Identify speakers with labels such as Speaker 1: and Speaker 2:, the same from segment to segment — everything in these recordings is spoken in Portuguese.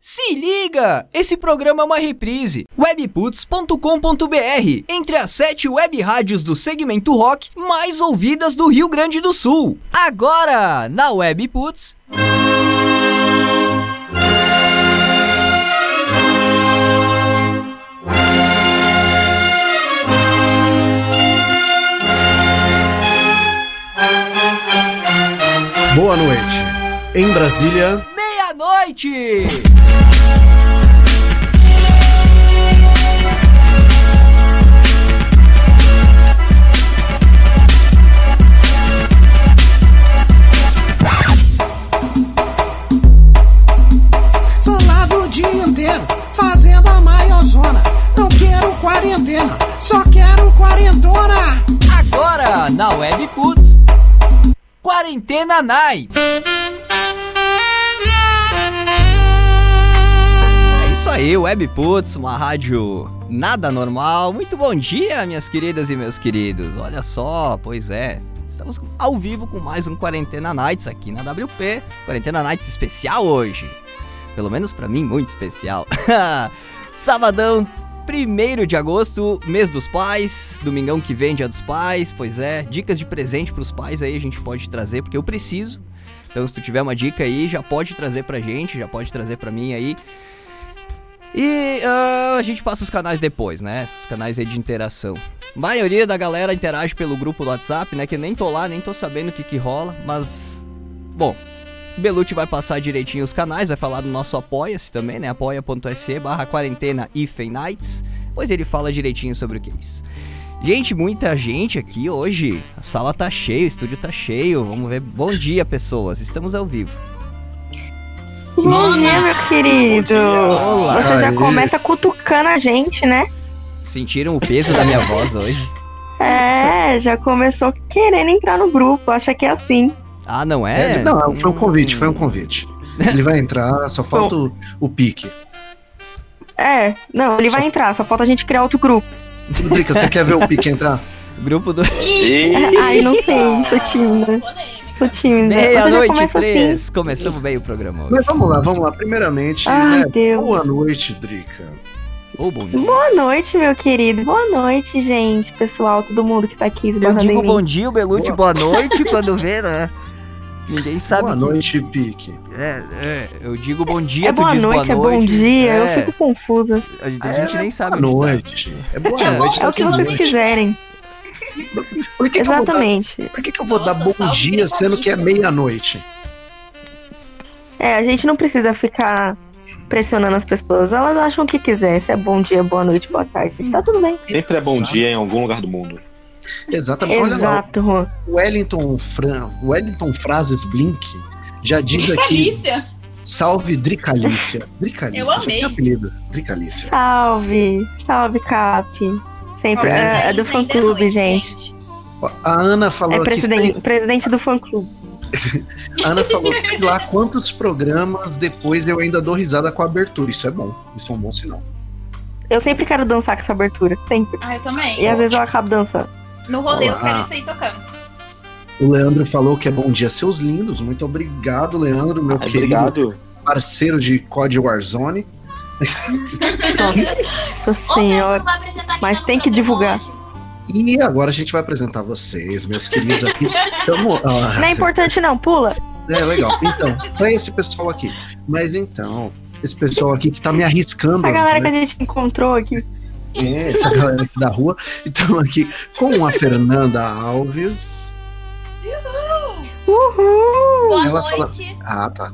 Speaker 1: Se liga! Esse programa é uma reprise. webputs.com.br entre as sete web rádios do segmento rock mais ouvidas do Rio Grande do Sul. Agora, na Webputs.
Speaker 2: Boa noite. Em Brasília,
Speaker 1: Meia-noite!
Speaker 3: Solado o dia inteiro, fazendo a maiozona. Não quero quarentena, só quero quarentona.
Speaker 1: Agora, na Webputs. Quarentena Night. É isso aí, Webputs, uma rádio nada normal. Muito bom dia, minhas queridas e meus queridos. Olha só, pois é. Estamos ao vivo com mais um Quarentena Nights aqui na WP. Quarentena Nights especial hoje. Pelo menos pra mim, muito especial. Sabadão, 1 de agosto, mês dos pais. Domingão que vem, dia dos pais. Pois é, dicas de presente pros pais aí a gente pode trazer, porque eu preciso. Então, se tu tiver uma dica aí, já pode trazer pra gente, já pode trazer pra mim aí. E ah, a gente passa os canais depois, né? Os canais aí de interação. A maioria da galera interage pelo grupo do WhatsApp, né? Que eu nem tô lá, nem tô sabendo o que que rola, mas. Bom, Belucci vai passar direitinho os canais, vai falar do nosso apoia-se também, né? apoia.se barra quarentena hífen nights. Pois ele fala direitinho sobre o que é isso. Gente, muita gente aqui hoje. A sala tá cheia, o estúdio tá cheio. Vamos ver. Bom dia, pessoas. Estamos ao vivo.
Speaker 4: Bom dia, meu querido.
Speaker 1: Olá.
Speaker 4: Você já
Speaker 2: Aí.
Speaker 4: começa cutucando a gente, né?
Speaker 1: Sentiram o peso da minha voz hoje?
Speaker 4: É, já começou querendo entrar no grupo. Acha que é assim.
Speaker 1: Ah, não
Speaker 2: é,
Speaker 1: é?
Speaker 2: não, foi um convite,
Speaker 1: Hum.
Speaker 2: foi um convite. Ele vai entrar, só falta o, o pique.
Speaker 4: É, não, ele vai entrar, só falta a gente criar outro grupo.
Speaker 2: Drica, você quer ver o pique entrar?
Speaker 1: Grupo do
Speaker 4: Ai, não sei, sou tímida. Sou tímida. Você já
Speaker 1: Meia-Noite
Speaker 4: começa assim.
Speaker 1: três. Começamos bem o programa hoje.
Speaker 2: Mas vamos lá, vamos lá. Primeiramente,
Speaker 4: Ai,
Speaker 2: né,
Speaker 4: Deus.
Speaker 2: boa noite, Drica.
Speaker 1: Ô, bom dia.
Speaker 4: Boa noite, meu querido. Boa noite, gente, pessoal, todo mundo que tá aqui
Speaker 1: Eu
Speaker 4: esbarrando em
Speaker 1: digo
Speaker 4: mim.
Speaker 1: bom dia, o Belucci, boa noite quando vê, né? Ninguém
Speaker 4: Tá
Speaker 1: sabe.
Speaker 2: Boa
Speaker 1: que-
Speaker 2: noite, pique.
Speaker 1: É, é, eu digo bom dia,
Speaker 4: É
Speaker 1: tu
Speaker 4: boa
Speaker 1: diz
Speaker 4: noite, é
Speaker 1: boa noite.
Speaker 4: bom dia.
Speaker 1: É,
Speaker 4: Eu fico confusa.
Speaker 1: a gente- a gente nem sabe.
Speaker 2: É, né? Boa
Speaker 1: onde tá.
Speaker 2: noite. É boa noite,
Speaker 4: É o que
Speaker 2: tudo
Speaker 4: vocês
Speaker 2: bem.
Speaker 4: quiserem.
Speaker 2: Por que, que eu vou dar,
Speaker 4: Exatamente.
Speaker 2: por que, que eu vou
Speaker 5: Nossa,
Speaker 2: dar bom
Speaker 5: salve
Speaker 2: dia
Speaker 5: de
Speaker 2: sendo que é
Speaker 5: bagunça.
Speaker 2: meia-noite?
Speaker 4: É, a gente não precisa ficar pressionando as pessoas. Elas acham o que quiser. Se é bom dia, boa noite, boa tarde. Tá tudo bem.
Speaker 6: Sempre é bom dia em algum lugar do mundo.
Speaker 2: Exatamente. Olha lá,
Speaker 4: Exato, Juan.
Speaker 2: o Wellington, Fran, Wellington Frases Blink já diz aqui.
Speaker 5: Calícia.
Speaker 2: Salve Dricalícia. Dricalícia.
Speaker 5: Eu
Speaker 2: já
Speaker 5: amei.
Speaker 2: tem apelido. Dricalícia.
Speaker 4: Salve. Salve, Cap. Sempre. É, é do fã clube, gente.
Speaker 2: Ó, A Ana falou
Speaker 4: É
Speaker 2: aqui.
Speaker 4: presidente, presidente do fã clube.
Speaker 2: sei- A Ana falou, sei lá quantos programas depois eu ainda dou risada com a abertura. Isso é bom. Isso é um bom sinal.
Speaker 4: Eu sempre quero dançar com essa abertura. Sempre.
Speaker 5: Ah, eu também.
Speaker 4: E às vezes eu acabo dançando.
Speaker 5: No rolê eu
Speaker 2: Olá.
Speaker 5: quero isso aí tocando.
Speaker 2: O Leandro falou que é bom dia, seus lindos. Muito obrigado, Leandro, meu
Speaker 6: Ah,
Speaker 2: querido
Speaker 6: obrigado.
Speaker 2: parceiro de COD Warzone.
Speaker 4: Nossa senhora. Mas tem que divulgar.
Speaker 2: E agora a gente vai apresentar vocês, meus queridos aqui. Tamo, ah,
Speaker 4: Não é importante não, pula.
Speaker 2: É legal. Então, então é esse pessoal aqui. Mas então, esse pessoal aqui que tá me arriscando.
Speaker 4: A galera que
Speaker 2: né?
Speaker 4: a gente encontrou aqui.
Speaker 2: É, essa galera aqui da rua. Então aqui com a Fernanda Alves.
Speaker 4: Uhul!
Speaker 5: Boa
Speaker 2: Ela fala-
Speaker 5: noite.
Speaker 2: Ah, tá.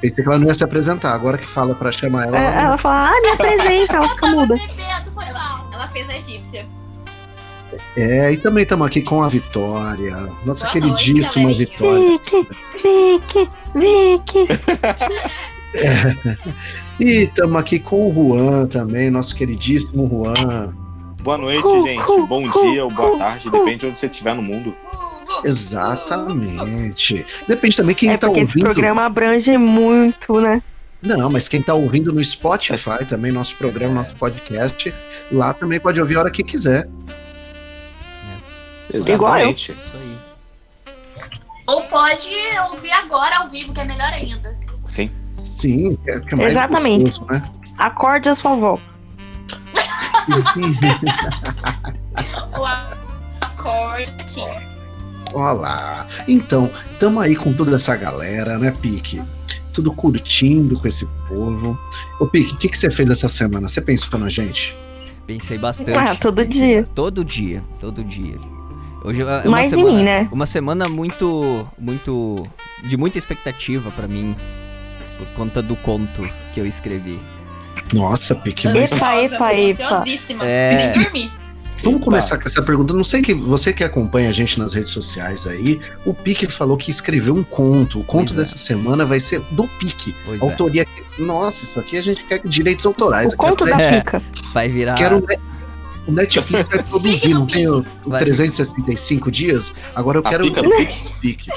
Speaker 2: Pensei que ela não ia se apresentar. Agora que fala pra chamar ela.
Speaker 4: É,
Speaker 2: ela
Speaker 4: Ela fala, ah, me apresenta. Ela fica muda.
Speaker 5: Bebendo, foi lá. Ela fez a egípcia.
Speaker 2: É, e também estamos aqui com a Vitória. Nossa
Speaker 5: Boa
Speaker 2: queridíssima
Speaker 5: noite,
Speaker 2: Vitória.
Speaker 4: Vicky, Vicky, Vicky.
Speaker 2: E estamos aqui com o Juan também, nosso queridíssimo Juan.
Speaker 6: Boa noite,
Speaker 4: Cu,
Speaker 6: gente.
Speaker 4: cu,
Speaker 6: bom
Speaker 4: cu,
Speaker 6: dia ou boa
Speaker 4: cu,
Speaker 6: tarde,
Speaker 4: cu.
Speaker 6: depende de onde você estiver no mundo.
Speaker 2: Exatamente. Depende também quem
Speaker 4: é
Speaker 2: tá
Speaker 1: Então,
Speaker 4: porque esse
Speaker 2: ouvindo.
Speaker 4: programa abrange muito, né?
Speaker 2: Não, mas quem tá ouvindo no Spotify também, nosso programa, nosso podcast, lá também pode ouvir a hora que quiser.
Speaker 4: Igual eu.
Speaker 6: Exatamente.
Speaker 1: Isso aí.
Speaker 5: Ou pode ouvir agora ao vivo, que é melhor ainda.
Speaker 6: Sim.
Speaker 2: Sim, é porque é mais
Speaker 4: Exatamente.
Speaker 2: gostoso, né?
Speaker 4: Acorde a sua avó.
Speaker 5: O acorde.
Speaker 2: Olá. Então, tamo aí com toda essa galera, né, Pique? Tudo curtindo com esse povo. Ô, Pique, o que, que você fez essa semana? Você pensou na gente?
Speaker 1: Pensei bastante.
Speaker 4: Ah, todo
Speaker 1: Pensei
Speaker 4: dia.
Speaker 1: ba- Todo dia, todo dia. Hoje é uma
Speaker 4: Mais em
Speaker 1: semana,
Speaker 4: mim, né?
Speaker 1: uma semana muito, muito, de muita expectativa pra mim, por conta do conto que eu escrevi.
Speaker 2: Nossa, Pique, mas
Speaker 4: Epa, epa, epa.
Speaker 5: Ansiosíssima.
Speaker 1: É.
Speaker 5: Nem dormi.
Speaker 2: Vamos
Speaker 1: Epa.
Speaker 2: começar com essa pergunta. Não sei que você que acompanha a gente nas redes sociais aí, o Pique falou que escreveu um conto. O conto
Speaker 1: Pois é.
Speaker 2: dessa semana vai ser do Pique.
Speaker 1: Pois é,
Speaker 2: Autoria. Nossa, isso aqui a gente quer direitos autorais.
Speaker 4: O conto da
Speaker 1: é-
Speaker 4: pica.
Speaker 1: vai virar.
Speaker 2: Quero o Net- o Netflix vai produzir, não tem o, o
Speaker 1: Vai.
Speaker 2: 365 dias? Agora eu
Speaker 6: A
Speaker 2: quero
Speaker 6: pica
Speaker 2: o
Speaker 6: do pique.
Speaker 2: Pique.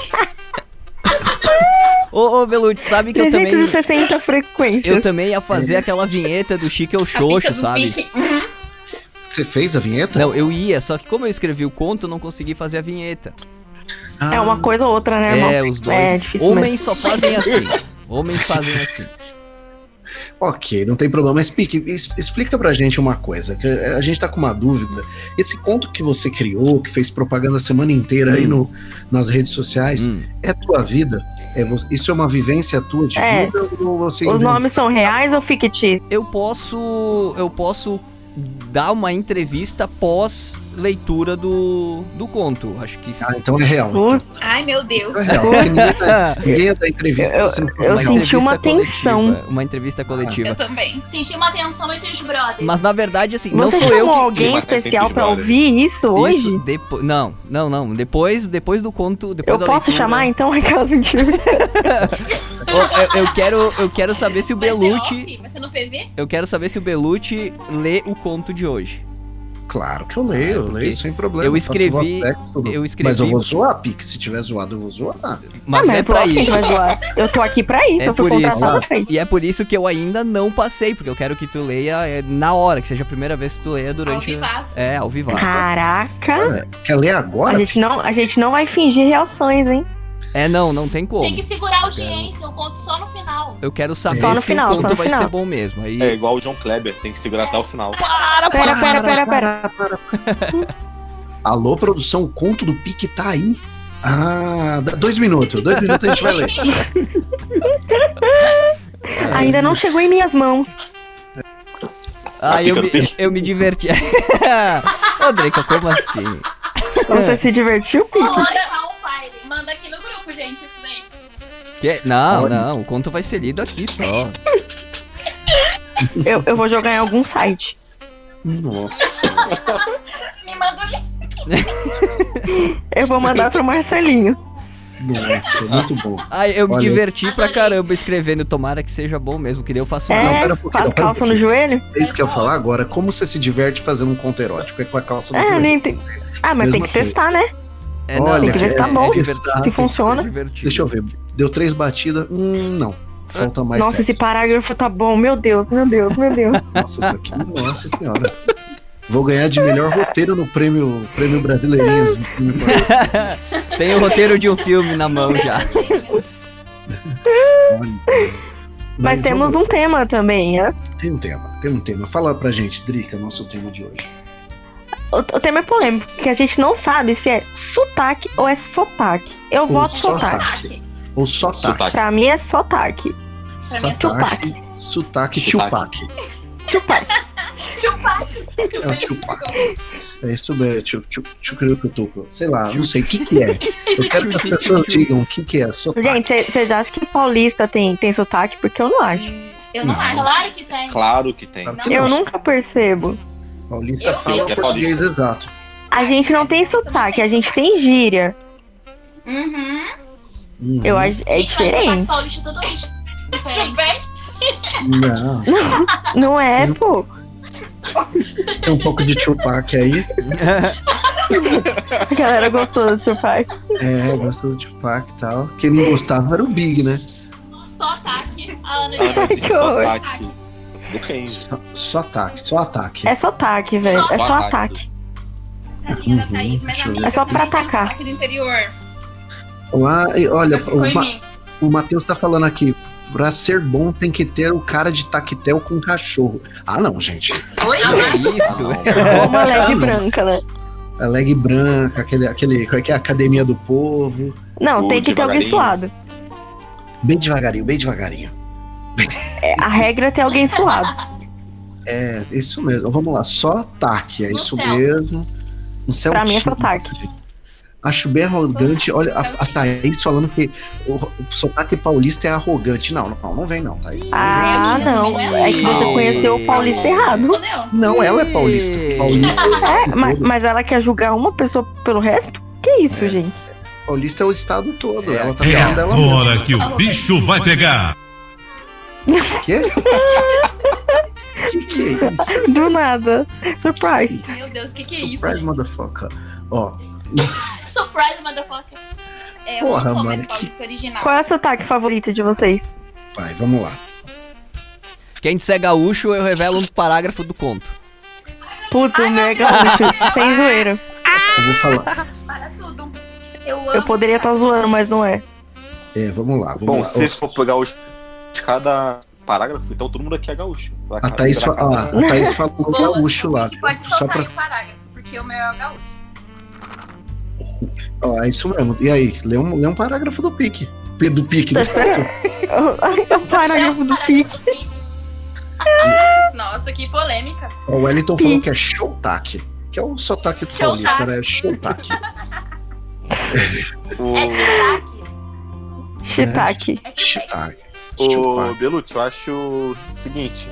Speaker 1: Ô, ô Belucci, sabe que eu também,
Speaker 4: 360 frequências.
Speaker 1: eu também ia fazer aquela vinheta do Chique é o
Speaker 5: A pica
Speaker 1: Xoxo,
Speaker 5: do
Speaker 1: sabe?
Speaker 5: pique.
Speaker 2: Você fez a vinheta?
Speaker 1: Não, eu ia, só que como eu escrevi o conto, eu não consegui fazer a vinheta. Ah.
Speaker 4: É uma coisa ou outra, né, irmão?
Speaker 1: É, os dois.
Speaker 4: É difícil
Speaker 1: Homens só fazem assim. Homens fazem assim.
Speaker 2: Ok, não tem problema. Mas, Pique, es- explica pra gente uma coisa, que a gente tá com uma dúvida. Esse conto que você criou, que fez propaganda a semana inteira aí no, nas redes sociais,
Speaker 1: Hum.
Speaker 2: é tua vida? É vo- isso é uma vivência tua de
Speaker 4: É.
Speaker 2: vida? Ou você
Speaker 4: Os
Speaker 2: inventou?
Speaker 4: nomes são reais ou fictícios?
Speaker 1: Eu posso. Eu posso dar uma entrevista pós leitura do, do conto. Acho que.
Speaker 2: Ah, então é real.
Speaker 4: Putz,
Speaker 5: Ai, meu
Speaker 2: Então é
Speaker 5: Deus.
Speaker 2: real. porque ninguém, dá- ninguém dá entrevista assim
Speaker 4: Eu-
Speaker 2: se não for
Speaker 4: é. eu
Speaker 2: real.
Speaker 4: senti uma
Speaker 1: é, entrevista
Speaker 4: tensão.
Speaker 1: coletiva, Uma entrevista coletiva.
Speaker 7: Ah,
Speaker 5: Eu também. Senti uma tensão entre os
Speaker 7: é.
Speaker 5: brothers.
Speaker 1: Mas na verdade, assim, não
Speaker 4: Você
Speaker 1: sou eu
Speaker 4: chamou
Speaker 1: que.
Speaker 4: alguém
Speaker 6: Mas é sempre
Speaker 4: especial
Speaker 6: de
Speaker 4: pra
Speaker 6: brother.
Speaker 4: ouvir isso hoje?
Speaker 1: Isso depois. Não, não, não. Depois, depois do conto. Depois da
Speaker 4: Eu posso
Speaker 1: leitura,
Speaker 4: chamar então aquelas mentiras?
Speaker 1: Eu, eu- eu quero, eu quero saber se o
Speaker 5: Vai ser
Speaker 1: Belucci.
Speaker 5: off? Vai ser no PV?
Speaker 1: Eu quero saber se o Belucci lê o conto de hoje.
Speaker 2: Claro que eu leio, eu
Speaker 1: porque
Speaker 2: leio sem problema.
Speaker 1: eu
Speaker 2: faço
Speaker 1: escrevi-
Speaker 2: voz sexo, tudo.
Speaker 1: Eu
Speaker 2: Mas
Speaker 1: escrevi.
Speaker 2: eu vou zoar, Pique. Se tiver zoado, eu vou zoar.
Speaker 1: mas
Speaker 4: Ah,
Speaker 1: é
Speaker 4: eu tô
Speaker 1: pra
Speaker 4: aqui,
Speaker 1: isso.
Speaker 4: mas lá, Eu tô aqui pra isso,
Speaker 1: É
Speaker 4: eu fui
Speaker 1: por
Speaker 4: contratada
Speaker 2: isso.
Speaker 4: pra isso.
Speaker 1: E é por isso que eu ainda não passei, porque eu quero que tu leia é, na hora, que seja a primeira vez que tu leia durante.
Speaker 5: Alvivaço.
Speaker 1: É, ao vivo.
Speaker 4: Caraca!
Speaker 2: Quer ler
Speaker 4: A
Speaker 2: agora?
Speaker 4: gente, não, a gente não vai fingir reações, hein?
Speaker 1: É, não, não tem como.
Speaker 5: Tem que segurar a audiência, eu conto só no final.
Speaker 1: Eu quero saber
Speaker 2: Só no
Speaker 1: se
Speaker 4: final,
Speaker 1: o
Speaker 4: só
Speaker 1: conto
Speaker 4: no
Speaker 1: vai
Speaker 4: final.
Speaker 1: ser bom mesmo. Aí,
Speaker 6: É igual o John Kleber, tem que segurar até o final.
Speaker 4: Pera, pera, pera, pera.
Speaker 2: Alô, produção, o conto do Pique tá aí. Ah, dá dois minutos, dois minutos a gente vai ler.
Speaker 4: Ainda
Speaker 1: É.
Speaker 4: não chegou em minhas mãos.
Speaker 1: Ah, eu,
Speaker 6: Fica
Speaker 1: me,
Speaker 6: no pique.
Speaker 1: eu me diverti. Ô, Drica, como assim?
Speaker 4: Você se divertiu?
Speaker 5: Coloca o file. Manda aqui no grupo, gente, isso daí.
Speaker 1: Que- Não,
Speaker 2: Olha.
Speaker 1: não, o conto vai ser lido aqui só.
Speaker 4: Eu, eu vou jogar em algum site.
Speaker 2: Nossa.
Speaker 5: Me manda o link.
Speaker 4: Eu vou mandar pro Marcelinho.
Speaker 2: Nossa, muito bom.
Speaker 1: Ah, eu me
Speaker 2: Olha aí.
Speaker 1: diverti pra
Speaker 5: Adorei.
Speaker 1: caramba escrevendo, tomara que seja bom mesmo, que daí eu faço um
Speaker 2: Não,
Speaker 4: É,
Speaker 2: pera
Speaker 1: mix.
Speaker 2: um pouquinho,
Speaker 4: faz
Speaker 2: não, pera um
Speaker 4: calça no
Speaker 2: pouquinho.
Speaker 4: joelho?
Speaker 2: É isso que eu ia falar agora. Como você se diverte fazendo um conto erótico? É com a calça no
Speaker 4: É,
Speaker 2: joelho.
Speaker 4: nem tem. Ah, mas tem
Speaker 2: Mesma
Speaker 4: que testar, né?
Speaker 1: É, não,
Speaker 2: Olha,
Speaker 4: tem que ver se tá
Speaker 1: é-
Speaker 4: bom,
Speaker 1: é divertido,
Speaker 2: se
Speaker 1: tem que ser
Speaker 4: funciona.
Speaker 1: divertido.
Speaker 2: Deixa eu ver. Deu três batidas. Hum, não. Falta mais
Speaker 4: Nossa,
Speaker 2: sete.
Speaker 4: esse parágrafo tá bom. Meu Deus, meu Deus, meu Deus.
Speaker 2: Nossa, isso aqui, nossa senhora. Vou ganhar de melhor roteiro no prêmio, prêmio Brasileirinhas. do filme pornô.
Speaker 1: Tem o roteiro de um filme na mão já.
Speaker 2: Olha.
Speaker 4: Mas temos
Speaker 2: vamos-
Speaker 4: um tema também. né?
Speaker 2: Tem um tema, tem um tema. Fala pra gente, Drica, nosso tema de hoje.
Speaker 4: O, o tema é polêmico, porque a gente não sabe se é sotaque ou é sotaque. Eu voto sotaque.
Speaker 5: Sotaque.
Speaker 2: Ou só
Speaker 6: Sotaque.
Speaker 4: Pra mim é sotaque.
Speaker 5: mim é
Speaker 2: Sotaque. Sotaque
Speaker 6: Sotaque.
Speaker 2: Tupac.
Speaker 5: Chupac.
Speaker 2: É o Tupac. É isso mesmo, tchu- tchu- tchucurucutuco. Sei lá, não sei o que que é. Eu quero que as pessoas digam o que que é sotaque.
Speaker 4: Gente, vocês acham que paulista tem, tem sotaque? Porque eu não acho.
Speaker 5: Eu não
Speaker 2: Não.
Speaker 5: acho. Claro que tem.
Speaker 6: Claro que tem.
Speaker 2: Claro que
Speaker 4: Eu
Speaker 2: não.
Speaker 4: nunca percebo.
Speaker 2: Paulista
Speaker 5: Eu-
Speaker 2: fala
Speaker 5: eu-
Speaker 2: o português exato.
Speaker 4: A gente não tem sotaque, a gente tem gíria.
Speaker 5: Uhum.
Speaker 2: Uhum.
Speaker 4: Eu acho é
Speaker 5: Gente, mas sotaque
Speaker 4: diferente.
Speaker 5: paulista é totalmente diferente.
Speaker 2: Não,
Speaker 4: Não é, pô.
Speaker 2: tem um pouco de Tupac aí.
Speaker 4: A galera gostou do sotaque.
Speaker 2: É, gostou do Tupac e tal. Quem não gostava era o Big, né?
Speaker 5: Sotaque. A Ana
Speaker 6: Ana
Speaker 5: diz
Speaker 6: de
Speaker 4: que horror.
Speaker 6: sotaque. Depende.
Speaker 2: Só, só ataque, só ataque.
Speaker 4: É sotaque, velho. É só ataque.
Speaker 5: Tadinha da Thaís, mas
Speaker 2: Uhum.
Speaker 5: amiga,
Speaker 4: É só pra
Speaker 5: também tem
Speaker 4: atacar.
Speaker 5: sotaque do interior.
Speaker 2: Lá, e olha,
Speaker 5: Ficou
Speaker 2: o,
Speaker 4: É
Speaker 5: em
Speaker 2: Ma
Speaker 5: mim.
Speaker 2: o Matheus tá falando aqui. Pra ser bom tem que ter o cara de taquetel com cachorro. Ah, não, gente.
Speaker 5: Oi?
Speaker 1: Que É isso?
Speaker 4: Ou uma leg branca, né?
Speaker 2: A É leg branca, aquele, aquele, qual é que é? Academia do Povo.
Speaker 4: Não,
Speaker 6: Ou
Speaker 4: tem que ter alguém suado.
Speaker 6: devagarinho.
Speaker 2: Bem devagarinho, bem devagarinho.
Speaker 4: É, a regra é ter alguém suado.
Speaker 2: É, isso mesmo. Vamos lá, só taque, é
Speaker 5: No
Speaker 2: isso
Speaker 5: céu.
Speaker 2: mesmo. No céu
Speaker 4: Pra mim é
Speaker 2: tinha,
Speaker 4: só taque.
Speaker 2: gente. Acho bem arrogante. Olha, a, a Thaís falando que o o sotaque paulista é arrogante. Não, não, não vem não, Thaís.
Speaker 4: Ah, não. É que você conheceu o paulista errado.
Speaker 5: Entendeu?
Speaker 2: Não, ela é paulista. Paulista,
Speaker 4: É, mas, mas ela quer julgar uma pessoa pelo resto? Que isso, gente?
Speaker 2: paulista é o estado todo.
Speaker 1: É,
Speaker 2: ela tá
Speaker 8: É
Speaker 2: falando dela mesma.
Speaker 8: agora que o bicho vai pegar.
Speaker 2: Quê? que que é isso?
Speaker 4: Do nada. Surprise.
Speaker 5: Meu Deus, o que, que é isso?
Speaker 2: Surprise, motherfucker. Ó,
Speaker 5: Surprise, motherfucker. É, eu
Speaker 2: Porra,
Speaker 5: não sou mais
Speaker 2: mano,
Speaker 5: paulista original.
Speaker 4: Qual é o sotaque favorito de vocês?
Speaker 2: vai, vamos lá.
Speaker 1: Quem disser gaúcho, eu revelo um parágrafo do conto.
Speaker 4: Puta, mega luxo. Sem zoeira.
Speaker 2: Eu vou falar.
Speaker 5: Para tudo. Eu,
Speaker 4: Eu
Speaker 5: amo
Speaker 4: poderia estar zoando, mas não é.
Speaker 2: É, vamos lá. Vamos
Speaker 6: Bom,
Speaker 2: lá.
Speaker 6: se
Speaker 2: Ó,
Speaker 6: vocês for pegar hoje de cada parágrafo, então todo mundo aqui é gaúcho. Vai,
Speaker 2: A
Speaker 6: cara,
Speaker 2: Thaís, fa
Speaker 6: virar
Speaker 2: ah,
Speaker 6: cada-
Speaker 2: a Thaís falou
Speaker 5: Boa.
Speaker 2: gaúcho lá.
Speaker 5: Que pode
Speaker 2: Só
Speaker 5: soltar
Speaker 2: pra...
Speaker 5: em um parágrafo, porque o meu é o gaúcho.
Speaker 2: ó, é isso mesmo. E aí, lê um, lê um parágrafo do pique. P- Do pique. né? Do...
Speaker 4: O parágrafo do pique.
Speaker 5: parágrafo do pique. Nossa, que polêmica.
Speaker 2: Ó, O Wellington falou
Speaker 4: Pique.
Speaker 2: que é showtaque. Que é o sotaque do
Speaker 5: Showtaque.
Speaker 2: paulista, né? Showtaque.
Speaker 5: É
Speaker 6: O,
Speaker 5: shiitake.
Speaker 4: Chitaque.
Speaker 5: É
Speaker 2: Showtaque.
Speaker 5: shiitake.
Speaker 6: o
Speaker 2: Showtaque.
Speaker 6: Belucci, eu acho o seguinte.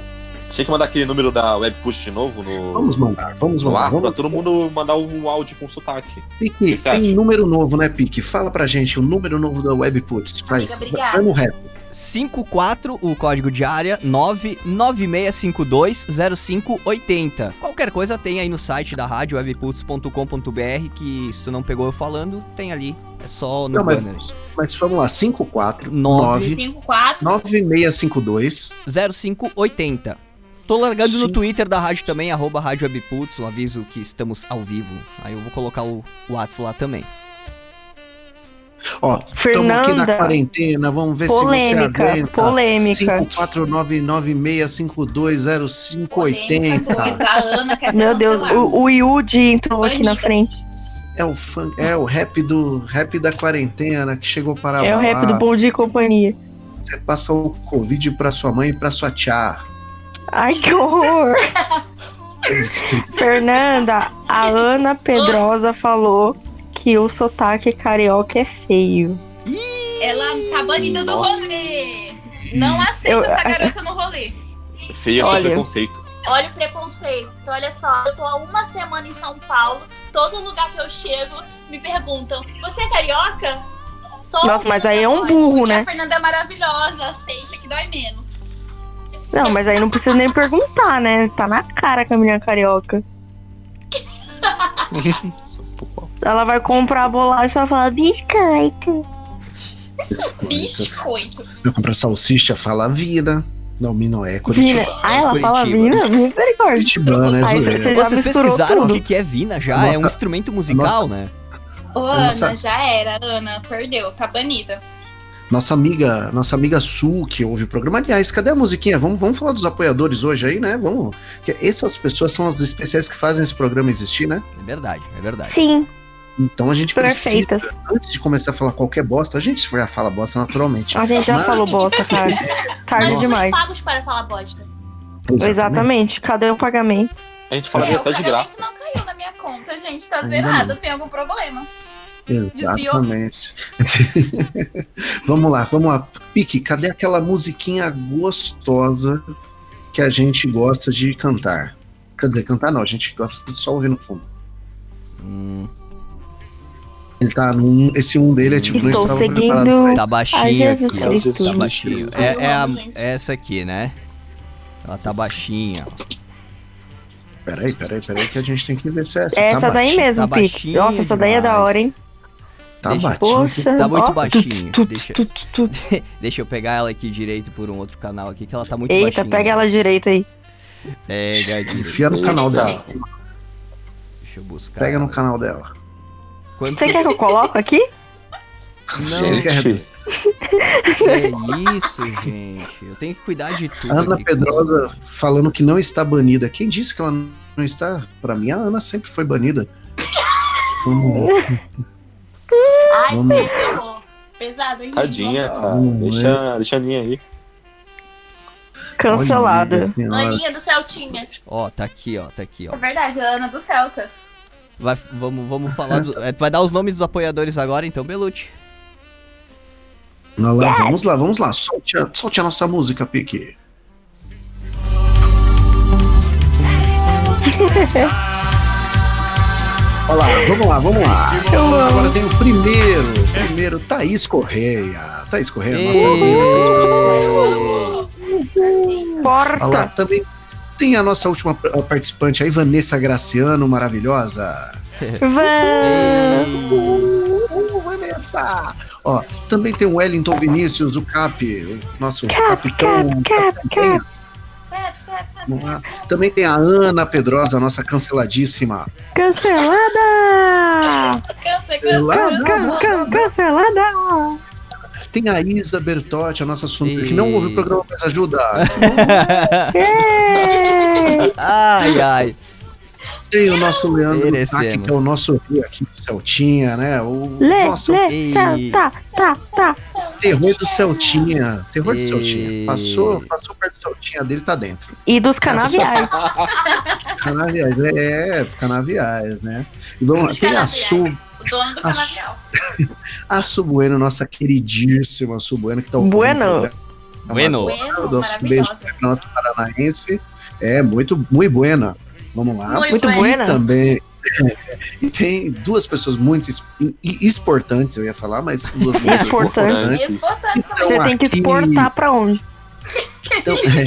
Speaker 6: Tinha que mandar aquele número da Webpush de novo no,
Speaker 2: Vamos mandar, vamos
Speaker 6: no
Speaker 2: mandar.
Speaker 6: ar pra
Speaker 2: Vamos...
Speaker 6: todo mundo mandar um áudio com sotaque.
Speaker 2: Pique,
Speaker 6: que você acha?
Speaker 2: tem número novo, né, Pique? Fala pra gente o número novo da Webputs. Faz.
Speaker 5: obrigada.
Speaker 2: Vai no rap.
Speaker 1: 54, o código de área, 996520580. Qualquer coisa tem aí no site da rádio webputs.com.br, que se tu não pegou eu falando, tem ali. É só no
Speaker 2: Não, mas,
Speaker 1: banner.
Speaker 2: mas vamos lá, 54
Speaker 1: Nove.
Speaker 2: 9
Speaker 5: 5, 4.
Speaker 2: 9652.
Speaker 1: 0580. Tô largando no
Speaker 2: Sim.
Speaker 1: Twitter da rádio também, arroba rádio webputs, um aviso que estamos ao vivo. Aí eu vou colocar o WhatsApp lá também.
Speaker 2: Ó, estamos aqui na
Speaker 4: Fernanda.
Speaker 2: quarentena, vamos ver
Speaker 4: Polêmica,
Speaker 2: se você aguenta.
Speaker 4: polêmica.
Speaker 2: 54996520580.
Speaker 5: A Ana quer ser
Speaker 4: Meu Deus,
Speaker 5: cancelada.
Speaker 4: o, o Yudi entrou aqui na frente.
Speaker 2: É o fun- é o rap do rap da quarentena que chegou para
Speaker 4: É o rap do
Speaker 2: abalar.
Speaker 4: Bom Dia e Companhia.
Speaker 2: Você passa o covid para sua mãe e para sua tia.
Speaker 4: Ai, que horror! Fernanda, a Ana Pedrosa falou que o sotaque carioca é feio.
Speaker 5: Ela tá banida do
Speaker 6: Nossa.
Speaker 5: rolê. Não aceita
Speaker 4: Eu-
Speaker 5: essa garota no rolê.
Speaker 6: Feio
Speaker 4: Olha.
Speaker 6: esse preconceito.
Speaker 5: Olha o preconceito. Olha só, eu tô há uma semana em São Paulo. Todo lugar que eu chego me perguntam: Você é carioca? Só
Speaker 4: Nossa,
Speaker 5: ouvindo
Speaker 4: mas aí
Speaker 5: minha
Speaker 4: é um
Speaker 5: voz,
Speaker 4: burro,
Speaker 5: porque
Speaker 4: né?
Speaker 5: A Fernanda é maravilhosa, aceita que dói menos.
Speaker 4: Não, mas aí não precisa nem perguntar, né? Tá na cara que a menina é carioca. Ela vai comprar bolacha e ela fala biscoito.
Speaker 5: Biscoito.
Speaker 2: Vai comprar salsicha, fala vira. Não, Mino é
Speaker 4: Vina.
Speaker 2: Curitiba.
Speaker 4: Ah, ela fala
Speaker 1: Curitiba.
Speaker 4: vina? Misericórdia.
Speaker 2: Curitibana, né,
Speaker 4: Aí
Speaker 2: zoeira.
Speaker 4: você já
Speaker 1: Vocês
Speaker 4: misturou
Speaker 1: pesquisaram o
Speaker 4: tudo.
Speaker 1: que, que é Vina já? É um
Speaker 2: Nossa.
Speaker 1: instrumento musical, né?
Speaker 5: Ô,
Speaker 2: Nossa.
Speaker 5: Ana, já era, Ana. Perdeu, tá banida.
Speaker 2: Nossa amiga, nossa amiga Su, que ouve o programa. Aliás, cadê a musiquinha? Vamos, vamos falar dos apoiadores hoje aí, né? Vamos. Que Essas pessoas são as especiais que fazem esse programa existir, né?
Speaker 1: É verdade, é verdade.
Speaker 4: Sim,
Speaker 2: Então a gente precisa,
Speaker 4: perfeitas.
Speaker 2: antes de começar a falar qualquer bosta, a gente já fala bosta naturalmente.
Speaker 4: A gente já
Speaker 2: Mas- assim,
Speaker 4: falou bosta, cara. Tarde
Speaker 5: Nós somos
Speaker 4: demais.
Speaker 5: pagos para falar bosta.
Speaker 4: Exatamente. Cadê o pagamento?
Speaker 6: A gente falaria
Speaker 5: É,
Speaker 6: até
Speaker 5: o
Speaker 6: tá de
Speaker 5: pagamento
Speaker 6: graça.
Speaker 5: não caiu na minha conta, gente. Tá
Speaker 2: Ainda
Speaker 5: zerada. Tem algum problema? Desviou.
Speaker 2: Exatamente. vamos lá, vamos lá. Pique, cadê aquela musiquinha gostosa que a gente gosta de cantar? Quer dizer, cantar não, a gente gosta de só ouvir no fundo.
Speaker 1: Hum,
Speaker 2: Ele tá num. Esse um dele é tipo, não
Speaker 4: Estou
Speaker 2: estava preparado.
Speaker 4: seguindo.
Speaker 1: tá
Speaker 4: Ai,
Speaker 1: baixinha
Speaker 4: Jesus
Speaker 1: aqui, ó.
Speaker 4: Cristo.
Speaker 1: Tá baixinha.
Speaker 6: Ai,
Speaker 1: É, é a-
Speaker 5: mano, gente.
Speaker 1: é essa aqui, né? Ela tá baixinha. ó.
Speaker 2: Peraí, peraí, peraí, que a gente tem que ver se é essa.
Speaker 4: É
Speaker 2: tá
Speaker 4: essa daí
Speaker 2: baixinho,
Speaker 1: Tá
Speaker 4: mesmo, Pique.
Speaker 1: baixinha
Speaker 4: Nossa, essa daí é da
Speaker 1: demais.
Speaker 4: hora, hein?
Speaker 2: Tá
Speaker 1: Deixa-
Speaker 2: baixinho.
Speaker 4: Poxa.
Speaker 1: Tá muito
Speaker 4: ó.
Speaker 1: baixinho.
Speaker 4: Tu, tu,
Speaker 1: Deixa,
Speaker 4: tu, tu, tu.
Speaker 1: deixa eu pegar ela aqui direito por um outro canal aqui, que ela tá muito
Speaker 4: Eita,
Speaker 1: baixinha.
Speaker 4: pega ela direita aí.
Speaker 1: Pega direito.
Speaker 2: Enfia no canal dela.
Speaker 1: Deixa eu buscar.
Speaker 2: Pega no
Speaker 1: ela.
Speaker 2: canal dela.
Speaker 1: Quanto-
Speaker 4: Você quer que eu coloque aqui?
Speaker 1: Não.
Speaker 2: Gente.
Speaker 1: É isso, gente. Eu tenho que cuidar de tudo.
Speaker 2: Ana
Speaker 1: aqui.
Speaker 2: Pedrosa falando que não está banida. Quem disse que ela não está? Pra mim, a Ana sempre foi banida. um Vamos,
Speaker 5: Ai,
Speaker 2: Vamos.
Speaker 5: Fê, que horror. Pesado, hein? gente?
Speaker 6: Tadinha, cara.
Speaker 2: Hum,
Speaker 6: Deixa, deixa a linha aí.
Speaker 2: olha,
Speaker 4: Cancelada.
Speaker 2: senhora.
Speaker 5: Aninha do Celtinha.
Speaker 1: Ó, tá aqui, ó, tá aqui, ó.
Speaker 7: É verdade, a Ana do Celta.
Speaker 1: Vai- vamos, vamos falar. Dos, é, tu vai dar os nomes dos apoiadores agora, então, Belucci.
Speaker 2: Olha lá, vamos lá, vamos lá. Solte a, solte a nossa música, Pique. Olha lá, vamos lá, vamos lá. Agora tem o primeiro, o primeiro, Thaís Correia. Thaís Correia, É, nossa tá
Speaker 1: Ei.
Speaker 2: querida Thaís Olha Ah, lá,
Speaker 4: Porta.
Speaker 2: também tem a nossa última p- participante aí, Vanessa Graciano, maravilhosa.
Speaker 4: Van.
Speaker 2: Uh, Vanessa! Ó, também tem o Wellington Vinícius, o Cap, o nosso capitão.
Speaker 4: Cap, cap.
Speaker 2: Vamos lá. Também tem a Ana Pedrosa, nossa canceladíssima.
Speaker 4: Cancelada.
Speaker 2: Lá,
Speaker 5: Cansa, cansa,
Speaker 2: lá,
Speaker 5: cansa.
Speaker 2: lá.
Speaker 4: Can- cancelada.
Speaker 2: Tem a Isa Bertotti, a nossa sunga, que
Speaker 1: Ei.
Speaker 2: não ouve o programa, mas ajuda.
Speaker 4: Ei.
Speaker 1: Ai, ai.
Speaker 2: Tem o nosso Leandro
Speaker 1: Merecemos.
Speaker 2: Taki, que é o nosso rei aqui do Celtinha, né? O
Speaker 4: Lê,
Speaker 2: nosso
Speaker 1: ei.
Speaker 4: lê, tá, tá, tá, tá.
Speaker 2: terror do Celtinha. Terror do
Speaker 1: Ei.
Speaker 2: Celtinha. Passou, passou perto do Celtinha dele, tá dentro.
Speaker 4: E dos
Speaker 1: um
Speaker 4: canaviais.
Speaker 2: Dos canaviais, né? é, dos canaviais, né? E vamos lá,
Speaker 5: Dos
Speaker 2: tem a
Speaker 5: canaviais.
Speaker 2: Su,
Speaker 5: O dono do
Speaker 2: Ah,
Speaker 5: canavial.
Speaker 2: a Su Bueno, nossa queridíssima Su Bueno, que tá
Speaker 4: Bueno.
Speaker 2: ouvindo o programa.
Speaker 1: Bueno.
Speaker 2: Eu dou
Speaker 5: Bueno,
Speaker 2: um beijo
Speaker 5: Oh, maravilhosa.
Speaker 2: pra nossa paranaense. É, muito, muito buena. Vamos lá.
Speaker 5: Muito
Speaker 4: Muito
Speaker 5: bem.
Speaker 4: buena.
Speaker 2: Também. e tem duas pessoas muito es- e- exportantes, eu ia falar, mas duas pessoas
Speaker 4: Exportantes.
Speaker 5: Exportando também.
Speaker 4: Você tem que
Speaker 2: aqui-
Speaker 4: exportar pra onde?
Speaker 2: Então, é,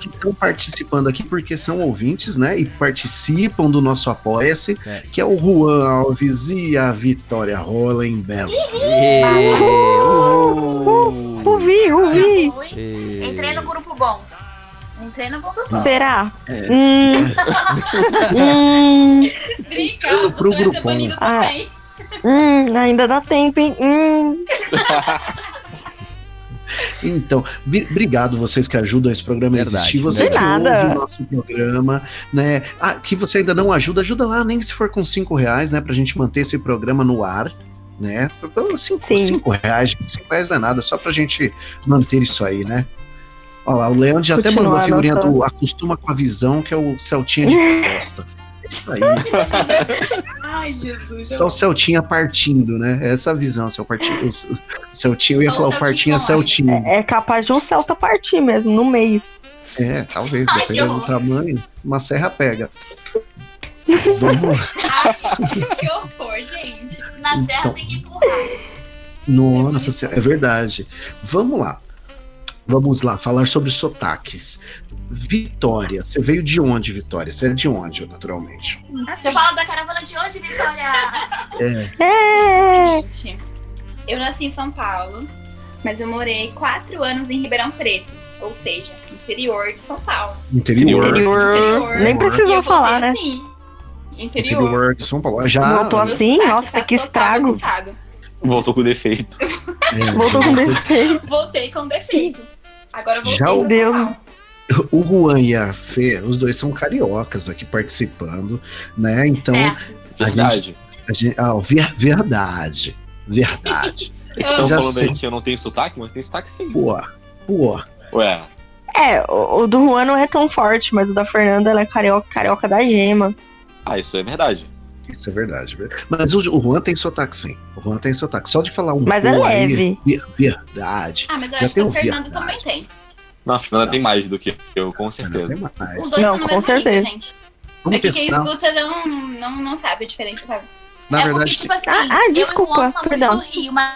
Speaker 2: que estão participando aqui porque são ouvintes, né? E participam do nosso Apoia-se,
Speaker 1: É.
Speaker 2: que é o Juan Alves e a Vitória Rolenberg.
Speaker 1: Ei, uhul.
Speaker 4: Ouvi, ouvi.
Speaker 5: Fui.
Speaker 1: Ei.
Speaker 5: Entrei no grupo bom. Entrei no grupo bom.
Speaker 4: Será? Hum. hum.
Speaker 5: Brinca,
Speaker 2: Entrando pro
Speaker 5: você vai ser
Speaker 2: grupão.
Speaker 5: banido
Speaker 4: Ah.
Speaker 5: também.
Speaker 4: Hum. Ainda dá tempo, hein? Hum.
Speaker 2: Então, vi- obrigado vocês que ajudam esse programa a
Speaker 1: Verdade,
Speaker 2: existir. Você
Speaker 1: de
Speaker 2: que
Speaker 4: nada.
Speaker 2: ouve o nosso programa, né? Ah, que você ainda não ajuda, ajuda lá, nem se for com cinco reais, né? Pra gente manter esse programa no ar. Né? Pelo Cinco,
Speaker 4: Sim.
Speaker 2: cinco reais, gente, cinco reais não é nada, só pra gente manter isso aí, né? Olha lá, o Leandro já até
Speaker 4: Continuar
Speaker 2: mandou a figurinha
Speaker 4: nossa-
Speaker 2: do Acostuma com a Visão, que é o Celtinha de costa. É Isso aí,
Speaker 5: Ai, Jesus.
Speaker 2: só o Celtinha partindo, né? Essa visão, seu partindo. O Celtinha, eu ia
Speaker 5: Só o
Speaker 2: falar o Partinha
Speaker 5: Celtinha corre.
Speaker 2: Celtinha.
Speaker 4: É capaz de um Celta partir mesmo, no meio.
Speaker 2: É, talvez,
Speaker 5: Ai, que
Speaker 2: dependendo do
Speaker 5: horror.
Speaker 2: tamanho, uma serra pega. Vamos
Speaker 5: Que horror, gente. Na serra
Speaker 2: Então.
Speaker 5: tem que empurrar.
Speaker 2: Nossa senhora, é verdade. Vamos lá. Vamos lá, falar sobre sotaques. Vitória, você veio de onde, Vitória? Você é de onde, naturalmente?
Speaker 5: Você fala da caravana de onde, Vitória?
Speaker 7: Gente, é o seguinte. Eu nasci em São Paulo, mas eu morei quatro anos em Ribeirão Preto, ou seja, interior de São Paulo.
Speaker 2: Interior. Interior,
Speaker 7: Interior.
Speaker 4: Nem
Speaker 7: E eu
Speaker 4: precisou
Speaker 7: voltei
Speaker 4: falar, né?
Speaker 7: assim, Interior.
Speaker 2: de São Paulo. Ah, Já.
Speaker 4: Voltou
Speaker 7: Meu
Speaker 4: assim?
Speaker 7: sotaque
Speaker 4: Nossa,
Speaker 7: tá
Speaker 4: que
Speaker 7: total
Speaker 4: estrago.
Speaker 7: bagunçado.
Speaker 6: Voltou com defeito.
Speaker 2: é,
Speaker 4: Voltou com
Speaker 2: já-
Speaker 4: defeito.
Speaker 7: Voltei com defeito. Agora eu voltei
Speaker 2: Já
Speaker 7: pra
Speaker 2: o-
Speaker 7: São
Speaker 4: Deus.
Speaker 7: Paulo.
Speaker 2: O Juan e a Fê, os dois são cariocas aqui participando, né? Então,
Speaker 7: É.
Speaker 5: Certo.
Speaker 6: Verdade.
Speaker 2: a gente, ah, ver- verdade. Verdade.
Speaker 6: É que estão
Speaker 2: Já
Speaker 6: falando
Speaker 2: sei.
Speaker 6: aí que eu não tenho sotaque, mas tem sotaque sim.
Speaker 2: Pô, pô.
Speaker 6: Ué,
Speaker 4: É, o, o do Juan não é tão forte, mas o da Fernanda, ela é carioca, carioca da gema.
Speaker 6: ah, isso é verdade.
Speaker 2: Isso é verdade. Mas o, o Juan tem sotaque, sim. O Juan tem sotaque. Só de falar um
Speaker 4: Mas é
Speaker 2: pô aí,
Speaker 4: leve.
Speaker 2: ver- verdade.
Speaker 7: Ah, mas eu
Speaker 2: Já
Speaker 7: acho que
Speaker 2: tem
Speaker 7: o
Speaker 2: um
Speaker 7: Fernando
Speaker 2: viadagem.
Speaker 7: também tem.
Speaker 6: Não, a Fernanda tem mais do que eu, com certeza.
Speaker 2: Não tem mais.
Speaker 7: Os dois
Speaker 4: Não,
Speaker 7: estão no
Speaker 4: com
Speaker 7: mesmo nível,
Speaker 4: certeza.
Speaker 7: gente.
Speaker 2: Vamos
Speaker 7: é que quem
Speaker 2: testar.
Speaker 7: escuta não, não, não sabe a diferença, sabe?
Speaker 2: Na
Speaker 5: é
Speaker 2: verdade,
Speaker 5: porque, tipo assim,
Speaker 4: Ah, ah,
Speaker 5: eu e o
Speaker 4: desculpa,
Speaker 5: Juan somos
Speaker 4: perdão.
Speaker 5: do Rio, mas,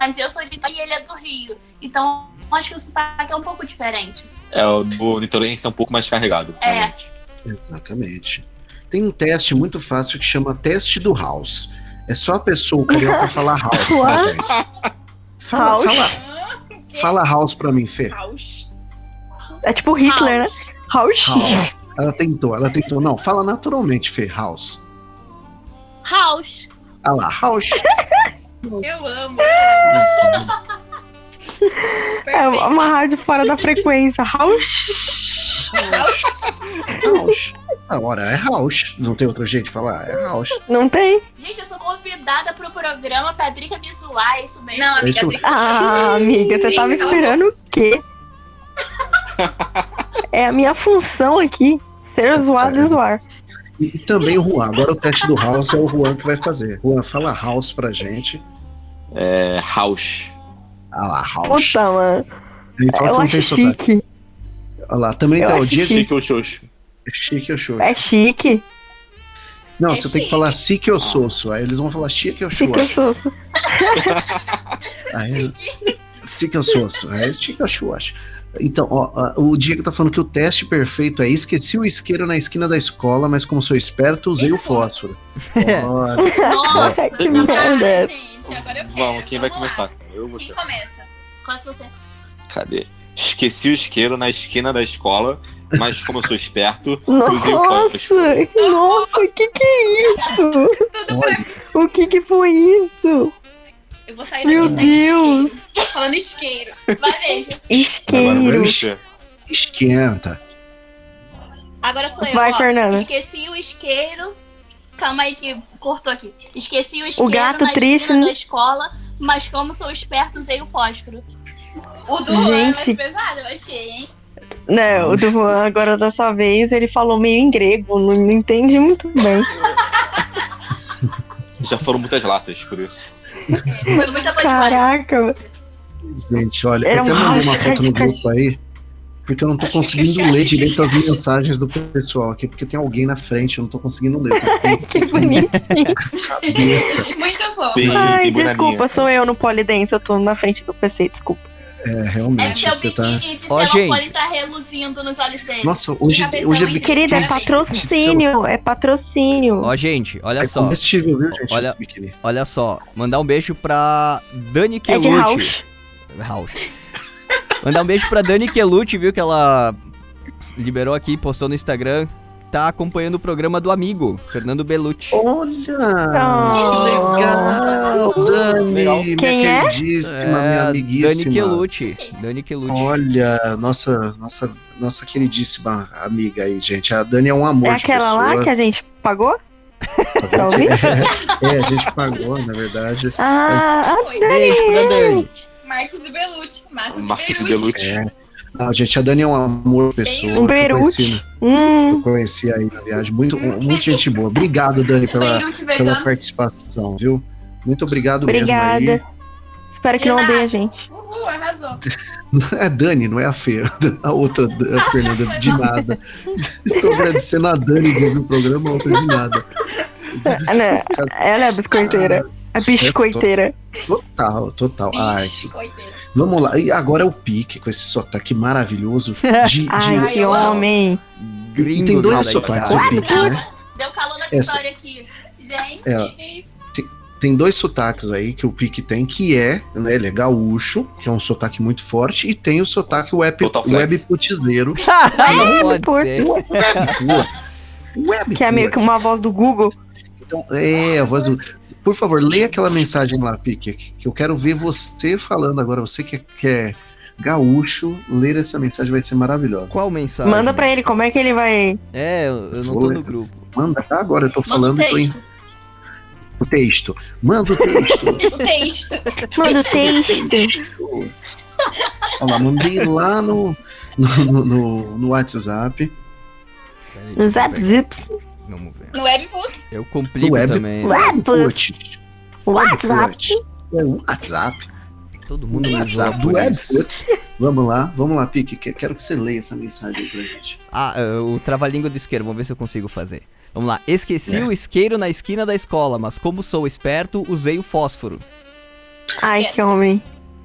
Speaker 5: mas eu sou de Vitória e ele é do Rio. Então, eu acho que o sotaque é um pouco diferente.
Speaker 6: É, o do Nitorense é um pouco mais carregado.
Speaker 5: É.
Speaker 6: realmente.
Speaker 2: exatamente. Tem um teste muito fácil que chama teste do house. É só a pessoa, o carioca, falar house pra
Speaker 4: What?
Speaker 2: gente. Fala,
Speaker 4: House?
Speaker 2: fala, fala house pra mim, Fê.
Speaker 7: House.
Speaker 4: É tipo Hitler, né? Rausch.
Speaker 2: House. Ela tentou, ela tentou. Não, fala naturalmente, Fê, house.
Speaker 5: House.
Speaker 2: Ah lá, house.
Speaker 7: Eu amo.
Speaker 4: É
Speaker 7: Perfeito.
Speaker 4: uma rádio fora da frequência. Rauch.
Speaker 2: House. Na hora, é house. Não tem outro jeito de falar, é house.
Speaker 4: Não tem?
Speaker 5: Gente, eu sou convidada pro programa pra Drica me zoar, é isso mesmo.
Speaker 7: Não, amiga,
Speaker 2: Isso-
Speaker 7: tem que-
Speaker 4: Ah, amiga, você tava
Speaker 7: Sim, então-
Speaker 4: esperando o quê? É a minha função aqui.
Speaker 6: É,
Speaker 4: Ser zoado e
Speaker 2: Sério.
Speaker 4: zoar.
Speaker 2: E, e também o Juan. Agora o teste do house é o Juan que vai fazer. Juan, fala house pra gente.
Speaker 6: É, House.
Speaker 2: Ah lá, house.
Speaker 4: Puta, mano.
Speaker 2: Ele fala
Speaker 4: Então, é, Eu
Speaker 6: um
Speaker 2: que não
Speaker 4: acho
Speaker 2: tem
Speaker 6: tá?
Speaker 2: sotaque.
Speaker 4: chique.
Speaker 2: Olha lá, também
Speaker 4: Eu
Speaker 2: tá o
Speaker 4: acho
Speaker 2: dia que.
Speaker 6: Chique ou Xoxo?
Speaker 2: Chique ou xoxo?
Speaker 4: É chique.
Speaker 2: Não,
Speaker 5: é
Speaker 2: você tem
Speaker 5: chique.
Speaker 2: que falar si que eu sou. só. Aí eles vão falar chique ou
Speaker 4: Chique eu
Speaker 2: xoxo.
Speaker 4: sou.
Speaker 2: Aí, si que eu sou. só. Aí é chique ou xoxo. Então, ó, ó, o Diego tá falando que o teste perfeito é esqueci o isqueiro na esquina da escola, mas como sou esperto, usei o fósforo. Ó,
Speaker 5: Nossa,
Speaker 4: Que
Speaker 5: não.
Speaker 4: merda é
Speaker 5: Ah,
Speaker 4: essa?
Speaker 5: gente, agora eu quero.
Speaker 6: Vamos, quem vai
Speaker 5: Vamos
Speaker 6: começar?
Speaker 5: lá.
Speaker 6: Eu ou você?
Speaker 7: Quem começa?
Speaker 5: Começa você.
Speaker 6: Cadê? Esqueci o isqueiro na esquina da escola, mas como eu sou esperto, usei o
Speaker 4: Nossa,
Speaker 6: fósforo.
Speaker 4: nossa, o que que é isso?
Speaker 7: Tudo
Speaker 2: olha.
Speaker 4: O que que foi isso?
Speaker 7: Eu vou sair
Speaker 4: Meu
Speaker 7: daqui sem
Speaker 4: Deus.
Speaker 7: isqueiro. Falando isqueiro.
Speaker 5: Vai, beijo.
Speaker 6: Agora vai
Speaker 4: Isqueiro.
Speaker 6: você.
Speaker 2: Esquenta.
Speaker 5: Agora sou eu.
Speaker 4: Vai,
Speaker 5: ó.
Speaker 4: Fernanda.
Speaker 5: Esqueci o isqueiro. Calma aí que cortou aqui. Esqueci o isqueiro
Speaker 4: gato
Speaker 5: na
Speaker 4: triste,
Speaker 5: esquina
Speaker 4: né?
Speaker 5: da escola, mas como sou esperto, usei o fósforo.
Speaker 7: O do Juan é mais
Speaker 4: Gente.
Speaker 7: pesado, eu achei, hein?
Speaker 4: Não, o do Juan, agora dessa vez, ele falou meio em grego, não, não entendi muito bem.
Speaker 6: Já foram muitas latas, por isso.
Speaker 5: Foi muita panticolha.
Speaker 4: Caraca,
Speaker 2: Gente, olha,
Speaker 4: Era
Speaker 2: eu até
Speaker 4: um
Speaker 2: mandei uma
Speaker 4: house,
Speaker 2: foto no
Speaker 4: cara,
Speaker 2: grupo aí, porque eu não tô
Speaker 5: Acho que
Speaker 2: conseguindo
Speaker 5: chat,
Speaker 2: ler direito as
Speaker 5: chat.
Speaker 2: mensagens do pessoal aqui, porque tem alguém na frente, eu não tô conseguindo ler. Tá ficando
Speaker 4: que bonito.
Speaker 2: cabeça.
Speaker 7: Muito bom.
Speaker 6: Tem,
Speaker 4: Ai,
Speaker 6: tem boi na
Speaker 4: desculpa,
Speaker 6: linha.
Speaker 4: sou eu no Polidense, eu tô na frente do PC, desculpa.
Speaker 2: É,
Speaker 5: É que
Speaker 2: realmente,
Speaker 5: seu
Speaker 2: você tá.
Speaker 5: biquíni de
Speaker 1: Ó,
Speaker 5: celofone
Speaker 1: gente.
Speaker 5: tá reluzindo nos olhos dele.
Speaker 2: Nossa, hoje,
Speaker 7: Cabetão
Speaker 2: hoje é
Speaker 7: e-
Speaker 2: biquíni.
Speaker 4: Querida, é
Speaker 7: Cara,
Speaker 4: patrocínio, é patrocínio.
Speaker 1: Ó, gente, olha
Speaker 2: É
Speaker 1: só,
Speaker 2: comestível, viu, gente?
Speaker 1: Olha-
Speaker 2: esse biquíni.
Speaker 1: olha só. Mandar um beijo pra Dani
Speaker 4: É de
Speaker 1: Quelucci.
Speaker 4: house.
Speaker 1: Rauch. Mandar um beijo pra Dani Quelucci, viu? Que ela liberou aqui, postou no Instagram. Tá acompanhando o programa do amigo, Fernando Bellucci.
Speaker 2: Oh, Olha! Legal, Dani,
Speaker 6: Legal.
Speaker 2: minha
Speaker 4: Quem é?
Speaker 2: queridíssima, minha amiguíssima.
Speaker 1: Dani Quelucci. Dani Quelucci.
Speaker 2: Olha, nossa, nossa, nossa queridíssima amiga aí, gente. A Dani é um amor
Speaker 4: É
Speaker 2: de
Speaker 4: aquela
Speaker 2: pessoa.
Speaker 4: lá que a gente pagou? Pra ouvir?
Speaker 2: É, é, a gente pagou, na verdade.
Speaker 4: Ah,
Speaker 7: Foi.
Speaker 1: Beijo pra Dani.
Speaker 7: Marcos e Belucci. Marcos,
Speaker 6: Marcos
Speaker 7: e
Speaker 6: e
Speaker 7: Belucci.
Speaker 6: Belucci.
Speaker 2: É. Não, gente, a Dani é um amor de pessoa.
Speaker 7: Um
Speaker 2: que eu
Speaker 4: Beirute.
Speaker 2: conheci-
Speaker 4: hum,
Speaker 2: Eu conheci aí na viagem. Muito, um, muito gente boa. Obrigado, Dani, pela,
Speaker 7: Beirute tá?
Speaker 2: pela
Speaker 7: vegano.
Speaker 2: participação, viu? Muito obrigado mesmo aí.
Speaker 4: obrigada. Espero que
Speaker 7: De
Speaker 4: não
Speaker 7: nada.
Speaker 4: odeie a gente.
Speaker 7: Uhul, arrasou.
Speaker 2: É Dani, não é a Fê, a outra a Fernanda, de nada. Estou agradecendo a Dani de ouvir o programa, a outra de nada.
Speaker 4: Ah, não, Ela é a biscoiteira. A biscoiteira.
Speaker 2: Total, total. Ai,
Speaker 7: Ixi, coiteira.
Speaker 2: vamos lá. E agora é o pique com esse sotaque maravilhoso de. de-
Speaker 4: Ai, que
Speaker 7: eu amo.
Speaker 4: homem.
Speaker 2: e
Speaker 1: Gringo
Speaker 2: tem
Speaker 1: nada
Speaker 2: dois
Speaker 1: de
Speaker 2: sotaques
Speaker 1: cara.
Speaker 2: o pique, né?
Speaker 5: Deu calor na
Speaker 2: Essa-
Speaker 5: vitória aqui.
Speaker 7: Gente,
Speaker 2: É.
Speaker 7: que isso?
Speaker 2: Tem dois sotaques aí que o pique tem, que é, né, ele é gaúcho, que é um sotaque muito forte, e tem o sotaque web, é
Speaker 6: Total flex.
Speaker 2: webputizeiro.
Speaker 1: Ah, Não
Speaker 4: por-
Speaker 1: pode ser.
Speaker 2: Webputz.
Speaker 4: Que é meio que uma voz do Google.
Speaker 2: Então, é, a voz do... Por favor, leia aquela mensagem lá, Pique, que eu quero ver você falando agora. Você que é, que é gaúcho, ler essa mensagem vai ser maravilhosa.
Speaker 1: Qual mensagem?
Speaker 4: Manda pra ele como é que ele vai.
Speaker 1: É, eu eu não
Speaker 2: Vou
Speaker 1: tô
Speaker 2: ler.
Speaker 1: no grupo.
Speaker 2: Manda tá agora, eu tô
Speaker 5: Manda o
Speaker 2: falando tô em-
Speaker 5: texto.
Speaker 2: o texto. Manda o texto.
Speaker 7: O texto.
Speaker 4: Manda o texto.
Speaker 2: Olha lá, mandei lá no, no, no- no- no WhatsApp.
Speaker 1: Pera aí,
Speaker 4: No
Speaker 1: vamos
Speaker 4: zap
Speaker 1: ver.
Speaker 4: zips.
Speaker 1: Vamos ver.
Speaker 7: No Webputs.
Speaker 1: Eu complico
Speaker 2: Web-
Speaker 1: também.
Speaker 4: Web.
Speaker 2: Putz.
Speaker 4: WhatsApp.
Speaker 2: Putz. É o WhatsApp.
Speaker 1: Todo
Speaker 2: O é um
Speaker 1: mundo me zoa
Speaker 2: WhatsApp do
Speaker 1: por
Speaker 2: Web.
Speaker 1: isso.
Speaker 2: Putz. Vamos lá, vamos lá, Pique. que- Quero que você leia essa mensagem aí pra gente.
Speaker 1: Ah, é, o trava-língua do isqueiro, vamos ver se eu consigo fazer. Vamos lá. Esqueci
Speaker 2: É.
Speaker 1: o isqueiro na esquina da escola, mas como sou esperto, usei o fósforo.
Speaker 4: Ai, que homem.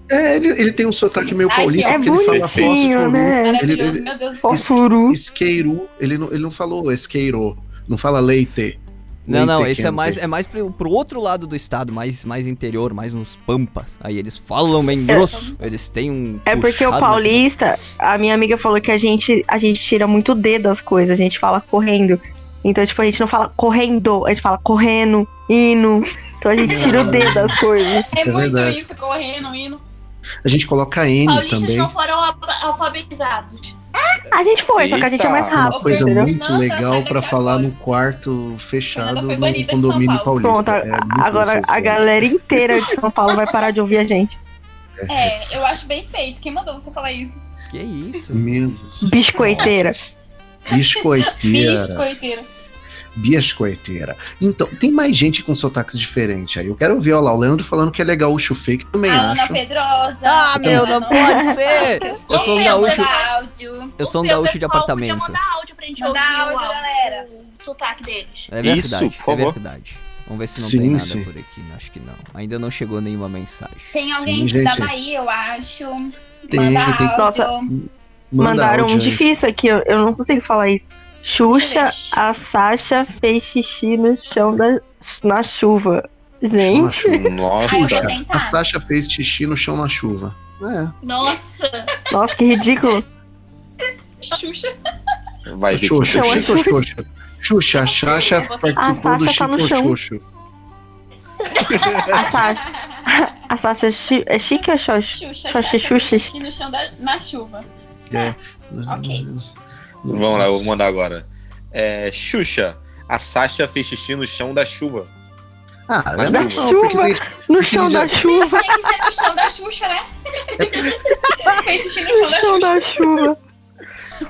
Speaker 2: É, ele, ele tem um sotaque meio
Speaker 7: Ai, que
Speaker 2: paulista,
Speaker 4: É
Speaker 2: porque ele fala
Speaker 4: bonitinho,
Speaker 2: fósforo.
Speaker 4: né?
Speaker 7: Maravilhoso,
Speaker 2: ele-
Speaker 7: meu Deus.
Speaker 4: Fósforo.
Speaker 2: um Isqueiro, ele não, ele não falou isqueiro, não fala leite.
Speaker 1: Não,
Speaker 2: Leite
Speaker 1: não, esse é
Speaker 2: quente.
Speaker 1: mais, é mais pro, pro outro lado do estado, mais, mais interior, mais nos pampas. Aí eles falam bem grosso. Eles têm um.
Speaker 4: É porque o
Speaker 1: puxado,
Speaker 4: paulista, a minha amiga falou que a gente, a gente tira muito o D das coisas, a gente fala correndo. Então, tipo, a gente não fala correndo, a gente fala correndo, hino. Então a gente tira o D das coisas.
Speaker 7: É
Speaker 2: É
Speaker 7: muito
Speaker 2: verdade.
Speaker 7: isso, correndo, indo.
Speaker 2: A gente coloca N
Speaker 5: Paulistas
Speaker 2: também. é
Speaker 5: não foram alfa- alfabetizados.
Speaker 4: A gente foi, só que a gente é mais
Speaker 6: Eita,
Speaker 2: Uma
Speaker 4: rápido.
Speaker 2: coisa
Speaker 4: entendeu?
Speaker 2: muito
Speaker 5: Não, tá
Speaker 2: legal
Speaker 5: saindo
Speaker 2: pra
Speaker 5: aqui
Speaker 2: falar
Speaker 5: agora.
Speaker 2: no quarto fechado
Speaker 7: Fernanda foi
Speaker 2: no
Speaker 7: banida de
Speaker 2: condomínio
Speaker 7: São Paulo.
Speaker 2: paulista.
Speaker 4: Pronto, a-
Speaker 2: É muito
Speaker 4: agora a
Speaker 2: gostoso.
Speaker 4: galera inteira de São Paulo vai parar de ouvir a gente.
Speaker 7: É, eu acho bem feito. Quem mandou você falar isso?
Speaker 1: Que isso?
Speaker 2: Meu Deus.
Speaker 4: Biscoiteira.
Speaker 2: Biscoiteira.
Speaker 7: Biscoiteira.
Speaker 2: Biscoiteira. Então, tem mais gente com sotaques diferentes aí. Eu quero ouvir, olha lá, o Leandro falando que é legal o fake também
Speaker 7: A Ana
Speaker 2: acho.
Speaker 7: Pedrosa.
Speaker 1: Ah, meu, não
Speaker 4: Então-
Speaker 7: Ana-
Speaker 1: pode ser! Eu sou um
Speaker 5: Ô,
Speaker 1: gaúcho.
Speaker 5: Pedro,
Speaker 7: Áudio.
Speaker 1: Eu sou um
Speaker 5: Porque o
Speaker 1: gaúcho de
Speaker 5: pessoal
Speaker 1: apartamento.
Speaker 5: Podia mandar áudio pra gente
Speaker 7: Mandar
Speaker 5: ouvir
Speaker 7: áudio,
Speaker 5: o,
Speaker 7: galera.
Speaker 5: o sotaque deles.
Speaker 1: É
Speaker 6: Isso,
Speaker 1: verdade,
Speaker 6: por favor.
Speaker 1: é verdade. Vamos ver se não
Speaker 2: Sim,
Speaker 1: tem nada
Speaker 2: sim.
Speaker 1: por aqui. Não, Acho que não. Ainda não chegou nenhuma mensagem.
Speaker 7: Tem alguém
Speaker 2: Sim,
Speaker 7: da
Speaker 2: gente.
Speaker 7: Bahia, eu acho.
Speaker 2: Tem,
Speaker 7: Manda
Speaker 2: tem-
Speaker 7: áudio.
Speaker 2: Manda
Speaker 4: Mandaram
Speaker 2: áudio
Speaker 4: um
Speaker 2: aí.
Speaker 4: difícil aqui, eu, eu não consigo falar isso. Xuxa, a Sasha fez xixi no chão da, na chuva.
Speaker 2: Chão na
Speaker 4: Gente,
Speaker 2: chuva.
Speaker 7: Ah, eu
Speaker 6: Nossa.
Speaker 7: vou
Speaker 2: A
Speaker 7: tentar.
Speaker 2: Sasha fez xixi no chão na chuva. É,
Speaker 5: Nossa,
Speaker 4: nossa, que ridículo.
Speaker 5: Xuxa.
Speaker 6: Vai, Vicky.
Speaker 2: Xuxa,
Speaker 4: Então, é
Speaker 2: Chico Xuxa. Xuxa, a Sasha participou
Speaker 4: A
Speaker 2: do
Speaker 4: Sasha tá no
Speaker 2: Chico
Speaker 4: chão.
Speaker 2: Xuxa.
Speaker 4: A Sasha, a Sasha é chi- é chique ou xoxo?
Speaker 7: Xuxa,
Speaker 4: Xuxa,
Speaker 7: Xuxa,
Speaker 4: Xuxa.
Speaker 7: Xuxa, xixi no chão da, na chuva.
Speaker 2: É.
Speaker 7: Ok.
Speaker 6: Vamos lá, eu vou mandar agora. É, Xuxa, a Sasha fez xixi no chão da chuva.
Speaker 2: Ah, é
Speaker 6: Na
Speaker 2: normal,
Speaker 4: chuva.
Speaker 2: porque tem-
Speaker 4: No chão da chuva,
Speaker 7: Tinha que ser no chão da Xuxa, né? Fez xixi no chão
Speaker 4: no
Speaker 7: da
Speaker 4: chão
Speaker 7: Xuxa.
Speaker 4: da chuva.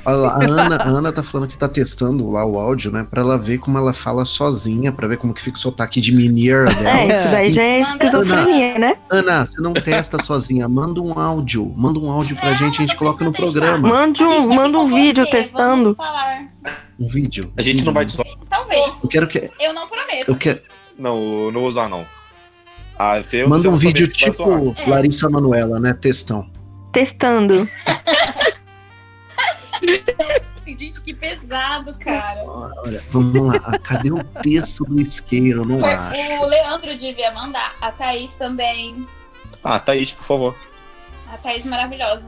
Speaker 2: Olha lá, A Ana, a Ana tá falando que tá testando lá o áudio, né? Pra ela ver como ela fala sozinha, pra ver como que fica o sotaque de mineira
Speaker 4: É,
Speaker 2: dela.
Speaker 4: isso daí já é
Speaker 7: Manda-
Speaker 4: esquizofrenia, né?
Speaker 2: Ana, você não testa sozinha, manda um áudio. Manda um áudio pra
Speaker 5: É,
Speaker 2: gente, a gente
Speaker 5: não
Speaker 2: coloca no
Speaker 5: precisa
Speaker 2: programa.
Speaker 4: Mande
Speaker 7: A gente tá
Speaker 4: um,
Speaker 7: aqui
Speaker 4: manda
Speaker 7: com
Speaker 4: um vídeo
Speaker 7: você,
Speaker 4: testando.
Speaker 7: Vamos falar.
Speaker 2: Um vídeo.
Speaker 6: A gente não vai te
Speaker 7: Talvez.
Speaker 2: Eu quero que.
Speaker 7: Eu não prometo.
Speaker 2: Eu quero...
Speaker 6: Não, eu não vou usar, não. Ah, Fê, eu
Speaker 2: Manda
Speaker 6: já
Speaker 2: um
Speaker 6: vou saber
Speaker 2: vídeo
Speaker 6: se vai zoar. É.
Speaker 2: tipo Larissa Manuela, né? Textão.
Speaker 4: Testando.
Speaker 7: Gente, que pesado, cara.
Speaker 2: Olha, vamos lá. Ah, Cadê o texto do isqueiro? Eu não
Speaker 7: Foi-
Speaker 2: acho.
Speaker 7: o Leandro devia mandar. A Thaís também.
Speaker 6: Ah, Thaís, por favor.
Speaker 7: A Thaís maravilhosa.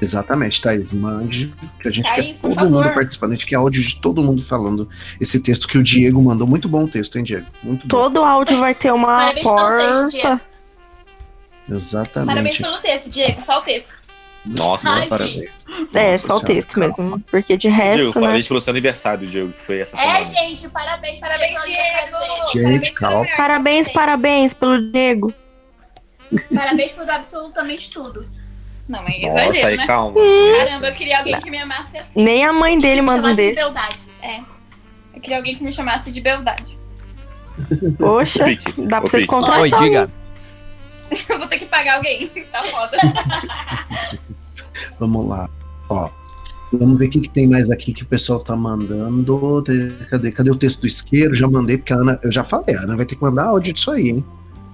Speaker 2: Exatamente, Thaís. Mande, que a gente
Speaker 7: Thaís,
Speaker 2: quer
Speaker 7: por
Speaker 2: todo mundo
Speaker 7: favor.
Speaker 2: participando. A gente quer áudio de todo mundo falando esse texto que o Diego mandou. Muito bom o texto, hein, Diego? Muito bom.
Speaker 4: Todo áudio vai ter uma
Speaker 5: Parabéns pelo texto,
Speaker 4: porta.
Speaker 7: tá
Speaker 5: Diego.
Speaker 7: Parabéns
Speaker 2: Exatamente.
Speaker 7: pelo texto, Diego. Só o texto.
Speaker 6: Nossa.
Speaker 5: Ai,
Speaker 2: parabéns.
Speaker 7: um
Speaker 4: É,
Speaker 2: Nossa
Speaker 4: só o
Speaker 2: Senhora.
Speaker 4: texto mesmo. Porque de
Speaker 6: Diego,
Speaker 4: resto, né?
Speaker 6: parabéns pelo seu aniversário, Diego, que foi essa
Speaker 5: É,
Speaker 6: semana.
Speaker 5: gente, parabéns.
Speaker 7: Parabéns,
Speaker 5: pelo
Speaker 7: Diego.
Speaker 5: aniversário dele.
Speaker 2: Gente,
Speaker 7: pelo
Speaker 2: calma.
Speaker 7: melhor que
Speaker 4: Parabéns,
Speaker 7: você tem.
Speaker 4: parabéns pelo Diego.
Speaker 5: Parabéns por absolutamente tudo.
Speaker 7: Não, é
Speaker 6: Nossa,
Speaker 7: exagero,
Speaker 6: aí,
Speaker 7: né?
Speaker 6: calma.
Speaker 4: Hum.
Speaker 7: Caramba, eu queria alguém que me amasse assim.
Speaker 4: Nem a mãe dele
Speaker 5: Tem que
Speaker 4: manda um
Speaker 5: chamar de
Speaker 4: desse.
Speaker 5: beldade.
Speaker 7: É. Eu queria alguém que me chamasse de beldade.
Speaker 4: Poxa,
Speaker 6: Pique.
Speaker 4: dá
Speaker 6: Ô,
Speaker 4: pra vocês
Speaker 6: Pique.
Speaker 4: contratar.
Speaker 1: Oi, diga.
Speaker 7: Eu vou ter que pagar alguém. Tá foda.
Speaker 2: Vamos lá. Ó. Vamos ver o que, que tem mais aqui que o pessoal tá mandando. Te- Cadê, cadê o texto do isqueiro? Já mandei, porque a Ana. Eu já falei, a Ana vai ter que mandar áudio disso aí, hein?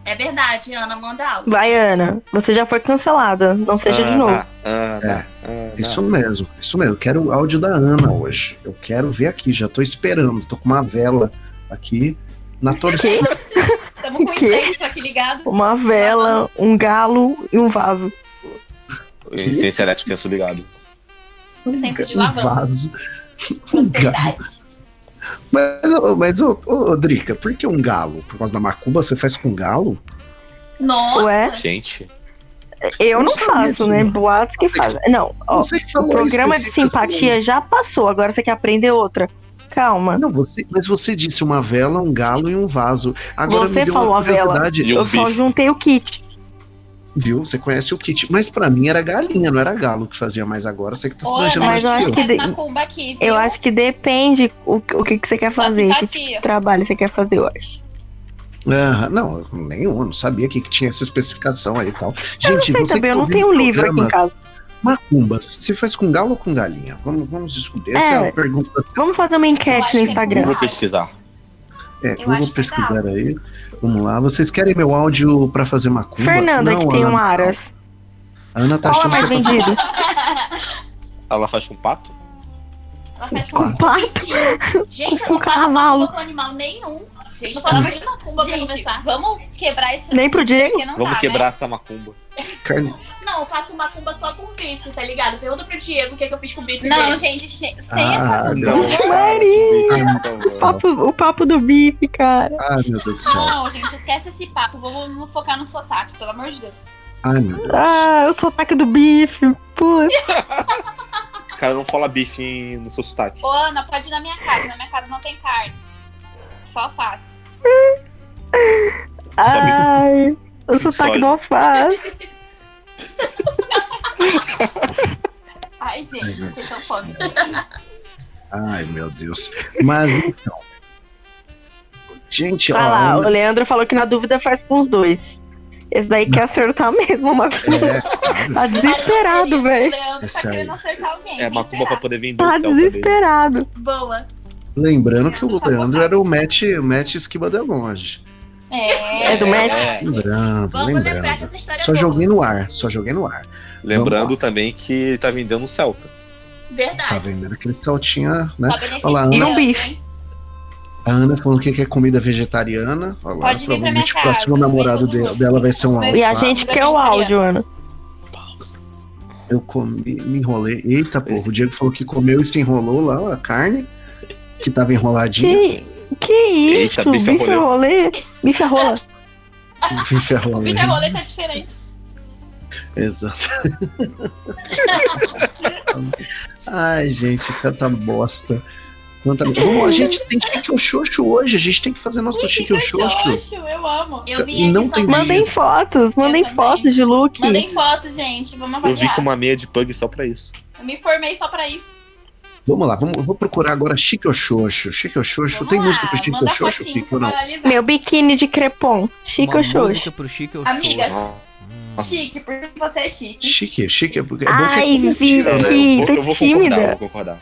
Speaker 5: É verdade, Ana, manda algo.
Speaker 4: Vai, Ana. Você já foi cancelada. Não seja de
Speaker 6: Ah,
Speaker 4: novo.
Speaker 6: ah, ah,
Speaker 2: É,
Speaker 6: ah, ah,
Speaker 2: Isso mesmo, isso mesmo. Eu quero o áudio da Ana hoje. Eu quero ver aqui, já tô esperando. Tô com uma vela aqui na torcida.
Speaker 7: Tamo com
Speaker 4: O quê?
Speaker 7: incenso aqui ligado.
Speaker 4: Uma vela, um galo e um vaso.
Speaker 6: ah. Incenso elétrico, senso ligado.
Speaker 7: Incenso de
Speaker 2: Um
Speaker 7: lavanda.
Speaker 2: vaso. Um galo.
Speaker 7: Sociedade.
Speaker 2: Mas, ô, mas ô, ô, ô, Drica, por que um galo? Por causa da macumba, você faz com galo?
Speaker 7: Nossa.
Speaker 4: Ué?
Speaker 6: Gente,
Speaker 4: Eu não
Speaker 2: Nossa,
Speaker 4: faço,
Speaker 2: isso,
Speaker 4: né?
Speaker 2: mano.
Speaker 4: Boatos que fazem. Não, ó.
Speaker 2: Você que
Speaker 4: O
Speaker 2: falou
Speaker 4: programa
Speaker 2: isso,
Speaker 4: de
Speaker 2: você que falou isso.
Speaker 4: simpatia já passou. Agora você quer aprender outra. Calma.
Speaker 2: Não, você, mas você disse uma vela, um galo e um vaso. Agora
Speaker 4: Você
Speaker 2: me deu
Speaker 4: falou a
Speaker 2: uma
Speaker 4: vela.
Speaker 2: curiosidade,
Speaker 6: E um
Speaker 4: Eu só
Speaker 6: bife.
Speaker 4: juntei o kit.
Speaker 2: viu? Você conhece o kit, mas pra mim era galinha, não era galo que fazia mais agora. Você que tá se
Speaker 7: Olha,
Speaker 2: planejando
Speaker 4: mas eu
Speaker 7: a
Speaker 4: acho
Speaker 7: gente
Speaker 4: que
Speaker 7: não
Speaker 4: de-
Speaker 7: faz macumba aqui, viu?
Speaker 4: Eu acho que depende o, o que, que você quer
Speaker 7: Só
Speaker 4: fazer. Que
Speaker 7: simpatia.
Speaker 4: trabalho você quer fazer, eu acho.
Speaker 2: Ah, não, nenhum, eu não sabia que tinha essa especificação aí e tal. Gente,
Speaker 4: Sei
Speaker 2: você
Speaker 4: também,
Speaker 2: que
Speaker 4: eu não
Speaker 2: ouviu
Speaker 4: tenho
Speaker 2: o
Speaker 4: um livro aqui em
Speaker 2: programa,
Speaker 4: casa.
Speaker 2: Macumba, você faz com galo ou com galinha? Vamos, vamos descobrir. Essa é,
Speaker 4: É.
Speaker 2: a pergunta da
Speaker 4: Vamos fazer uma
Speaker 7: Eu
Speaker 4: enquete
Speaker 7: acho
Speaker 4: no
Speaker 7: que é
Speaker 4: Instagram.
Speaker 6: Google pesquisar.
Speaker 2: é,
Speaker 7: acho
Speaker 2: Google
Speaker 7: que
Speaker 2: pesquisar aí. Vamos lá. Vocês querem meu áudio pra fazer macumba?
Speaker 4: Fernanda,
Speaker 2: Não,
Speaker 4: que tem
Speaker 2: Ana.
Speaker 4: um Aras.
Speaker 2: A Ana tá
Speaker 4: Qual é
Speaker 2: achando
Speaker 4: mais
Speaker 2: que eu tô
Speaker 4: vendido?
Speaker 6: Ela faz com pato?
Speaker 7: Ela faz
Speaker 4: O
Speaker 7: com
Speaker 4: pato.
Speaker 5: Mentira. Gente, eu
Speaker 4: Com
Speaker 5: não faço
Speaker 4: cavalo.
Speaker 5: macumba com animal nenhum.
Speaker 7: Gente,
Speaker 5: Não
Speaker 7: pelo amor
Speaker 5: faço
Speaker 7: de
Speaker 5: macumba pra
Speaker 7: Gente,
Speaker 5: começar.
Speaker 7: vamos quebrar esse
Speaker 4: Nem pro
Speaker 7: assunto,
Speaker 4: Diego?
Speaker 7: porque não
Speaker 6: Vamos
Speaker 7: dá,
Speaker 6: quebrar
Speaker 7: né?
Speaker 6: essa macumba.
Speaker 2: carne-
Speaker 5: Não, eu faço macumba só com bife, tá ligado? Pergunta pro Diego o que, é que eu fiz com o bife
Speaker 7: Não,
Speaker 5: dele.
Speaker 7: gente, che- sem essa
Speaker 2: Ah,
Speaker 6: Não,
Speaker 2: não.
Speaker 6: cara,
Speaker 4: Maria. O
Speaker 6: por favor.
Speaker 4: papo, o papo do bife, cara.
Speaker 2: Ah, meu Deus do céu.
Speaker 7: Não, gente, esquece esse papo. Vamos focar no sotaque, pelo amor de Deus.
Speaker 2: Ai, meu Deus.
Speaker 4: Ah, eu sou o sotaque do bife. Putz.
Speaker 6: O cara não fala bife em- no seu sotaque.
Speaker 7: Ô, Ana, pode ir na minha casa. Na minha casa não tem carne. Só alface.
Speaker 4: Ai, o
Speaker 6: Sim,
Speaker 4: sotaque
Speaker 6: sólido.
Speaker 4: do alface.
Speaker 7: Ai, gente,
Speaker 2: Uhum.
Speaker 7: vocês são fome.
Speaker 2: Ai, meu Deus. Mas então. Gente,
Speaker 4: Vai
Speaker 2: ó.
Speaker 4: lá,
Speaker 2: uma-
Speaker 4: o Leandro falou que na dúvida faz com os dois. Esse daí quer acertar mesmo, mas
Speaker 2: É, claro.
Speaker 4: tá desesperado,
Speaker 7: O
Speaker 4: velho.
Speaker 7: Leandro
Speaker 2: Essa
Speaker 7: tá querendo
Speaker 2: aí.
Speaker 7: acertar alguém.
Speaker 6: É
Speaker 7: Quem
Speaker 6: macumba
Speaker 7: será?
Speaker 6: pra poder vender o
Speaker 4: Tá
Speaker 6: céu pra dele.
Speaker 4: desesperado.
Speaker 5: Boa.
Speaker 2: Lembrando que o Leandro era o match, o match esquiba de longe.
Speaker 7: É,
Speaker 4: É do
Speaker 5: Mac?
Speaker 2: Lembrando,
Speaker 5: Vamos lembrar que
Speaker 2: lembrando.
Speaker 5: essa história
Speaker 2: Só
Speaker 5: é boa.
Speaker 2: joguei no ar, só joguei no ar.
Speaker 6: Lembrando também que ele tá vendendo o Celta.
Speaker 5: Verdade.
Speaker 2: Tá vendendo aquele saltinha, né?
Speaker 7: Tá
Speaker 2: Olá, Ana.
Speaker 7: beneficiando,
Speaker 4: Não bife.
Speaker 7: hein?
Speaker 2: A Ana falando que quer comida vegetariana. Olha lá,
Speaker 7: Pode vir pra minha
Speaker 2: provavelmente o
Speaker 7: casa,
Speaker 2: próximo namorado
Speaker 7: também
Speaker 2: de-
Speaker 7: todo
Speaker 2: dela
Speaker 7: mundo.
Speaker 2: vai ser um
Speaker 7: E
Speaker 4: E a
Speaker 2: alfa.
Speaker 4: gente quer o áudio, Ana.
Speaker 2: Eu comi, me enrolei. Eita, porra, o Diego falou que comeu e se enrolou lá, ó, a carne, que tava enroladinha.
Speaker 4: Que, que isso?
Speaker 6: Eita, bife
Speaker 4: bife
Speaker 6: é
Speaker 4: é rolê? Bife é rola.
Speaker 2: Bife
Speaker 7: O
Speaker 2: arrolado.
Speaker 7: bife rolê tá diferente.
Speaker 2: Exato. Ai, gente, tanta bosta. Quanta... Bom, a gente tem chique ou xoxo hoje, a gente tem que fazer nosso chique ou xoxo.
Speaker 7: Xoxo, eu amo.
Speaker 5: Eu
Speaker 2: E
Speaker 5: vim
Speaker 2: não
Speaker 5: aqui só
Speaker 2: tem
Speaker 5: pra-
Speaker 4: Mandem
Speaker 2: Isso.
Speaker 4: fotos, mandem
Speaker 7: também.
Speaker 4: fotos de look.
Speaker 7: Mandem foto, gente. Vamos
Speaker 6: Eu vim
Speaker 7: avaliar.
Speaker 6: com uma meia de pug só pra isso.
Speaker 7: Eu me formei só pra isso.
Speaker 2: Vamos lá, vamos, eu vou procurar agora chique ou xoxo. Chique ou xoxo.
Speaker 7: Vamos
Speaker 2: Tem
Speaker 7: lá,
Speaker 2: música pro chique
Speaker 7: Ah, manda
Speaker 2: ou xoxo,
Speaker 7: fotinho
Speaker 2: Pico? Não.
Speaker 7: pra analisar.
Speaker 4: Meu biquíni de crepom. Chico
Speaker 1: Uma
Speaker 4: Xoxo.
Speaker 1: música pro Chico
Speaker 7: Amiga.
Speaker 1: Hum.
Speaker 7: Chique, porque você é chique.
Speaker 2: Chique, chique é porque é bom que é
Speaker 4: Ai,
Speaker 2: coletivo,
Speaker 6: É,
Speaker 2: né?
Speaker 6: eu
Speaker 4: Vivi,
Speaker 6: vou, eu
Speaker 4: tô
Speaker 6: vou concordar, eu
Speaker 4: tá tímida.
Speaker 6: vou concordar.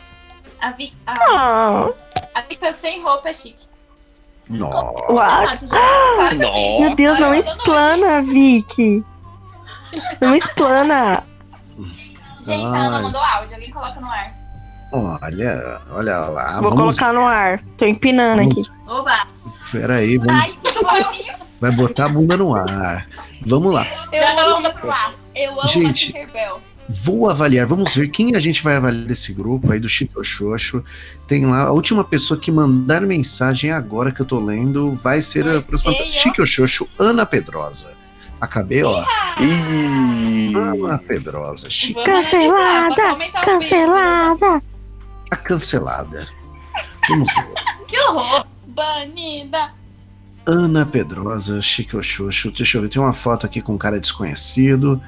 Speaker 7: A, vi... a...
Speaker 4: Ah,
Speaker 7: a Vita sem roupa é chique.
Speaker 2: Nossa.
Speaker 4: uau.
Speaker 7: Você sabe disso, claro que eu vi.
Speaker 4: Meu Deus, não
Speaker 7: Olha, eu tô
Speaker 4: explana, Vicky. Não explana.
Speaker 7: noite. Gente, a Ana
Speaker 2: Ai.
Speaker 7: mandou áudio. Alguém coloca no ar.
Speaker 2: Olha, olha lá.
Speaker 4: Vou
Speaker 2: Ah, vamos,
Speaker 4: colocar no ar. Tô empinando aqui.
Speaker 2: vamos-
Speaker 5: Oba.
Speaker 2: Peraí, vamos,
Speaker 7: Ai, tudo bom?
Speaker 2: vai botar a bunda no ar. Vamos lá.
Speaker 7: Eu
Speaker 5: Joga a
Speaker 7: amo.
Speaker 5: onda pro ar.
Speaker 7: Eu amo
Speaker 2: Gente.
Speaker 7: a Tinker Bell.
Speaker 2: Vou avaliar, vamos ver quem a gente vai avaliar desse grupo aí do Chico Xoxo. Tem lá, a última pessoa que mandar mensagem agora que eu tô lendo vai ser a próxima.
Speaker 7: Ei, ó.
Speaker 2: Chico Xoxo, Ana Pedrosa. Acabei, ó.
Speaker 6: Ih,
Speaker 2: Ana Pedrosa. Chica
Speaker 7: Vamos analisar,
Speaker 4: Cancelada,
Speaker 7: vamos aumentar o brilho.
Speaker 4: Cancelada.
Speaker 2: cancelada. Vamos ver.
Speaker 5: Que horror.
Speaker 7: Banida.
Speaker 2: Ana Pedrosa, Chico Xoxo. Deixa eu ver, tem uma foto aqui com um cara desconhecido.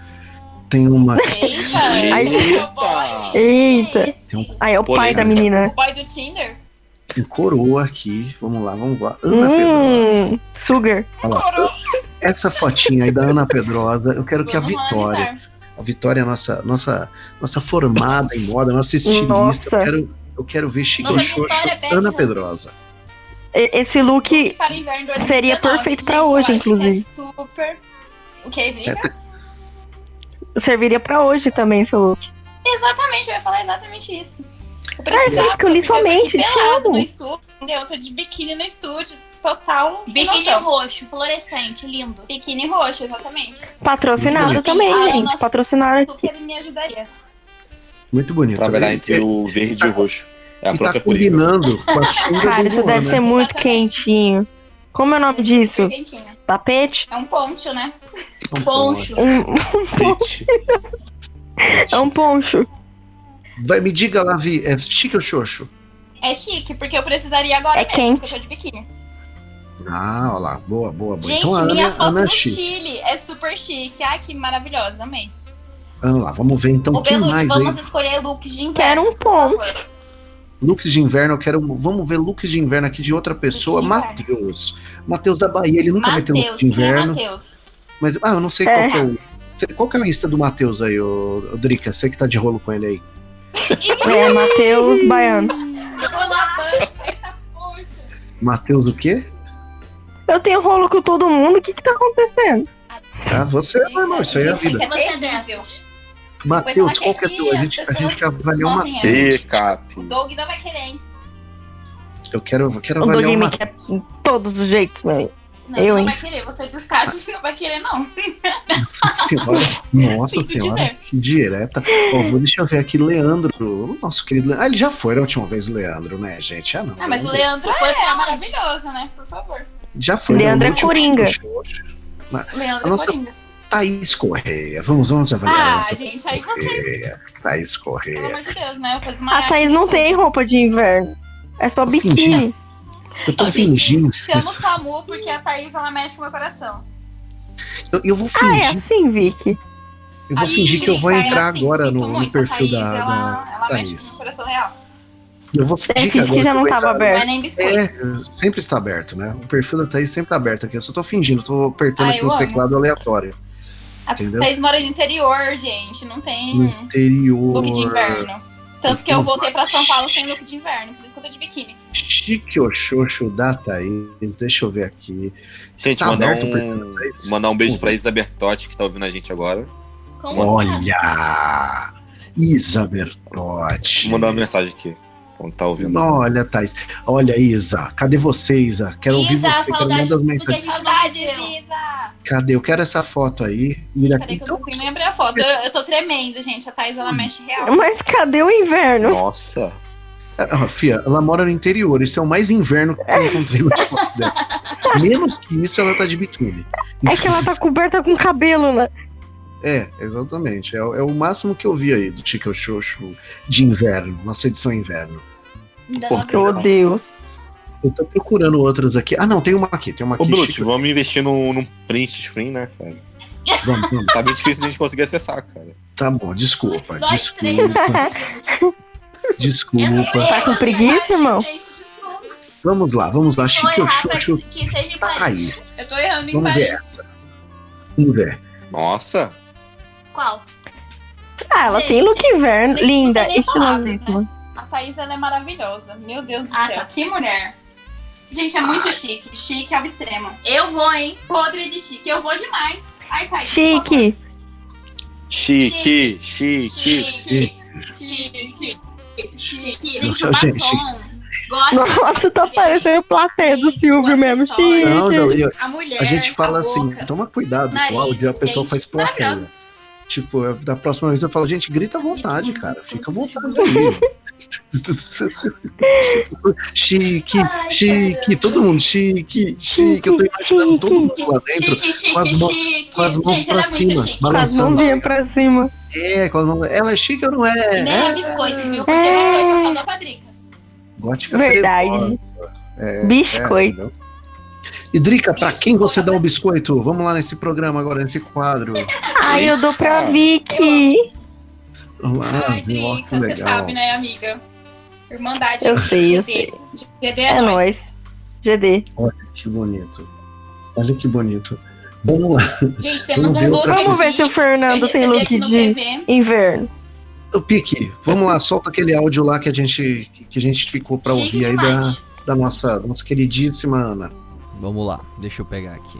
Speaker 2: Tem uma.
Speaker 7: Eita. é
Speaker 6: Eita.
Speaker 4: Eita.
Speaker 7: Esse.
Speaker 4: Aí é o pai
Speaker 6: Polêmica.
Speaker 4: da
Speaker 2: um
Speaker 4: menina.
Speaker 7: O boy do Tinder?
Speaker 2: Tem um coroa aqui. Vamos lá, vamos lá. Ana Pedrosa.
Speaker 4: Hum, sugar.
Speaker 2: Olha lá.
Speaker 7: Coroa.
Speaker 2: Essa fotinha aí da Ana Pedrosa, eu quero que a
Speaker 7: Vamos
Speaker 2: Vitória.
Speaker 7: analisar.
Speaker 2: A Vitória é nossa, nossa, nossa formada em moda, nossa estilista.
Speaker 4: Nossa.
Speaker 2: Eu, quero, eu quero ver Chico
Speaker 7: Nossa,
Speaker 2: Xoxo,
Speaker 7: Vitória Beckham.
Speaker 2: Ana Pedrosa.
Speaker 4: E- Esse look
Speaker 7: Para inverno 2019,
Speaker 4: Seria perfeito pra
Speaker 7: gente, eu
Speaker 4: hoje,
Speaker 7: acho que é
Speaker 4: inclusive.
Speaker 7: super. O que, Vika?
Speaker 2: É, tem-
Speaker 4: serviria pra hoje também, seu look.
Speaker 7: Exatamente, eu ia falar exatamente isso. Eu precisava.
Speaker 4: Vika, Ah, eu li
Speaker 7: porque
Speaker 4: sua
Speaker 7: tô de
Speaker 4: mente,
Speaker 7: pelado
Speaker 4: Thiago.
Speaker 7: no estúdio, entendeu? Eu tô de biquíni no estúdio, total. sem
Speaker 5: Biquíni
Speaker 7: noção.
Speaker 5: roxo, fluorescente, lindo.
Speaker 7: Biquíni roxo, exatamente.
Speaker 4: Patrocinado
Speaker 2: Muito
Speaker 4: também,
Speaker 7: bonito.
Speaker 4: gente.
Speaker 7: Ah, Nossa.
Speaker 4: Patrocinar aqui.
Speaker 7: Super me ajudaria.
Speaker 2: Muito bonito.
Speaker 6: Trabalhar
Speaker 2: E-
Speaker 6: entre o verde e o roxo. É a
Speaker 2: e tá
Speaker 6: própria política.
Speaker 2: combinando com a sunga
Speaker 4: Cara,
Speaker 2: do
Speaker 4: isso
Speaker 2: Luan,
Speaker 4: deve
Speaker 2: né?
Speaker 4: ser muito quentinho. Como é o nome disso?
Speaker 7: Super quentinha.
Speaker 4: Tapete?
Speaker 7: É um poncho, né?
Speaker 2: Então,
Speaker 5: Poncho.
Speaker 4: Um-
Speaker 6: Tite.
Speaker 4: é um poncho.
Speaker 2: pô, Vai, me diga lá, Vi, é Chico ou Xoxo?
Speaker 7: É chique, porque eu precisaria agora
Speaker 4: É
Speaker 7: mesmo,
Speaker 4: quente.
Speaker 7: porque eu tô de biquíni.
Speaker 2: Ah, olha lá, boa, boa, boa.
Speaker 7: Gente,
Speaker 2: então a
Speaker 7: minha
Speaker 2: Ana,
Speaker 7: foto
Speaker 2: Ana é
Speaker 7: no
Speaker 2: chique.
Speaker 7: Chile é super chique. Ai, que maravilhosa, amei.
Speaker 2: Vamos lá, vamos ver então
Speaker 7: Ô,
Speaker 2: quem
Speaker 7: Belute,
Speaker 2: mais
Speaker 7: vamos
Speaker 2: aí.
Speaker 7: escolher looks de
Speaker 4: Quero
Speaker 7: inverno.
Speaker 4: um
Speaker 7: por
Speaker 4: ponto.
Speaker 7: favor.
Speaker 2: Looks de inverno, eu quero. Vamos ver looks de inverno aqui de outra pessoa,
Speaker 7: de
Speaker 2: Matheus. Matheus da Bahia, ele nunca vai ter um look
Speaker 7: Matheus,
Speaker 2: de
Speaker 7: quem é
Speaker 2: inverno.
Speaker 7: Matheus?
Speaker 2: Mas, ah, eu não sei
Speaker 4: É.
Speaker 2: qual que é o. Cê- Qual que é o Insta do Matheus aí, ô, ô, Drica? Você que tá de rolo com ele aí.
Speaker 4: É, Matheus Baiano.
Speaker 7: Olá, Banca, eita, poxa.
Speaker 2: Matheus o quê?
Speaker 4: Eu tenho rolo com todo mundo, o que que tá acontecendo?
Speaker 2: Ah, você é normal, isso aí é a vida.
Speaker 7: É
Speaker 5: Você é
Speaker 7: terrível.
Speaker 5: dessas.
Speaker 2: Matheus,
Speaker 7: ela
Speaker 2: qual que
Speaker 7: quer
Speaker 2: é teu? A
Speaker 7: que
Speaker 2: gente,
Speaker 7: as
Speaker 2: a gente quer
Speaker 7: pessoas
Speaker 2: avaliar o
Speaker 7: notem
Speaker 2: Matheus.
Speaker 7: ela.
Speaker 6: Ih, cap.
Speaker 7: O Doug não vai querer, hein?
Speaker 2: Eu quero, eu quero
Speaker 4: O Doug
Speaker 2: avaliar o
Speaker 4: me
Speaker 2: Matheus.
Speaker 4: quer de todos os jeitos, meu amigo.
Speaker 7: Não,
Speaker 4: Eu,
Speaker 7: não
Speaker 4: hein?
Speaker 7: vai querer. Você é descarte, não vai querer, não.
Speaker 2: Senhora. Nossa
Speaker 7: Sinto
Speaker 2: senhora,
Speaker 7: dizer.
Speaker 2: que direta. Ó, vou, deixa eu ver aqui, Leandro. O Nosso querido Leandro. Ah, ele já foi na última vez, o Leandro, né, gente? Ah, não.
Speaker 7: Ah, mas o Leandro
Speaker 5: Foi
Speaker 7: é,
Speaker 5: pra onde?
Speaker 7: maravilhoso, né? Por favor.
Speaker 2: Já foi. né,
Speaker 4: Leandro
Speaker 2: o
Speaker 4: é
Speaker 2: último
Speaker 4: coringa.
Speaker 2: show.
Speaker 7: O Leandro é
Speaker 2: A nossa-
Speaker 7: Coringa.
Speaker 2: Thaís Correia. Vamos, vamos avaliar
Speaker 7: Ah,
Speaker 2: essa.
Speaker 7: gente, aí você,
Speaker 2: Correia. Thaís
Speaker 7: pelo
Speaker 2: Correia.
Speaker 7: amor de Deus, né? Eu vou desmaiar
Speaker 4: A Thaís
Speaker 7: aqui,
Speaker 4: não
Speaker 7: sabe?
Speaker 4: tem roupa de inverno. É só
Speaker 2: Tô fingindo.
Speaker 4: biquíni.
Speaker 2: Eu tô fingindo.
Speaker 7: Chama o
Speaker 2: isso.
Speaker 7: SAMU porque a Thaís ela mexe com o meu coração.
Speaker 2: Eu, eu vou
Speaker 4: Ah, é
Speaker 2: fingir.
Speaker 4: assim, Vicky.
Speaker 2: Eu vou
Speaker 7: Aí,
Speaker 2: fingir que eu vou
Speaker 7: Thaís,
Speaker 2: entrar
Speaker 7: assim,
Speaker 2: agora
Speaker 7: sinto
Speaker 2: no, no
Speaker 7: muito,
Speaker 2: perfil
Speaker 7: a Thaís, é
Speaker 2: da, da-
Speaker 7: Ela, ela mexe com o
Speaker 2: Thaís.
Speaker 7: meu coração real.
Speaker 2: Eu vou
Speaker 4: É
Speaker 2: fingir que
Speaker 4: finge
Speaker 2: agora.
Speaker 4: que já
Speaker 2: eu
Speaker 4: não
Speaker 2: vou
Speaker 4: tava
Speaker 2: entrar.
Speaker 7: Não é
Speaker 4: aberto.
Speaker 7: nem biscoito.
Speaker 2: É, sempre está aberto, né? O perfil da Thaís sempre tá aberto aqui. Eu só tô fingindo, tô apertando
Speaker 7: Ah,
Speaker 2: aqui
Speaker 7: eu
Speaker 2: uns
Speaker 7: amo.
Speaker 2: teclados aleatórios.
Speaker 7: a
Speaker 2: entendeu?
Speaker 7: Thaís mora no interior, gente. Não
Speaker 2: No
Speaker 7: tem
Speaker 2: interior.
Speaker 7: look de inverno. Tanto que eu
Speaker 2: Não
Speaker 7: voltei pra São
Speaker 2: vai.
Speaker 7: Paulo sem look de inverno. Por isso que eu tô de biquíni.
Speaker 2: Chique Oxoxo da Thaís. Deixa eu ver aqui.
Speaker 6: Gente,
Speaker 2: Tá
Speaker 6: mandar,
Speaker 2: aberto o perfil
Speaker 6: um,
Speaker 2: da Thaís?
Speaker 6: mandar um beijo pra Isa Bertotti, que tá ouvindo a gente agora.
Speaker 5: Como assim?
Speaker 2: Olha! Isa Bertotti.
Speaker 6: Vou mandar um uma mensagem aqui. Quando tá ouvindo.
Speaker 2: Olha, Thaís. Olha, Isa. Cadê você, Isa? Quero ouvir
Speaker 5: Isa,
Speaker 2: você. Quero
Speaker 5: saudade
Speaker 2: mandar as
Speaker 5: de tudo que a
Speaker 2: mensagens.
Speaker 5: gente
Speaker 7: Saudades,
Speaker 5: não viveu.
Speaker 7: Isa!
Speaker 2: Cadê? Eu quero essa foto aí. Mira aqui.
Speaker 7: Peraí que eu não
Speaker 2: Então,
Speaker 7: consigo nem abrir a foto. Eu, eu tô tremendo, gente. A Thaís, ela mexe real.
Speaker 4: Mas cadê o inverno?
Speaker 6: Nossa.
Speaker 2: ah, Fia, ela mora no interior. Isso é o mais inverno que eu encontrei nas fotos dela. Menos que isso, ela tá de biquíni. Então,
Speaker 4: É que ela tá coberta com cabelo, né?
Speaker 2: É, exatamente. É, o- é o máximo que eu vi aí do Chico Xoxo de inverno, nossa edição inverno.
Speaker 7: Ainda
Speaker 6: Pô,
Speaker 7: não
Speaker 4: Meu
Speaker 6: Não.
Speaker 4: Oh, Deus.
Speaker 2: Eu tô procurando outras aqui. Ah, não, tem uma aqui, tem uma aqui.
Speaker 6: Ô, Brute,
Speaker 2: Chico-
Speaker 6: vamos investir num, num print screen, né, cara?
Speaker 2: vamos, vamos.
Speaker 6: Tá bem difícil a gente conseguir acessar, cara.
Speaker 2: Tá bom, desculpa,
Speaker 5: Nós
Speaker 2: desculpa, desculpa.
Speaker 4: Tá com preguiça, irmão?
Speaker 5: Gente, desculpa.
Speaker 2: Vamos lá, vamos lá.
Speaker 5: Vou
Speaker 2: Chico
Speaker 5: errar pra
Speaker 2: Xoxo
Speaker 5: que- que seja em
Speaker 7: Eu
Speaker 5: Paris.
Speaker 2: Thaís.
Speaker 7: tô errando em
Speaker 2: Vamos ver
Speaker 7: Paris.
Speaker 2: essa. Vamos ver.
Speaker 6: Nossa.
Speaker 5: Qual?
Speaker 4: Ah, ela
Speaker 5: Gente,
Speaker 4: tem look inverno.
Speaker 7: nem-
Speaker 4: Linda,
Speaker 7: não tem nem
Speaker 4: estilosíssima.
Speaker 7: A Thaís, ela é maravilhosa. Meu Deus do
Speaker 5: Ah,
Speaker 7: céu.
Speaker 5: tá.
Speaker 7: Que mulher. Gente, é muito chique. Chique ao extremo.
Speaker 5: Eu vou, hein?
Speaker 7: Podre de chique. Eu vou demais. Ai, Thaís. por favor.
Speaker 4: Chique.
Speaker 6: Chique, chique.
Speaker 5: Chique, chique, chique. Gente, o
Speaker 2: Gente.
Speaker 5: batom. Gosto
Speaker 4: Nossa, tá parecendo plateia do Silvio mesmo.
Speaker 7: acessório.
Speaker 2: Não, não,
Speaker 4: Chique.
Speaker 2: eu-
Speaker 7: A mulher.
Speaker 2: a gente fala
Speaker 7: a
Speaker 2: assim,
Speaker 7: boca.
Speaker 2: toma cuidado com
Speaker 7: Nariz, é
Speaker 2: o áudio, a pessoa
Speaker 7: gente,
Speaker 2: faz plateia.
Speaker 7: maravilhosa.
Speaker 2: Tipo, eu- da próxima vez eu falo, gente, grita à vontade, cara. Fica à vontade aí. chique, chique, todo mundo chique, chique. Eu tô imaginando todo mundo lá dentro
Speaker 5: chique, chique,
Speaker 2: com as mãos-
Speaker 5: chique.
Speaker 2: com as mãos
Speaker 5: Gente, ela
Speaker 2: pra
Speaker 5: é muito
Speaker 2: cima,
Speaker 5: chique.
Speaker 4: As
Speaker 2: balançando.
Speaker 4: mãozinhas pra cima.
Speaker 2: É, com as mãos- Ela é chique ou não é?
Speaker 7: Nem
Speaker 2: é?
Speaker 7: é biscoito, viu? Porque biscoito eu só dou pra Drica.
Speaker 2: Gótica
Speaker 4: Verdade.
Speaker 2: trevosa. É,
Speaker 4: Biscoito.
Speaker 2: É, entendeu? e Drica, pra quem você dá
Speaker 7: Biscoito.
Speaker 2: um biscoito? Vamos lá nesse programa agora, nesse quadro.
Speaker 4: Ai, eu dou pra
Speaker 6: Eita.
Speaker 4: Vicky.
Speaker 2: Vamos lá,
Speaker 7: Ai,
Speaker 2: Ah, viu? Ó, que
Speaker 7: Drica, você
Speaker 2: legal.
Speaker 7: sabe, né, amiga? Irmandade.
Speaker 4: Eu sei, eu
Speaker 7: GD. GD
Speaker 4: É nóis. É GD.
Speaker 2: Que bonito. Olha que bonito. Vamos lá.
Speaker 7: Gente, temos
Speaker 2: Vamos
Speaker 7: um
Speaker 2: ver
Speaker 7: look
Speaker 2: outra
Speaker 7: aqui.
Speaker 4: Vamos ver se o Fernando
Speaker 7: Eu
Speaker 4: tem
Speaker 7: recebi
Speaker 4: look
Speaker 7: aqui no
Speaker 4: de
Speaker 7: PV.
Speaker 4: inverno.
Speaker 2: Ô, Pique, vamos lá, solta aquele áudio lá que a gente, que a gente ficou pra
Speaker 5: Chique
Speaker 2: ouvir aí da,
Speaker 5: demais.
Speaker 2: da nossa, nossa queridíssima Ana.
Speaker 1: Vamos lá, deixa eu pegar aqui.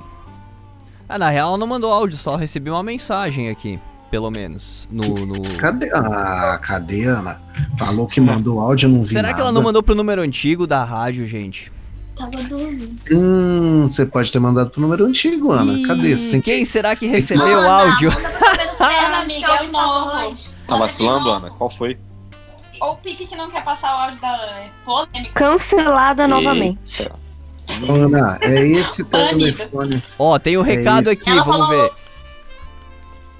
Speaker 1: Ah, na real não mandou áudio, só recebi uma mensagem aqui, pelo menos. No. no-
Speaker 2: Cadê? Ah, cadê, Ana? Falou que mandou áudio, eu não vi
Speaker 1: Será
Speaker 2: nada.
Speaker 1: que ela não mandou pro número antigo da rádio, gente?
Speaker 5: Tava dormindo.
Speaker 2: Hum, você pode ter mandado pro número antigo, Ana.
Speaker 1: Ih,
Speaker 2: Cadê? Você tem que...
Speaker 1: Quem será que recebeu o
Speaker 5: Ana,
Speaker 1: áudio?
Speaker 5: manda pra saber no seu
Speaker 7: Ah,
Speaker 5: nome,
Speaker 7: amiga,
Speaker 5: que eu ouvi sua
Speaker 7: novo.
Speaker 5: voz.
Speaker 6: Tá
Speaker 5: Manda de
Speaker 6: vacilando,
Speaker 5: novo.
Speaker 6: Ana? Qual foi?
Speaker 7: Ou o Pique que não quer passar o áudio da Ana. É Polêmica.
Speaker 4: Cancelada novamente.
Speaker 6: Eita.
Speaker 2: Ana, é esse teu
Speaker 7: Banido.
Speaker 2: telefone.
Speaker 1: Ó, tem um
Speaker 2: É
Speaker 1: recado aqui,
Speaker 5: Ela
Speaker 1: vamos
Speaker 5: falou,
Speaker 1: ver.
Speaker 5: "Ops,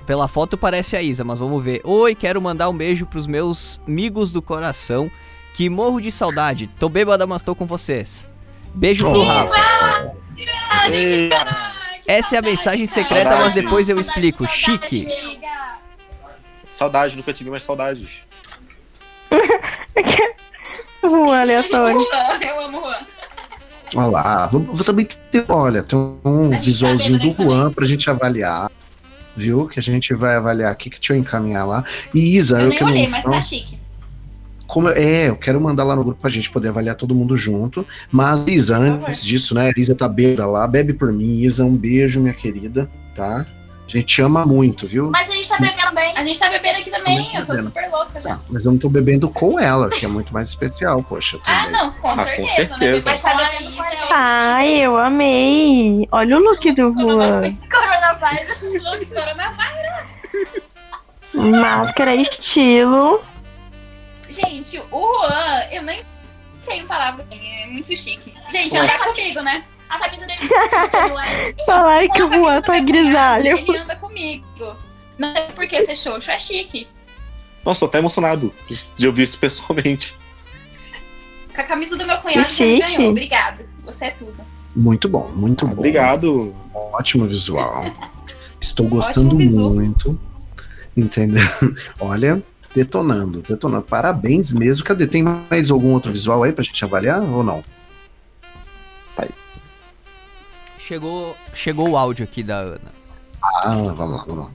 Speaker 1: Pela foto parece a Isa, mas vamos ver. Oi, quero mandar um beijo pros meus amigos do coração, que morro de saudade. Tô bêbada, mas tô com vocês. Beijo pro
Speaker 2: Oh.
Speaker 1: Rafa.
Speaker 6: Ei,
Speaker 1: Essa é a mensagem secreta,
Speaker 6: Saudade.
Speaker 1: mas depois eu
Speaker 5: saudade,
Speaker 1: explico.
Speaker 5: saudade,
Speaker 1: Chique.
Speaker 5: amiga.
Speaker 6: Saudade, nunca tive mais saudades.
Speaker 4: Um aleatório.
Speaker 7: Juan, eu amo o Juan.
Speaker 2: Olha lá. Vou, vou também ter, olha, tem um
Speaker 7: gente
Speaker 2: visualzinho
Speaker 7: tá vendo,
Speaker 2: do
Speaker 7: né,
Speaker 2: Juan pra gente avaliar. Viu? Que a gente vai avaliar aqui, que deixa eu encaminhar lá. E Isa,
Speaker 7: Eu
Speaker 2: eu
Speaker 7: nem
Speaker 2: quero.
Speaker 7: olhei, mas
Speaker 2: não-
Speaker 7: tá chique.
Speaker 2: Como, é, eu quero mandar lá no grupo pra gente poder avaliar todo mundo junto. Mas, Isa, antes disso, né? Isa tá bêbada lá, bebe por mim. Isa, um beijo, minha querida, tá? A gente te ama muito, viu?
Speaker 5: Mas a gente tá bebendo bem.
Speaker 7: A gente tá bebendo aqui também,
Speaker 2: Também
Speaker 7: eu tô
Speaker 2: bebendo.
Speaker 7: super louca já.
Speaker 2: Ah, mas eu não tô bebendo com ela, que é muito mais especial, poxa.
Speaker 7: Ah,
Speaker 2: Também.
Speaker 7: não, com
Speaker 6: com
Speaker 7: certeza.
Speaker 6: certeza.
Speaker 7: né? Beber
Speaker 5: Mas
Speaker 7: com a
Speaker 5: tá
Speaker 7: Laís,
Speaker 5: bebendo
Speaker 7: é
Speaker 5: com a
Speaker 4: Ai, eu amei. Olha o look do Juan.
Speaker 5: Coronavírus.
Speaker 7: outro coronavírus.
Speaker 4: Máscara estilo.
Speaker 7: Gente, o Juan, eu nem tenho palavra, é muito chique. Gente,
Speaker 6: Ué.
Speaker 7: andar comigo, né?
Speaker 5: A camisa dele tá com Kanye West.
Speaker 4: Falaram
Speaker 5: Com a
Speaker 4: que o
Speaker 5: camisa
Speaker 4: Juan
Speaker 5: do
Speaker 4: tá
Speaker 5: meu
Speaker 4: grisalho.
Speaker 7: Ele anda comigo. Não é porque ser show, show é chique.
Speaker 6: Nossa, tô até emocionado de ouvir isso pessoalmente.
Speaker 7: Com a camisa do meu cunhado
Speaker 4: Que
Speaker 7: já me
Speaker 4: chique.
Speaker 7: ganhou. Obrigado. Você é tudo.
Speaker 2: Muito bom, muito
Speaker 6: Tá
Speaker 2: bom.
Speaker 6: Obrigado.
Speaker 2: Ótimo visual. Estou gostando
Speaker 7: Ótimo visual.
Speaker 2: muito. Entendeu? Olha, detonando, detonando. Parabéns mesmo. Cadê? Tem mais algum outro visual aí pra gente avaliar ou não?
Speaker 1: Chegou, chegou o áudio aqui da Ana. Ah,
Speaker 2: Ah, vamos lá, vamos lá.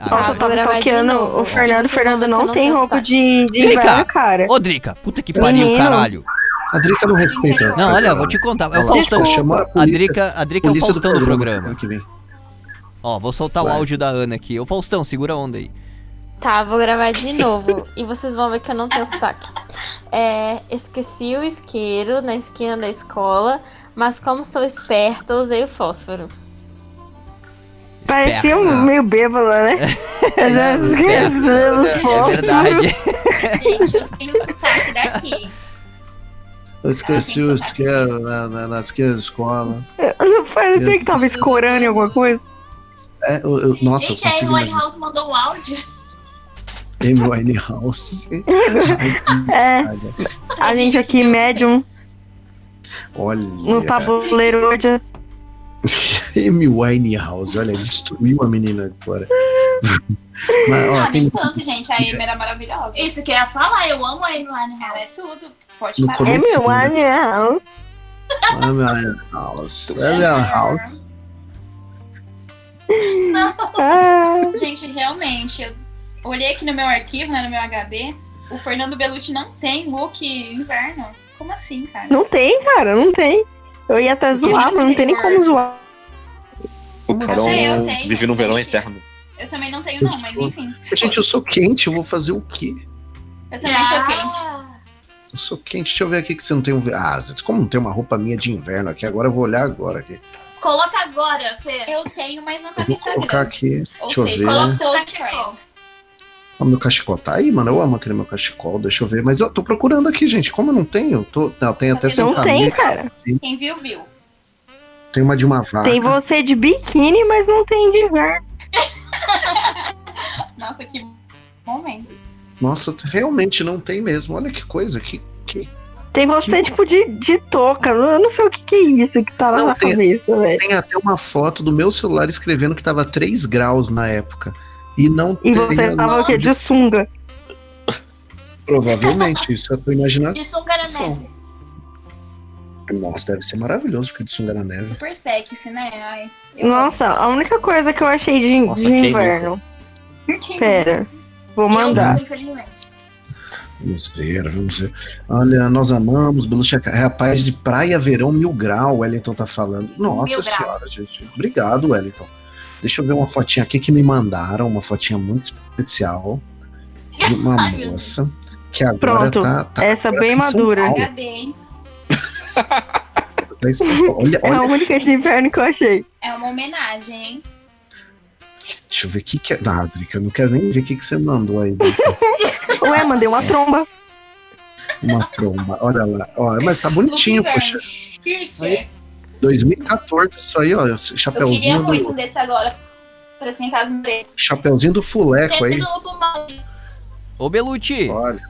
Speaker 1: Agora.
Speaker 4: Nossa, eu tava
Speaker 9: gravar de
Speaker 4: stalkeando
Speaker 9: novo.
Speaker 4: o Fernando. O
Speaker 9: Vocês
Speaker 4: Fernando
Speaker 9: vão
Speaker 4: não tem
Speaker 9: testar.
Speaker 4: roupa de, de
Speaker 1: Vem cá.
Speaker 4: inverno, cara.
Speaker 1: Ô, Drica, puta que pariu,
Speaker 4: Menino.
Speaker 1: caralho.
Speaker 2: A Drica não respeita.
Speaker 1: Não, olha, vou te contar. É o
Speaker 2: Olha lá,
Speaker 1: Faustão.
Speaker 2: tá chamando a
Speaker 1: A
Speaker 2: polícia-
Speaker 1: Drica, a Drica é o
Speaker 2: polícia
Speaker 1: Faustão do programa.
Speaker 2: ano que vem.
Speaker 1: Ó, vou soltar o
Speaker 2: Vai.
Speaker 1: áudio da Ana aqui. Ô, Faustão, segura a onda aí.
Speaker 9: Tá, vou gravar de novo. e vocês vão ver que eu não tenho sotaque. É, esqueci o isqueiro na esquina da escola, mas como sou esperta, usei o fósforo.
Speaker 4: Parecia
Speaker 1: Esperta.
Speaker 4: um meio bêbado, né?
Speaker 1: É,
Speaker 4: Jesus,
Speaker 1: esperta.
Speaker 4: Jesus,
Speaker 1: É
Speaker 4: fofo.
Speaker 1: verdade.
Speaker 7: Gente, eu tenho o sotaque daqui.
Speaker 2: Eu esqueci
Speaker 7: Ah,
Speaker 2: o
Speaker 7: tem sotaque,
Speaker 2: isqueiro na, na, na esquina da escola.
Speaker 4: Parecia que tava escorando em alguma coisa.
Speaker 2: É, eu, eu- nossa,
Speaker 5: Gente,
Speaker 2: eu
Speaker 5: a
Speaker 2: consigo
Speaker 5: Amy
Speaker 2: imaginar.
Speaker 5: House mandou um áudio.
Speaker 2: Amy Winehouse.
Speaker 4: É,
Speaker 2: Olha,
Speaker 4: a gente aqui, médium,
Speaker 2: Olha.
Speaker 4: no tabuleiro é hoje.
Speaker 2: Amy Winehouse, olha, destruiu a menina agora. Mas, É, ó,
Speaker 7: Não,
Speaker 2: tem
Speaker 7: Ah, nem tanto, gente. A Amy era maravilhosa.
Speaker 5: Isso que eu ia falar, eu amo a Amy
Speaker 7: Ela é
Speaker 5: Winehouse.
Speaker 7: tudo. Pode
Speaker 2: No
Speaker 7: parar.
Speaker 2: começo-
Speaker 4: Amy
Speaker 2: Sim, né?
Speaker 4: Winehouse.
Speaker 2: Amy Winehouse. Amy Winehouse.
Speaker 4: Ah,
Speaker 7: Gente, realmente, eu olhei aqui no meu arquivo, né, no meu HD, o Fernando Bellucci não tem look inverno. Como assim, cara?
Speaker 4: não tem, cara, não tem. Eu ia até zoar, mas não tem nem como zoar.
Speaker 6: O cara
Speaker 7: sei,
Speaker 6: é um-
Speaker 7: eu tenho.
Speaker 6: vive num verão
Speaker 7: Gente.
Speaker 6: eterno.
Speaker 7: Eu também não tenho, não, mas enfim.
Speaker 2: Gente, eu sou quente, eu vou fazer o quê?
Speaker 7: Eu também
Speaker 5: é
Speaker 7: sou quente.
Speaker 2: Eu sou quente, deixa eu ver aqui que você não tem um. ve- Ah, como não tem uma roupa minha de inverno aqui, agora eu vou olhar agora aqui.
Speaker 5: Coloca agora, Fê.
Speaker 7: Eu tenho, mas não tá
Speaker 2: Eu
Speaker 7: no
Speaker 2: vou colocar
Speaker 7: Instagram.
Speaker 2: aqui.
Speaker 7: Ou
Speaker 2: deixa eu
Speaker 7: seja, é
Speaker 2: ver.
Speaker 7: coloca os
Speaker 5: Coloca
Speaker 7: seus
Speaker 5: aqui, ó.
Speaker 7: friends.
Speaker 2: Ó, meu cachecol tá aí, mano. Eu amo aquele meu cachecol, deixa eu ver. Mas eu tô procurando aqui, gente. Como eu não tenho? Tô... Não, tem até sem
Speaker 4: Não tem,
Speaker 2: camisa.
Speaker 4: cara.
Speaker 2: Sim,
Speaker 7: Quem viu, viu.
Speaker 2: Tem uma de uma vaca.
Speaker 4: Tem você de biquíni, mas não tem de inverno.
Speaker 7: Nossa, que momento.
Speaker 2: Nossa, realmente não tem mesmo. Olha que coisa, que
Speaker 4: Tem você, tipo, de, de touca. Eu não sei o que que é isso que tá lá
Speaker 2: Não,
Speaker 4: na
Speaker 2: tem-
Speaker 4: cabeça, velho.
Speaker 2: Tem até uma foto do meu celular escrevendo que tava 3 graus na época. E não
Speaker 4: E
Speaker 2: tem.
Speaker 4: você tá tava o quê? De sunga.
Speaker 2: Provavelmente, isso é eu tô imaginando.
Speaker 5: De sunga na
Speaker 2: Som.
Speaker 5: neve.
Speaker 2: Nossa, deve ser maravilhoso ficar de sunga na neve.
Speaker 7: Super sexy, né? Ai, eu
Speaker 4: Nossa, a única coisa que eu achei de,
Speaker 6: Nossa,
Speaker 4: de
Speaker 6: quem nunca?
Speaker 4: inverno.
Speaker 7: Quem
Speaker 4: Pera, vou mandar.
Speaker 5: Eu, infelizmente.
Speaker 2: Vamos ver, vamos ver. Olha, nós amamos, Belucha Ca- Rapaz de praia, verão, mil grau, o Wellington tá falando. Nossa
Speaker 7: Mil grau.
Speaker 2: senhora, gente. Obrigado, Wellington. Deixa eu ver uma fotinha aqui que me mandaram, uma fotinha muito especial de uma
Speaker 5: Ai, meu
Speaker 2: moça que agora
Speaker 4: Pronto,
Speaker 2: tá, tá,
Speaker 4: Essa
Speaker 2: agora
Speaker 4: bem
Speaker 2: tá em São
Speaker 4: madura.
Speaker 2: Paulo.
Speaker 7: HD, hein?
Speaker 2: tá em São Paulo. Olha,
Speaker 4: É
Speaker 2: olha
Speaker 4: a única de inverno que eu achei.
Speaker 7: É uma homenagem, hein?
Speaker 2: Deixa eu ver o que, que é. Ah, Drica, não quero nem ver o que, que você mandou aí. Drica.
Speaker 4: Ué, mandei uma tromba.
Speaker 2: Uma tromba. Olha lá. Ó, mas tá bonitinho,
Speaker 7: Look
Speaker 2: poxa.
Speaker 7: inverno. Chique.
Speaker 2: 2014, isso aí, ó. esse
Speaker 7: Eu queria
Speaker 2: Chapeuzinho
Speaker 7: muito um
Speaker 2: é do,
Speaker 7: desse agora pra sentar as mulheres.
Speaker 2: chapeuzinho do fuleco
Speaker 5: Teve
Speaker 2: aí.
Speaker 5: no Pumauí.
Speaker 1: Ô, Belucci,
Speaker 2: Olha.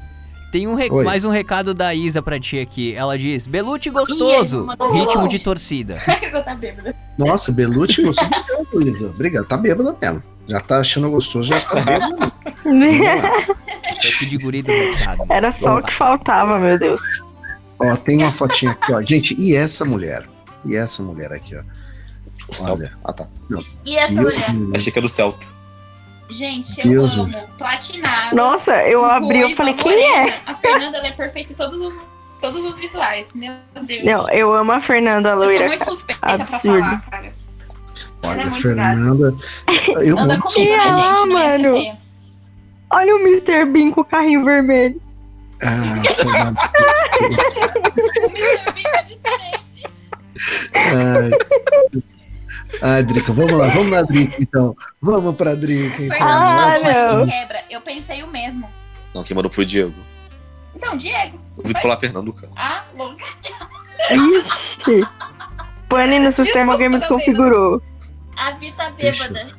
Speaker 1: tem um re-
Speaker 2: Oi.
Speaker 1: mais um recado da Isa pra ti aqui. Ela diz, Belucci gostoso,
Speaker 5: Ih, mandou
Speaker 1: ritmo
Speaker 5: bom.
Speaker 1: de torcida.
Speaker 7: Você tá bêbada.
Speaker 2: Nossa, Belucci gostou muito, Luísa. Obrigado. Tá bêbada mesmo. Já tá achando gostoso, já tá bêbada. mesmo. Vamos lá.
Speaker 1: Tanto de guri do recado.
Speaker 4: Era só o que faltava, meu Deus.
Speaker 2: Ó, tem uma fotinha aqui, ó. Gente, e essa mulher? E essa mulher aqui, ó. Olha.
Speaker 6: Ah, tá.
Speaker 5: E essa
Speaker 2: Meu
Speaker 5: mulher?
Speaker 2: Deus.
Speaker 6: Achei que era do Celta.
Speaker 7: Gente,
Speaker 2: Deus,
Speaker 7: eu amo. Platinado.
Speaker 4: Nossa, eu abri, eu falei, quem é?
Speaker 7: A Fernanda ela é perfeita em todos os, todos os visuais. Meu Deus.
Speaker 4: Não, eu amo a Fernanda
Speaker 7: eu
Speaker 4: Loira.
Speaker 7: sou é muito suspeita pra
Speaker 4: absurdo.
Speaker 7: falar, cara. Ela é
Speaker 2: Olha,
Speaker 7: muito
Speaker 2: Fernanda. Eu
Speaker 7: Anda
Speaker 2: amo
Speaker 7: comigo, né,
Speaker 4: ela,
Speaker 7: gente? Não ia ser
Speaker 4: mano.
Speaker 7: feia.
Speaker 4: Olha o Mr. Bean com o carrinho vermelho.
Speaker 2: Ah, tomar no cu.
Speaker 7: O Mr. Bean tá diferente.
Speaker 2: Ai. Ai, Drica, vamos lá, vamos na Drica então. Vamos pra Drica então.
Speaker 4: Ah,
Speaker 7: Fernanda, não,
Speaker 4: não.
Speaker 7: não. quebra. Eu pensei o mesmo.
Speaker 6: Não, quem mandou foi o Diego.
Speaker 7: Então, Diego.
Speaker 6: Ouvi tu falar Fernando, cara.
Speaker 7: Ah, louco.
Speaker 4: Ixi. pane no sistema, alguém me
Speaker 7: Desculpa,
Speaker 4: desconfigurou.
Speaker 5: A Vi tá
Speaker 2: Deixa eu-
Speaker 5: bêbada.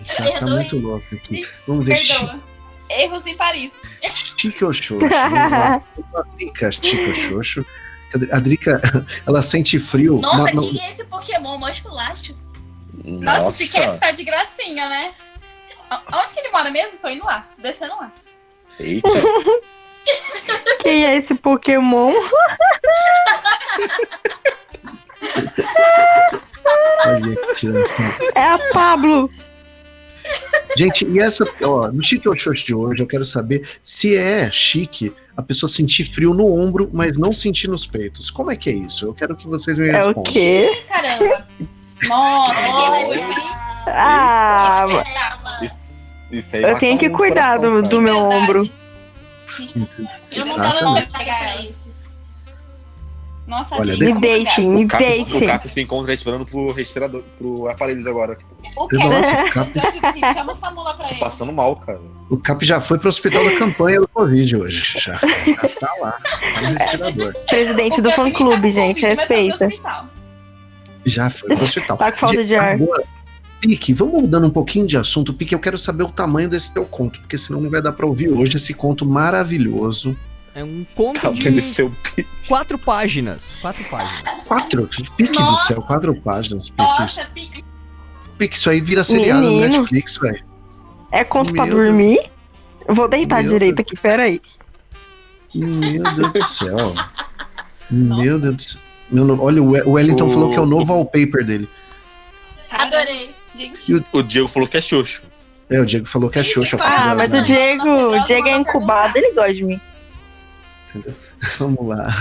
Speaker 2: Isso tá
Speaker 5: Perdoe.
Speaker 2: muito louco aqui. Vamos ver.
Speaker 7: Perdoa. Erros em Paris.
Speaker 2: Chico Xoxo. Vamos lá. A Drica, Chico Xoxo. Cadê- A Drica, ela sente frio.
Speaker 5: Nossa,
Speaker 2: mas não-
Speaker 5: quem é esse Pokémon? Mó esculacho.
Speaker 7: Nossa,
Speaker 6: Nossa,
Speaker 7: esse Kevin tá de gracinha, né? A- Onde que ele mora mesmo? Tô indo lá. Tô descendo lá.
Speaker 6: eita.
Speaker 4: Quem é esse Pokémon?
Speaker 2: Olha que tiração.
Speaker 4: É a Pablo.
Speaker 2: Gente, e essa, ó, no Chique ou Xoxo de hoje, eu quero saber se é chique a pessoa sentir frio no ombro, mas não sentir nos peitos. Como é que é isso? Eu quero que vocês me
Speaker 4: É o
Speaker 2: respondam.
Speaker 4: quê?
Speaker 7: Ih, caramba. Nossa, que ruim.
Speaker 5: Olha,
Speaker 4: Ah,
Speaker 5: esperava.
Speaker 6: Isso, isso aí
Speaker 4: eu
Speaker 6: vai
Speaker 4: tenho que
Speaker 6: um
Speaker 4: cuidar do,
Speaker 6: coração, cara.
Speaker 4: do meu
Speaker 7: Verdade.
Speaker 4: ombro.
Speaker 5: Eu não
Speaker 2: Exatamente.
Speaker 5: tava não pra isso.
Speaker 7: Nossa,
Speaker 2: Olha,
Speaker 7: gente,
Speaker 2: de-
Speaker 4: Me
Speaker 7: como
Speaker 4: deixem,
Speaker 7: que
Speaker 4: me
Speaker 6: O Cap, o
Speaker 4: deixem.
Speaker 6: Cap se encontra esperando pro respirador, pro aparelho agora.
Speaker 7: gasta? O
Speaker 2: Nossa, o
Speaker 7: Kevin.
Speaker 2: Cap-
Speaker 7: Gente, gente, Chama o Samu lá pra
Speaker 6: Tô
Speaker 7: ele.
Speaker 6: passando mal, cara.
Speaker 2: O Cap já foi pro hospital da campanha do Covid hoje. Já, já tá lá. Tá no respirador.
Speaker 4: Presidente
Speaker 7: O
Speaker 4: do
Speaker 7: Kevin tá com
Speaker 4: fã-clube,
Speaker 7: Covid,
Speaker 4: gente,
Speaker 7: mas foi pro
Speaker 4: respeita.
Speaker 7: hospital.
Speaker 2: Já foi pro hospital.
Speaker 4: Tá com falta de ar.
Speaker 2: Agora, Pique, vamos mudando um pouquinho de assunto. Pique, eu quero saber o tamanho desse teu conto, porque senão não vai dar pra ouvir hoje esse conto maravilhoso.
Speaker 1: É um conto
Speaker 6: Calma, ele
Speaker 1: de
Speaker 6: seu
Speaker 1: quatro páginas. Quatro páginas.
Speaker 2: Quatro, Pique do
Speaker 5: Nossa.
Speaker 2: céu, quatro páginas. Pique,
Speaker 5: Nossa, pica.
Speaker 2: Pique isso aí vira seriado no
Speaker 4: Menino.
Speaker 2: Netflix, velho.
Speaker 4: É conto pra
Speaker 2: Meu
Speaker 4: dormir? Vou deitar
Speaker 2: Meu
Speaker 4: direito aqui, peraí.
Speaker 2: Meu Deus do céu. Meu Deus do céu. Meu no- Olha, o We- o Wellington
Speaker 6: O-
Speaker 2: falou que é o novo wallpaper dele.
Speaker 5: Adorei.
Speaker 7: Gente,
Speaker 6: O Diego falou que é Xuxo.
Speaker 2: É, o Diego falou que é Xuxa. eu fico
Speaker 4: Ah,
Speaker 2: bravo,
Speaker 4: mas
Speaker 2: né?
Speaker 4: o Diego, o Diego é
Speaker 7: Não, não, não, não, não, não, não, não, não, não, não, não, não,
Speaker 4: incubado, ele gosta de mim.
Speaker 2: Vamos lá.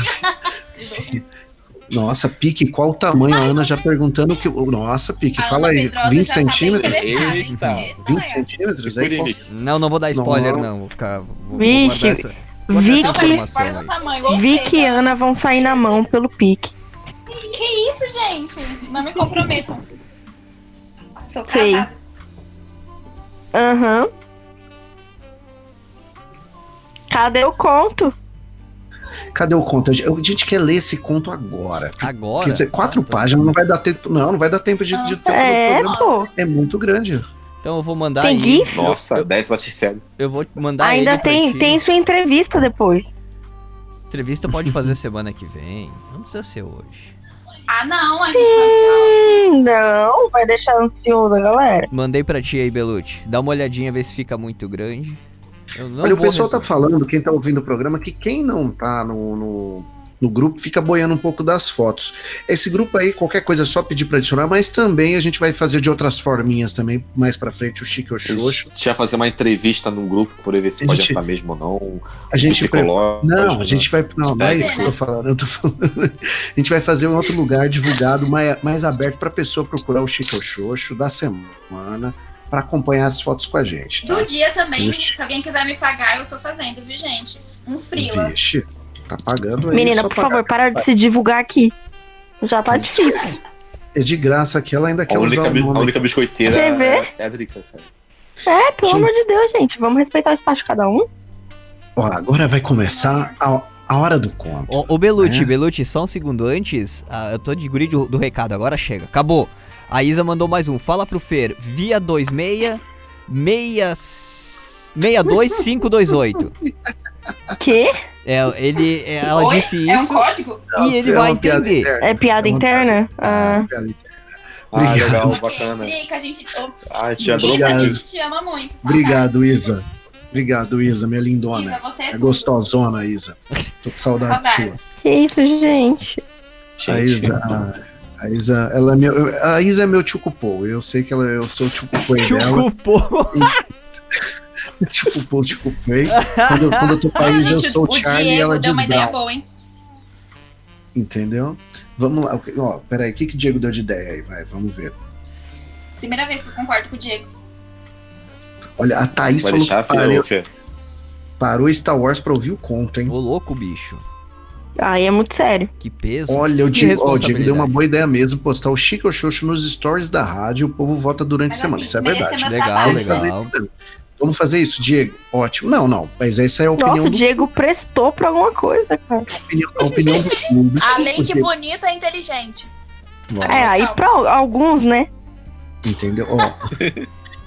Speaker 2: Nossa, Pique, qual o tamanho? A Ana já perguntando que. Nossa, Pique,
Speaker 7: a
Speaker 2: fala
Speaker 7: Ana
Speaker 2: aí.
Speaker 7: Pedrosa
Speaker 2: 20
Speaker 7: já tá bem
Speaker 2: centímetros?
Speaker 7: interessada, hein?
Speaker 6: Eita.
Speaker 7: Eita,
Speaker 2: 20
Speaker 7: é.
Speaker 2: centímetros?
Speaker 6: Segura
Speaker 2: Aí,
Speaker 6: aí,
Speaker 2: qual-
Speaker 6: Mickey.
Speaker 1: Não, não vou dar spoiler,
Speaker 2: Não.
Speaker 1: não. Vou ficar. Vou, vou
Speaker 4: Vixe.
Speaker 1: guardar essa. Vou guardar essa
Speaker 4: Vi,
Speaker 7: Não, falei
Speaker 1: informação
Speaker 7: spoiler
Speaker 1: aí.
Speaker 7: do tamanho. Ou
Speaker 4: Vi
Speaker 7: seja,
Speaker 4: que Ana vão sair na mão pelo pique.
Speaker 7: Que isso, gente? Não me comprometam. Sou
Speaker 4: Sei.
Speaker 7: casada.
Speaker 4: Aham. Cadê o conto?
Speaker 2: Cadê o conto? Eu- A gente quer ler esse conto agora.
Speaker 1: Agora.
Speaker 2: Quer dizer,
Speaker 1: tá,
Speaker 2: quatro páginas não vai dar tempo. Não, não vai dar tempo de, de ter o
Speaker 4: É,
Speaker 2: programa.
Speaker 4: pô.
Speaker 2: É muito grande.
Speaker 1: Então eu vou mandar
Speaker 4: Tem
Speaker 1: aí.
Speaker 4: GIF?
Speaker 6: Nossa, 10 vai ser sério.
Speaker 1: Eu vou mandar
Speaker 4: Ainda
Speaker 1: ele pra
Speaker 4: tem,
Speaker 1: ti.
Speaker 4: tem sua entrevista depois.
Speaker 1: Entrevista pode fazer semana que vem. Não precisa ser hoje.
Speaker 7: Ah, não, a gente não
Speaker 4: Hum, não, vai deixar ansiosa, galera.
Speaker 1: Mandei pra ti aí, Belucci. Dá uma olhadinha, vê se fica muito grande. Eu não
Speaker 2: Olha, o
Speaker 1: vou
Speaker 2: pessoal tá
Speaker 1: resolver.
Speaker 2: falando, quem tá ouvindo o programa, que quem não tá no, no, no grupo fica boiando um pouco das fotos. Esse grupo aí, qualquer coisa é só pedir pra adicionar, mas também a gente vai fazer de outras forminhas também, mais pra frente, o Chique ou Xoxo.
Speaker 6: A gente vai fazer uma entrevista num grupo pra poder ver se
Speaker 2: A
Speaker 6: pode
Speaker 2: gente-
Speaker 6: entrar mesmo ou não. um
Speaker 2: A gente. pre-
Speaker 6: psicológico. né?
Speaker 2: Não, a gente vai. Não, não é
Speaker 6: Fazer,
Speaker 2: isso que eu tô falando. Eu tô falando. A gente vai fazer um outro lugar divulgado, mais, mais aberto pra pessoa procurar o Chique ou Xoxo da semana, pra acompanhar as fotos com a gente. tá?
Speaker 7: Do dia também,
Speaker 2: Ixi.
Speaker 7: se alguém quiser me pagar, eu tô fazendo, viu, gente? Um frila.
Speaker 2: Vixe, tá pagando aí.
Speaker 4: Menina,
Speaker 2: só
Speaker 4: por
Speaker 2: pagar.
Speaker 4: favor, para de se divulgar aqui. Já tá difícil.
Speaker 2: É de graça que ela ainda
Speaker 6: A
Speaker 2: quer
Speaker 6: única,
Speaker 2: usar o
Speaker 6: bi- a
Speaker 2: nome.
Speaker 6: única biscoiteira
Speaker 4: Você vê?
Speaker 6: é- é a Drica, cara.
Speaker 4: É, pelo
Speaker 2: Sim.
Speaker 4: amor de Deus, gente. Vamos respeitar o espaço de cada um.
Speaker 2: Ó, agora vai começar a, a hora do conto.
Speaker 1: Ô, ô Belucci,
Speaker 2: É.
Speaker 1: Belucci, só um segundo antes. ah, eu tô de guri do, do recado, agora chega. Acabou. A Isa mandou mais um. Fala pro Fer, via 26 6 62528.
Speaker 4: Que?
Speaker 1: É, ele, é, ela
Speaker 7: Oi?
Speaker 1: disse
Speaker 7: É um
Speaker 1: isso
Speaker 7: código?
Speaker 1: e ele
Speaker 2: É uma
Speaker 1: vai
Speaker 2: piada
Speaker 1: entender.
Speaker 2: interna.
Speaker 4: É piada
Speaker 2: uma
Speaker 4: interna?
Speaker 2: piada-
Speaker 4: Ah,
Speaker 2: é uma piada interna.
Speaker 6: Ah,
Speaker 2: Obrigado.
Speaker 6: legal,
Speaker 7: Ok,
Speaker 6: bacana.
Speaker 7: Drica, a gente. Ô,
Speaker 6: Ah, te adorou.
Speaker 7: Isa, a
Speaker 2: Obrigado.
Speaker 7: gente te ama muito. saudade.
Speaker 2: Obrigado, Isa. Obrigado, Isa, minha lindona.
Speaker 7: Isa, você é,
Speaker 2: É
Speaker 7: tudo.
Speaker 2: gostosona, Isa. Tô com saudade
Speaker 7: Saudades.
Speaker 4: que isso, gente.
Speaker 2: sua. A
Speaker 6: Gente,
Speaker 2: Isa, a, a Isa, ela é meu, eu- a Isa é meu tchucupô. Eu sei que ela, eu sou o tchucupô dela.
Speaker 1: Chucupou.
Speaker 2: Tchucupô, tchucupê. Quando, eu- quando eu tô com a
Speaker 7: Nossa,
Speaker 2: Isa, eu
Speaker 7: gente,
Speaker 2: sou
Speaker 7: o
Speaker 2: o Charlie e
Speaker 7: Diego
Speaker 2: ela
Speaker 7: deu
Speaker 2: diz
Speaker 7: uma ideia
Speaker 2: Brown.
Speaker 7: boa, hein?
Speaker 2: Entendeu? Vamos lá. ok, Ó, peraí, o que que o Diego deu de ideia aí? Vai, vamos ver.
Speaker 7: Primeira vez que eu concordo com o Diego.
Speaker 2: Olha, a Thaís
Speaker 6: vai
Speaker 2: falou
Speaker 6: deixar a
Speaker 2: que
Speaker 6: filha,
Speaker 2: parou,
Speaker 6: ô, Fer?
Speaker 2: parou Star Wars pra ouvir o conto, hein?
Speaker 1: Ô louco, bicho.
Speaker 4: Aí é muito sério.
Speaker 1: Que peso.
Speaker 2: Olha, o
Speaker 1: Que
Speaker 2: Diego, ó, o Diego
Speaker 1: responsabilidade.
Speaker 2: deu uma boa ideia mesmo, postar o Chico Xoxo nos stories da rádio, o povo vota durante
Speaker 7: Mas
Speaker 2: a semana,
Speaker 7: assim, tá
Speaker 2: isso é
Speaker 7: merecer
Speaker 1: Legal,
Speaker 2: verdade.
Speaker 7: meu trabalho.
Speaker 2: Tem que fazer
Speaker 1: legal.
Speaker 2: isso mesmo. Vamos fazer isso, Diego? Ótimo. Não, não. Mas essa é a opinião
Speaker 4: Nossa, o
Speaker 2: do
Speaker 4: Diego prestou pra alguma coisa, cara.
Speaker 2: opinião, a opinião do público.
Speaker 5: Além de
Speaker 2: Diego,
Speaker 5: bonito, é inteligente.
Speaker 2: vamos,
Speaker 4: É, aí pra al- alguns, né?
Speaker 2: Entendeu? Ó.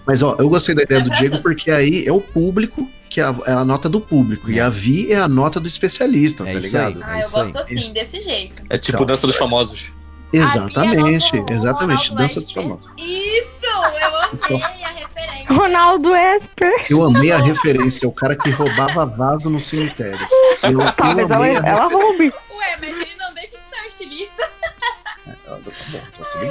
Speaker 2: Mas ó, eu gostei da ideia do Diego porque aí é o público que é a, é a nota do público e a Vi é a nota do especialista,
Speaker 1: É
Speaker 2: tá
Speaker 1: isso
Speaker 2: ligado?
Speaker 1: aí.
Speaker 7: Ah, eu
Speaker 1: isso aí.
Speaker 7: gosto assim, desse jeito.
Speaker 6: É tipo
Speaker 2: Então.
Speaker 6: dança dos famosos.
Speaker 2: Exatamente,
Speaker 5: é A Bia é nosso
Speaker 2: exatamente.
Speaker 5: Ronaldo
Speaker 2: Dança
Speaker 5: Esper.
Speaker 2: dos famosos.
Speaker 7: Isso! Eu amei a referência.
Speaker 4: Ronaldo é Esper.
Speaker 2: Eu amei a referência, é o cara que roubava vaso no cemitério. Eu,
Speaker 4: Talvez
Speaker 2: eu
Speaker 4: ela, é
Speaker 2: amei a
Speaker 4: ela roube.
Speaker 7: Ué, mas ele não deixa de ser um estilista.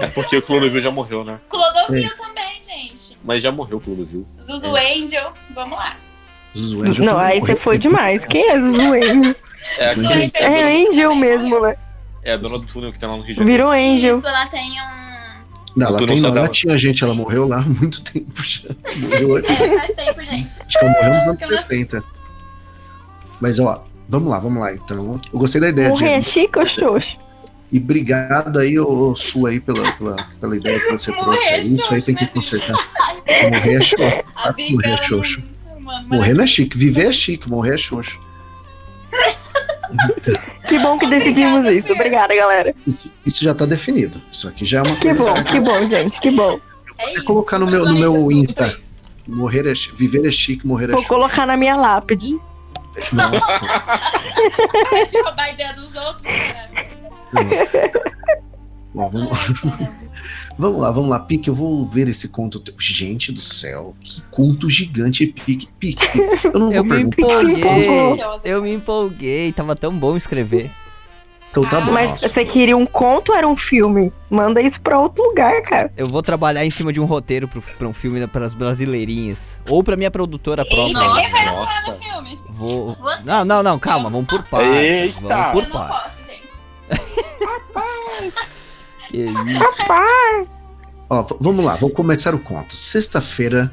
Speaker 6: É porque o Clodovil já morreu, né?
Speaker 7: Clodovil também, gente.
Speaker 6: Mas já morreu o Clodovil.
Speaker 7: Zuzu Angel, vamos lá.
Speaker 2: Zuzu Angel
Speaker 4: Não,
Speaker 2: também
Speaker 4: aí você
Speaker 2: morreu.
Speaker 4: foi demais. Quem é Zuzu Angel?
Speaker 6: É, aquele-
Speaker 2: Sim.
Speaker 6: é, a dona-
Speaker 4: É Angel mesmo, né?
Speaker 6: é a dona do túnel que tá lá no Rio de Janeiro.
Speaker 4: Virou Angel.
Speaker 7: Isso, ela tem um.
Speaker 2: Não, ela,
Speaker 6: Tu não
Speaker 2: tem,
Speaker 6: sabe
Speaker 2: ela
Speaker 6: ela.
Speaker 2: tinha gente, ela morreu lá há muito tempo já. Morreu antes,
Speaker 7: É, faz tempo, gente.
Speaker 2: acho que ela morreu nos anos
Speaker 7: que eu nasci.
Speaker 2: 70. Mas ó, vamos lá, vamos lá então. Eu gostei da ideia,
Speaker 4: Morrer é
Speaker 2: Diego.
Speaker 4: chique ou xoxo?
Speaker 2: E obrigado aí, ô, ô, Su, aí, pela, pela, pela ideia que você
Speaker 7: Morrer
Speaker 2: trouxe
Speaker 7: é
Speaker 2: aí. Isso aí tem que
Speaker 7: xoxo, né,
Speaker 2: consertar. Morrer é xoxo.
Speaker 7: A
Speaker 2: Ah,
Speaker 7: Bica,
Speaker 2: Morrer é
Speaker 7: ela
Speaker 2: xoxo.
Speaker 7: não- mano,
Speaker 2: Morrer não é chique. Viver é chique, morrer é xoxo.
Speaker 4: Que bom que decidimos
Speaker 7: Obrigada,
Speaker 4: isso.
Speaker 7: Fer.
Speaker 4: Obrigada, galera.
Speaker 2: Isso, isso já tá definido. Isso aqui já é uma
Speaker 4: Que
Speaker 2: coisa.
Speaker 4: bom,
Speaker 2: certa.
Speaker 4: que bom, gente. Que bom.
Speaker 7: É isso.
Speaker 2: colocar no meu- no meu
Speaker 7: Exatamente,
Speaker 2: Insta.
Speaker 7: os dois.
Speaker 2: Morrer é chi- Viver é chique, morrer é
Speaker 4: Vou
Speaker 2: xoxo.
Speaker 4: colocar na minha lápide.
Speaker 2: Nossa.
Speaker 7: Para de roubar a ideia dos outros. cara.
Speaker 2: Bom, vamos Vamos lá, vamos lá, Pique. Eu vou ver esse conto teu. Gente do céu, que conto gigante, Pique. Pique, eu não
Speaker 1: Eu
Speaker 2: vou
Speaker 1: me
Speaker 2: perguntar.
Speaker 1: empolguei.
Speaker 7: Ansiosa.
Speaker 1: Eu me empolguei. Tava tão bom escrever.
Speaker 2: Então tá bom.
Speaker 4: Mas
Speaker 2: nossa.
Speaker 4: você queria um conto ou era um filme? Manda isso pra outro lugar, cara.
Speaker 1: Eu vou trabalhar em cima de um roteiro pro- pra um filme para as brasileirinhas. Ou pra minha produtora própria.
Speaker 7: Eita, quem vai
Speaker 6: Nossa.
Speaker 7: atuar no filme?
Speaker 1: Vou.
Speaker 5: Você.
Speaker 1: Não, não, não, calma, vamos por partes.
Speaker 6: Eita!
Speaker 1: Vamos
Speaker 7: Eu
Speaker 1: por
Speaker 7: não
Speaker 1: partes.
Speaker 7: posso, gente.
Speaker 1: Que isso.
Speaker 2: Ó, v- vamos lá, vou começar o conto. Sexta-feira,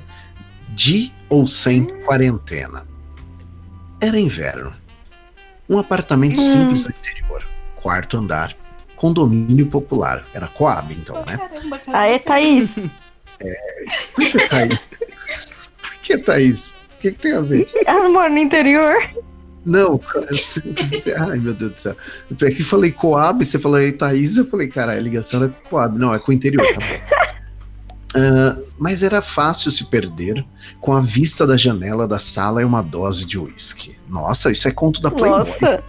Speaker 2: de ou sem quarentena. Era inverno. Um apartamento simples no interior. Quarto andar. Condomínio popular. Era Coab, então, né?
Speaker 7: Caramba, cara.
Speaker 4: Aê, Thaís.
Speaker 2: Por que, Thaís? Por que, Thaís? O que, que tem a ver?
Speaker 4: Ela Ah, mora no interior.
Speaker 2: Não, cara, eu sempre- ai meu Deus do céu. Eu peguei e falei Coab, você falou aí Thaís, eu falei, cara, a ligação não é com Coab, não, é com o interior, tá bom. Ah, mas era fácil se perder com a vista da janela da sala e uma dose de uísque. Nossa, isso é conto da Playboy.
Speaker 4: Nossa.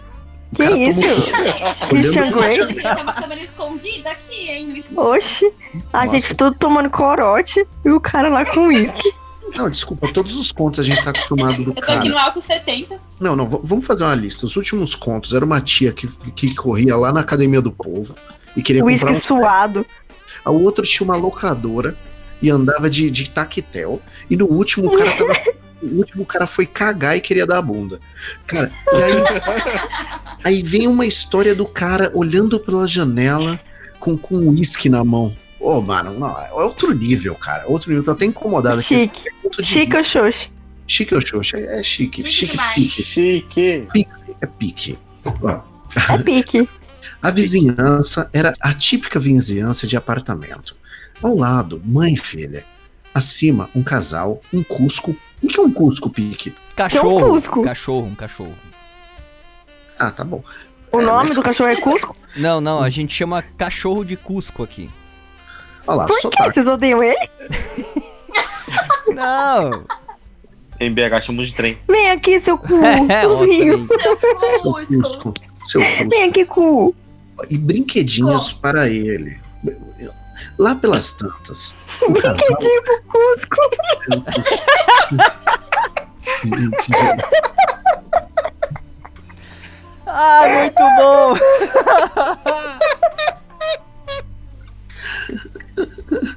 Speaker 2: O
Speaker 4: Que
Speaker 2: cara tomou- um
Speaker 4: isso? Christian
Speaker 2: olhando pra
Speaker 4: Grey?
Speaker 2: janela.
Speaker 7: Ele tá com a câmera escondida aqui, hein? No estúdio.
Speaker 4: Oxi. A
Speaker 2: Nossa.
Speaker 4: gente tudo tomando corote e o cara lá com uísque.
Speaker 2: Não, desculpa, todos os contos a gente tá acostumado do
Speaker 7: Eu tô aqui
Speaker 2: cara.
Speaker 7: no álcool 70.
Speaker 2: Não, não, v- vamos fazer uma lista. Os últimos contos era uma tia que, que corria lá na academia do povo e queria comprar
Speaker 4: Uísque
Speaker 2: um
Speaker 4: suado.
Speaker 2: A outra tinha uma locadora e andava de, de taquetel. E no último o cara tava. O último cara foi cagar e queria dar a bunda. Cara, e aí, aí vem uma história do cara olhando pela janela com com um uísque na mão. Ô, mano, não, é outro nível, cara. Outro nível. Tô até incomodado aqui.
Speaker 4: Chique.
Speaker 2: Esse ponto de-
Speaker 4: Chique ou xoxo?
Speaker 2: Chique ou xoxa? É é chique.
Speaker 5: Chique
Speaker 2: Chique,
Speaker 5: demais.
Speaker 2: chique.
Speaker 6: Chique!
Speaker 2: É pique.
Speaker 4: É pique.
Speaker 2: A vizinhança era a típica vizinhança de apartamento. Ao lado, mãe e filha. Acima, um casal, um cusco. O que é um cusco, Pique?
Speaker 4: Que é um
Speaker 1: Cachorro.
Speaker 4: cusco.
Speaker 1: cachorro, um cachorro.
Speaker 2: Ah, tá bom.
Speaker 4: O
Speaker 2: É,
Speaker 4: nome
Speaker 2: mas-
Speaker 4: do cachorro é Cusco?
Speaker 1: Não, não, a gente chama cachorro de Cusco aqui.
Speaker 2: Olha lá, tá.
Speaker 4: Por que
Speaker 2: sotaque.
Speaker 4: vocês odeiam ele?
Speaker 1: Não!
Speaker 6: Em BH chamamos de trem.
Speaker 4: Vem aqui, seu cu.
Speaker 1: É, ó,
Speaker 4: Cozinho.
Speaker 1: trem.
Speaker 5: é um
Speaker 2: Seu
Speaker 5: Cusco.
Speaker 2: cusco. Seu cusco.
Speaker 4: Vem aqui, cu.
Speaker 2: E brinquedinhos para ele. Lá pelas tantas. O casal. cusco.
Speaker 1: Ah, muito bom!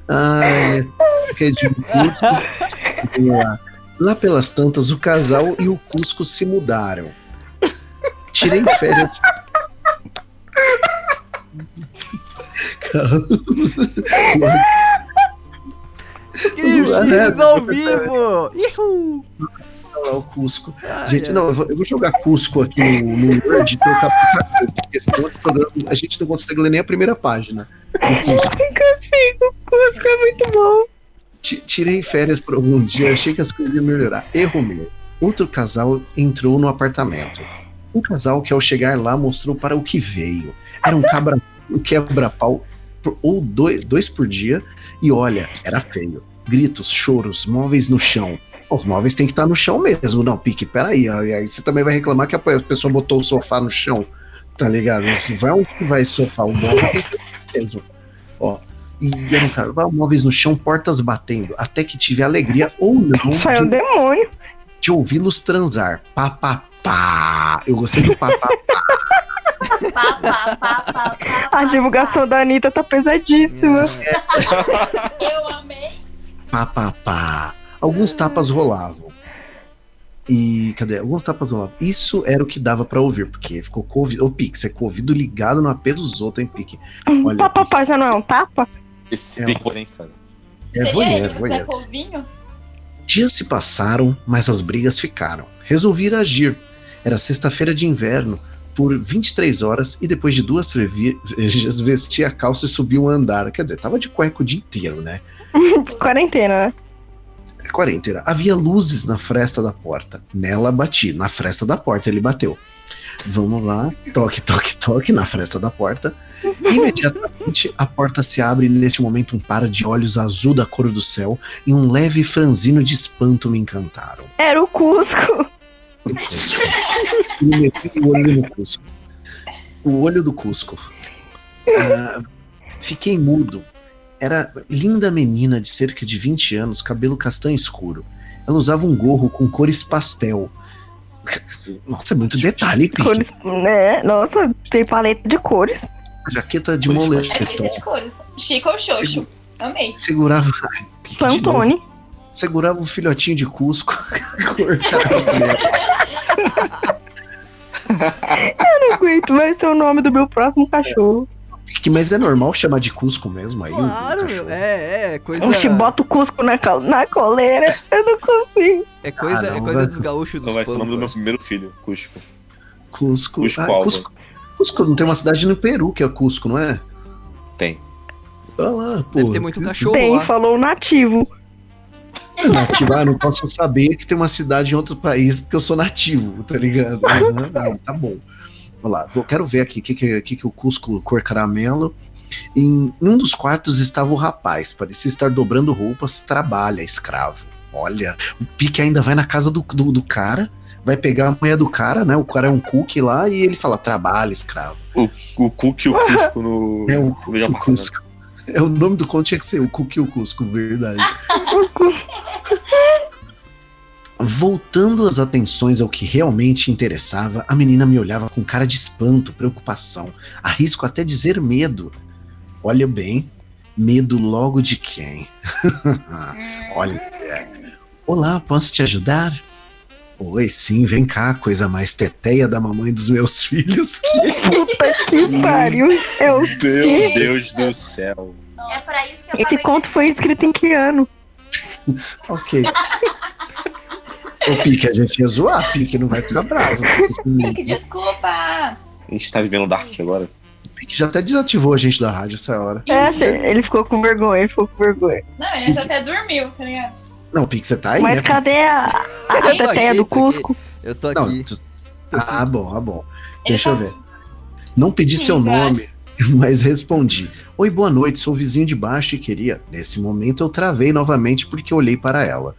Speaker 2: Ai, que é de Cusco. Vamos lá. Lá pelas tantas, o casal e o Cusco se mudaram. Tirei férias. Calma.
Speaker 1: Cris, ao vivo! Ihu!
Speaker 2: Olha lá o Cusco.
Speaker 1: Ai,
Speaker 2: Gente,
Speaker 4: é.
Speaker 1: ai.
Speaker 2: não, eu vou, eu vou jogar Cusco aqui no, no Word então e trocar por Cusco, porque esse outro programa a gente não consegue ler nem a primeira página.
Speaker 4: Cusco é muito bom.
Speaker 2: Ti- Tirei férias por algum dia, achei que as coisas iam melhorar. Erro meu. Outro casal entrou no apartamento. Um casal que ao chegar lá mostrou para o que veio. Era um cabra- um quebra-pau por- ou dois, dois por dia e olha, era feio. Gritos, choros, móveis no chão. Os móveis têm que estar no chão mesmo. Não, Pique, peraí. Aí aí você também vai reclamar que a pe- pessoa botou o sofá no chão, tá ligado? Isso Vai onde que vai esse sofá? O móvel tem que estar mesmo. Ó, e eu não quero. vai, Móveis no chão, portas batendo. Até que tive a alegria ou não
Speaker 4: Isso aí é o
Speaker 2: de,
Speaker 4: demônio.
Speaker 2: de ouvi-los transar. Pá, pá, pá. Eu gostei do pá, pá, pá.
Speaker 5: Pá, pá, pá, pá, pá,
Speaker 4: A
Speaker 5: pá,
Speaker 4: divulgação da Anitta tá pesadíssima.
Speaker 5: pá. Eu amei.
Speaker 2: pá, pá, pá. Alguns tapas rolavam. E cadê? Alguns tapas rolavam. Isso era o que dava pra ouvir, porque ficou com o ouvido. Ô, Pique, você é com o ouvido ligado no AP dos outros, hein, Pique? Hum, Olha,
Speaker 4: Pá, pá, pá, já não é um tapa?
Speaker 6: Esse
Speaker 2: É,
Speaker 6: pique, porém, cara.
Speaker 2: é
Speaker 7: Seria
Speaker 2: voyeur,
Speaker 7: ele, Zé
Speaker 2: voyeur.
Speaker 7: Povinho?
Speaker 2: Dias se passaram, mas as brigas ficaram. Resolvi ir agir. Era sexta-feira de inverno, por 23 horas, e depois de duas cervejas, vesti a calça e subi um andar. Quer dizer, tava de cueca o dia inteiro, né?
Speaker 4: Quarentena, né?
Speaker 2: É quarentena. Havia luzes na fresta da porta. Nela bati, na fresta da porta ele bateu. Vamos lá, toque, toque, toque na fresta da porta. Imediatamente a porta se abre e neste momento um par de olhos azul da cor do céu e um leve franzino de espanto me encantaram.
Speaker 4: Era o Cusco.
Speaker 2: Ele meteu o olho no Cusco. O olho do Cusco. Ah, fiquei mudo. Era linda menina de cerca de 20 anos, cabelo castanho escuro. Ela usava um gorro com cores pastel. Nossa, é muito detalhe, Pique.
Speaker 4: Cores, né? Nossa, tem paleta de cores.
Speaker 2: Jaqueta de
Speaker 7: É vida
Speaker 2: moletom.
Speaker 7: de cores. Chico ou Xoxo?
Speaker 2: Segu-
Speaker 7: Amei.
Speaker 2: Segurava. Ai, Pique, de novo.
Speaker 4: Pantone.
Speaker 2: segurava um filhotinho de Cusco. Cortava a mulher.
Speaker 4: Não aguento, vai ser o nome do meu próximo cachorro.
Speaker 2: Pique, Mas é normal chamar de Cusco mesmo aí? o
Speaker 1: Claro,
Speaker 2: cachorro?
Speaker 1: meu. É, é, coisa.
Speaker 4: Oxi, bota o Cusco na, cal- na coleira. Eu não consigo.
Speaker 1: É coisa, é
Speaker 2: Caramba.
Speaker 1: coisa dos gaúchos dos
Speaker 6: Então Ah, vai ser o nome do meu
Speaker 1: povos.
Speaker 6: primeiro filho, Cusco.
Speaker 2: Cusco.
Speaker 6: Cusco
Speaker 2: Ah,
Speaker 6: Alba.
Speaker 2: Cusco. Cusco, não tem uma cidade no Peru que é Cusco, não é?
Speaker 6: Tem.
Speaker 2: Olha lá, pô.
Speaker 1: Deve ter muito cachorro
Speaker 4: Tem,
Speaker 1: lá.
Speaker 4: falou o nativo.
Speaker 2: Nativo, ah, não posso saber que tem uma cidade em outro país porque eu sou nativo, tá ligado? Ah, não, tá bom. Vamos lá, vou- quero ver aqui o que, que, que, que o Cusco cor caramelo. Em, em um dos quartos estava o rapaz, parecia estar dobrando roupas, trabalha, escravo. Olha, o Pique ainda vai na casa do, do, do cara, vai pegar a mulher do cara, né? O cara é um cookie lá e ele fala, trabalha, escravo.
Speaker 6: O Cook e o
Speaker 7: Ah.
Speaker 6: Cusco no.
Speaker 2: É o
Speaker 6: no mesmo
Speaker 2: O
Speaker 6: apartamento.
Speaker 2: Cusco. É, o nome do conto tinha que ser o Cookie e o Cusco, verdade. Voltando as atenções ao que realmente interessava, a menina me olhava com cara de espanto, preocupação, arrisco até dizer medo. Olha bem, medo logo de quem? Olha. é. Olá, posso te ajudar? Oi, sim, vem cá, coisa mais teteia da mamãe dos meus filhos.
Speaker 4: Puta que pariu. É Eu,
Speaker 6: Meu Deus do céu.
Speaker 5: É pra isso que eu
Speaker 4: esse
Speaker 5: paguei.
Speaker 4: conto foi escrito em que ano?
Speaker 2: Ok. Ô, Pique, a gente ia zoar, Pique, não vai ficar bravo.
Speaker 7: Pique, desculpa.
Speaker 6: A gente tá vivendo Dark agora.
Speaker 2: Pique já até desativou a gente da rádio essa hora.
Speaker 4: É, ele ficou com vergonha, ele ficou com vergonha.
Speaker 7: Não, ele já até dormiu, tá ligado?
Speaker 2: Não, Pique, você tá aí,
Speaker 4: Mas
Speaker 2: né?
Speaker 4: cadê a, a
Speaker 1: Eu tô
Speaker 4: teteia
Speaker 1: aqui,
Speaker 4: do
Speaker 1: tô aqui.
Speaker 4: Cusco?
Speaker 1: Eu tô
Speaker 2: Pique? Não,
Speaker 1: aqui.
Speaker 2: tu-
Speaker 1: Tô aqui. tá
Speaker 2: Ah, bom, ah, bom. Deixa eu
Speaker 7: Ele
Speaker 2: ver. Não pedi seu
Speaker 7: Sim,
Speaker 2: nome, mas respondi. Oi, boa noite, sou o vizinho de baixo e queria. Nesse momento eu travei novamente porque olhei para ela.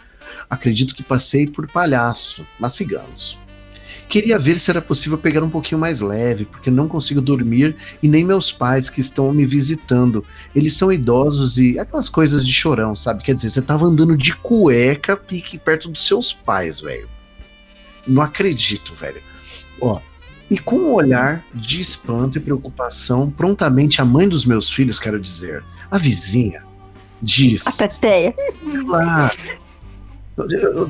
Speaker 2: Acredito que passei por palhaço, mas sigamos. Queria ver se era possível pegar um pouquinho mais leve, porque não consigo dormir e nem meus pais que estão me visitando. Eles são idosos e aquelas coisas de chorão, sabe? Quer dizer, você tava andando de cueca, pique perto dos seus pais, velho. Não acredito, velho. Ó, e com um olhar de espanto e preocupação, prontamente a mãe dos meus filhos, quero dizer, a vizinha,
Speaker 4: A
Speaker 2: diz:
Speaker 4: teteia.
Speaker 2: Claro.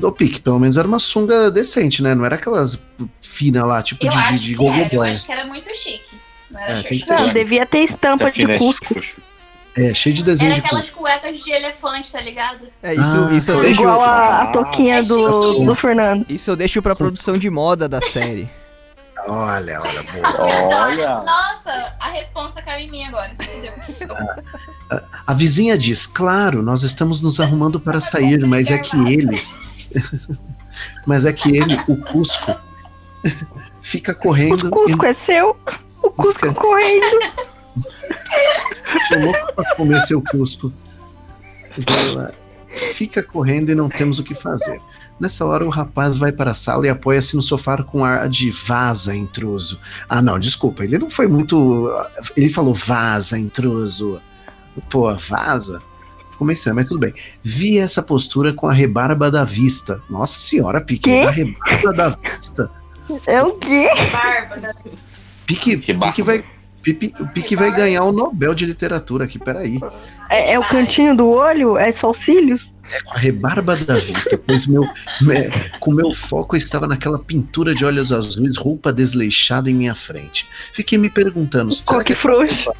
Speaker 2: O pique, pelo menos era uma sunga decente, né? Não era aquelas finas lá, tipo
Speaker 7: Eu
Speaker 2: de,
Speaker 7: acho
Speaker 2: de, de
Speaker 7: que era, eu
Speaker 2: gogoboy.
Speaker 7: acho que era muito chique. Não
Speaker 2: É,
Speaker 7: era Xoxo.
Speaker 2: tem que ser
Speaker 4: Não, devia ter estampa
Speaker 6: Tá
Speaker 4: de
Speaker 6: finesse,
Speaker 4: Cusco.
Speaker 6: Cusco.
Speaker 2: É, cheio de desenho
Speaker 5: Era
Speaker 2: de cu.
Speaker 5: aquelas cuecas de elefante, tá ligado?
Speaker 1: É, isso,
Speaker 2: Ah,
Speaker 1: isso eu deixo.
Speaker 4: Igual a, a
Speaker 6: Ah,
Speaker 4: toquinha
Speaker 5: é
Speaker 4: do,
Speaker 2: assim,
Speaker 5: chique.
Speaker 4: do Fernando.
Speaker 1: Isso eu deixo pra produção de moda da série.
Speaker 2: Olha, olha, boa.
Speaker 6: Olha!
Speaker 7: Nossa, a responsa caiu em mim agora. entendeu?
Speaker 2: A vizinha diz: Claro, nós estamos nos arrumando para sair, mas é que ele. mas é que ele, o Cusco, fica correndo
Speaker 4: O Cusco é seu? O Cusco
Speaker 2: Esquece.
Speaker 4: correndo.
Speaker 2: e tô louco para comer seu Cusco. Ela fica correndo e não temos o que fazer. Nessa hora, o rapaz vai para a sala e apoia-se no sofá com ar de vaza, intruso. Ah, não, desculpa, ele não foi muito. Ele falou vaza, intruso. Pô, vaza? Ficou meio estranho, mas tudo bem. Vi essa postura com a rebarba da vista. Nossa senhora, Pique,
Speaker 4: Quê?
Speaker 2: a rebarba da vista.
Speaker 4: É o quê?
Speaker 7: Bárbara.
Speaker 2: Pique,
Speaker 6: Que
Speaker 2: Pique
Speaker 6: barba.
Speaker 2: vai. Pipe- o Pique vai ganhar o Nobel de Literatura aqui, peraí.
Speaker 4: É, é o cantinho do olho? É só os cílios?
Speaker 2: com a rebarba da vista, pois meu, me- com meu foco estava naquela pintura de olhos azuis, roupa desleixada em minha frente. Fiquei me perguntando, será que,
Speaker 4: Coque é frouxo.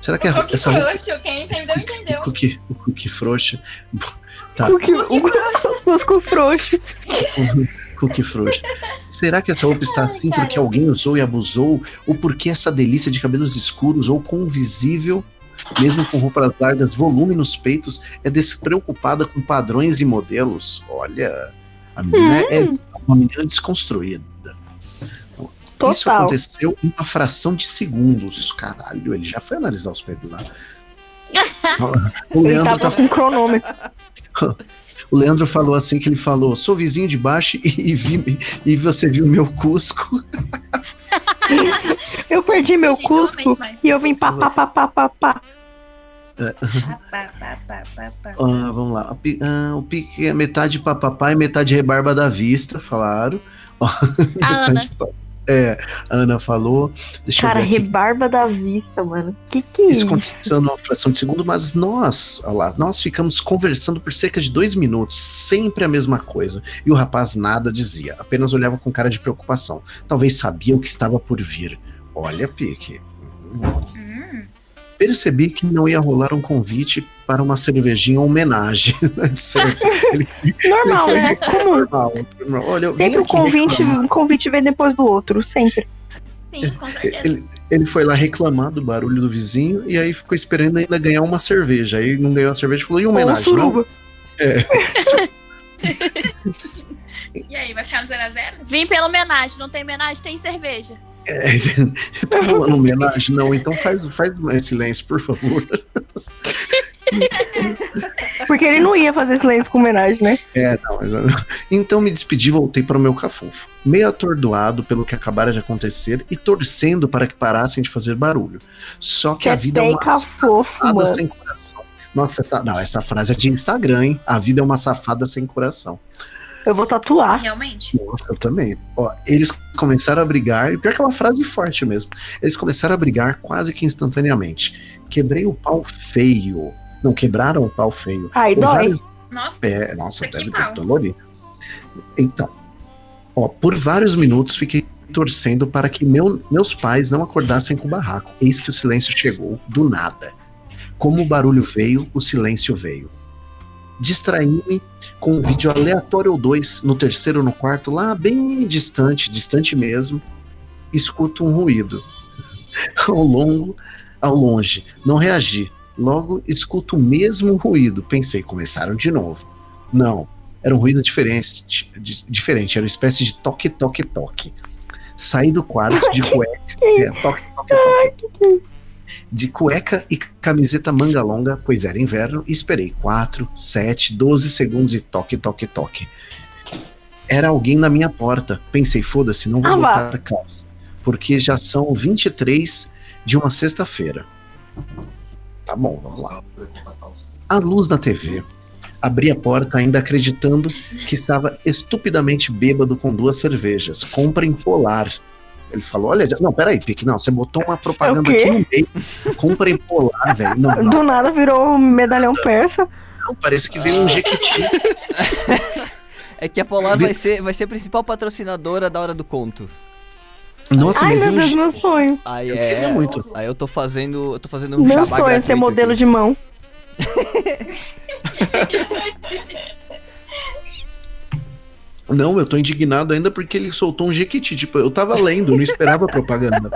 Speaker 2: será que a-
Speaker 7: O que
Speaker 2: É, essa roupa
Speaker 7: frouxo, quem entendeu, entendeu.
Speaker 2: cookie, o cookie frouxa, Tá.
Speaker 4: Coque-
Speaker 7: é
Speaker 4: O Cusco é frouxo.
Speaker 2: cookie frouxa, será que essa roupa está assim
Speaker 7: cara.
Speaker 2: porque alguém usou e abusou, ou porque essa delícia de cabelos escuros ou com visível mesmo com roupas largas, volume nos peitos, é despreocupada com padrões e modelos. Olha, a menina é
Speaker 7: Hum.
Speaker 2: uma menina desconstruída. Isso
Speaker 4: Total.
Speaker 2: aconteceu em uma fração de segundos. Caralho, ele já foi analisar os peitos lá. o,
Speaker 4: Ele
Speaker 2: Leandro tá-
Speaker 4: tava com cronômetro.
Speaker 2: o Leandro falou assim que ele falou: sou vizinho de baixo e, e vi- e você viu meu Cusco.
Speaker 4: Eu perdi meu
Speaker 7: Gente, eu amei
Speaker 4: Cusco
Speaker 7: demais.
Speaker 4: e eu vim pá, pá, pá, pá, pá, pá.
Speaker 7: Pá, pá, pá, pá, pá, pá.
Speaker 2: Ah, vamos lá. O pi- ah, o pique é metade papapá e metade rebarba da vista, falaram.
Speaker 10: A Ana.
Speaker 2: Metade pa- É, a Ana falou. Deixa
Speaker 4: Cara,
Speaker 2: eu ver aqui.
Speaker 4: rebarba da vista, mano. Que que é
Speaker 2: Isso
Speaker 4: isso?
Speaker 2: aconteceu numa fração de segundo, mas nós, olha lá, nós ficamos conversando por cerca de dois minutos, sempre a mesma coisa. E o rapaz nada dizia, apenas olhava com cara de preocupação. Talvez sabia o que estava por vir. Olha, Pique.
Speaker 7: Hum,
Speaker 2: Percebi que não ia rolar um convite para uma cervejinha homenagem. né, certo? Ele-
Speaker 4: Normal, né? Comum.
Speaker 2: normal, normal. Olha, eu vim
Speaker 4: Sempre o
Speaker 2: aqui
Speaker 4: convite,
Speaker 2: reclamar.
Speaker 4: um convite vem depois do outro, sempre.
Speaker 7: Sim, com certeza.
Speaker 2: Ele, ele foi lá reclamar do barulho do vizinho e aí ficou esperando ainda ganhar uma cerveja. Aí não ganhou a cerveja e falou: e
Speaker 4: Ou o
Speaker 2: homenagem? Não,
Speaker 4: suruba.
Speaker 7: E aí, vai ficar no 0x0?
Speaker 10: Vim pela homenagem. Não tem homenagem, tem cerveja.
Speaker 2: É, tá rolando homenagem? Não, então faz, faz mais silêncio, por favor.
Speaker 4: Porque ele não ia fazer silêncio com homenagem, né?
Speaker 2: É, não, mas... Então me despedi e voltei para o meu cafufo, meio atordoado pelo que acabara de acontecer e torcendo para que parassem de fazer barulho. Só que a
Speaker 4: Você
Speaker 2: vida é uma
Speaker 4: peca fofo,
Speaker 2: safada
Speaker 4: mano.
Speaker 2: sem coração. Nossa, essa, não, essa frase é de Instagram, hein? A vida é uma safada sem coração.
Speaker 4: Eu vou tatuar.
Speaker 7: Realmente?
Speaker 2: Nossa, eu também. Ó, eles começaram a brigar, e pior que é uma frase forte mesmo. Eles começaram a brigar quase que instantaneamente. Quebrei o pau feio. Não, quebraram o pau feio.
Speaker 4: Aí
Speaker 2: Por
Speaker 4: dói.
Speaker 2: vários-
Speaker 7: Nossa,
Speaker 2: É, nossa,
Speaker 7: Que
Speaker 2: deve ter
Speaker 7: pau.
Speaker 2: dolorido. Então, ó, por vários minutos fiquei torcendo para que meu- meus pais não acordassem com o barraco. Eis que o silêncio chegou do nada. Como o barulho veio, o silêncio veio. Distraí-me com um vídeo aleatório ou dois, no terceiro ou no quarto, lá bem distante, distante mesmo, escuto um ruído. Ao longo, ao longe, não reagi. Logo, escuto o mesmo ruído. Pensei, começaram de novo. Não, era um ruído diferente, di- diferente. era uma espécie de toque, toque, toque. Saí do quarto de cueca. é, toque, toque, toque. De cueca e camiseta manga longa, pois era inverno, e esperei 4, 7, 12 segundos e toque, toque, toque. Era alguém na minha porta. Pensei, foda-se, não vou
Speaker 4: Ah, vá.
Speaker 2: botar calça. Porque já são 23 de uma sexta-feira. Tá bom, vamos lá. A luz na TV. Abri a porta ainda acreditando que estava estupidamente bêbado com duas cervejas. Comprem Polar. Ele falou, olha, não, peraí, Pique, não, você botou uma propaganda
Speaker 4: É o quê?
Speaker 2: aqui no meio. Comprem Polar, velho. Não, não,
Speaker 4: Do nada virou um medalhão persa.
Speaker 2: não, parece que veio um jequiti.
Speaker 1: É que a Polar
Speaker 2: Vi-
Speaker 1: vai ser, vai ser a principal patrocinadora da Hora do Conto.
Speaker 2: Nossa,
Speaker 4: Ai,
Speaker 2: me veio
Speaker 4: meu
Speaker 2: um
Speaker 4: Deus,
Speaker 2: jequiti.
Speaker 4: meu sonho.
Speaker 1: Aí
Speaker 2: queria
Speaker 1: é.
Speaker 2: muito.
Speaker 1: Aí eu tô fazendo. Eu tô fazendo um
Speaker 4: Meu
Speaker 1: jabá
Speaker 4: sonho é
Speaker 1: gratuito
Speaker 4: ser modelo
Speaker 1: aqui.
Speaker 4: de mão.
Speaker 2: Não, eu tô indignado ainda porque ele soltou um jequiti. Tipo, eu tava lendo, não esperava propaganda.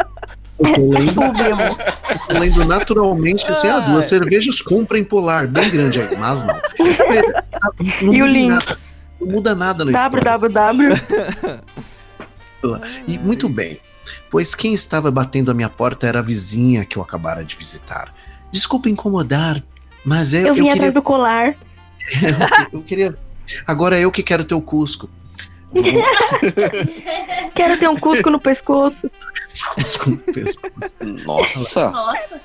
Speaker 2: Eu tô
Speaker 4: É, tipo,
Speaker 2: lendo, tô lendo naturalmente, assim, ah, duas cervejas, comprem polar, bem grande aí, mas não. Não
Speaker 4: E o
Speaker 2: muda em
Speaker 4: link?
Speaker 2: nada, não muda nada na história.
Speaker 4: www.
Speaker 2: E muito bem, pois quem estava batendo a minha porta era a vizinha que eu acabara de visitar. Desculpa incomodar, mas é, eu,
Speaker 4: Eu, vim
Speaker 2: queria
Speaker 4: atrás do colar.
Speaker 2: Eu queria. Agora é eu que quero teu Cusco.
Speaker 4: Quero ter um cusco no pescoço.
Speaker 2: Cusco no pescoço.
Speaker 6: Nossa!
Speaker 5: Nossa.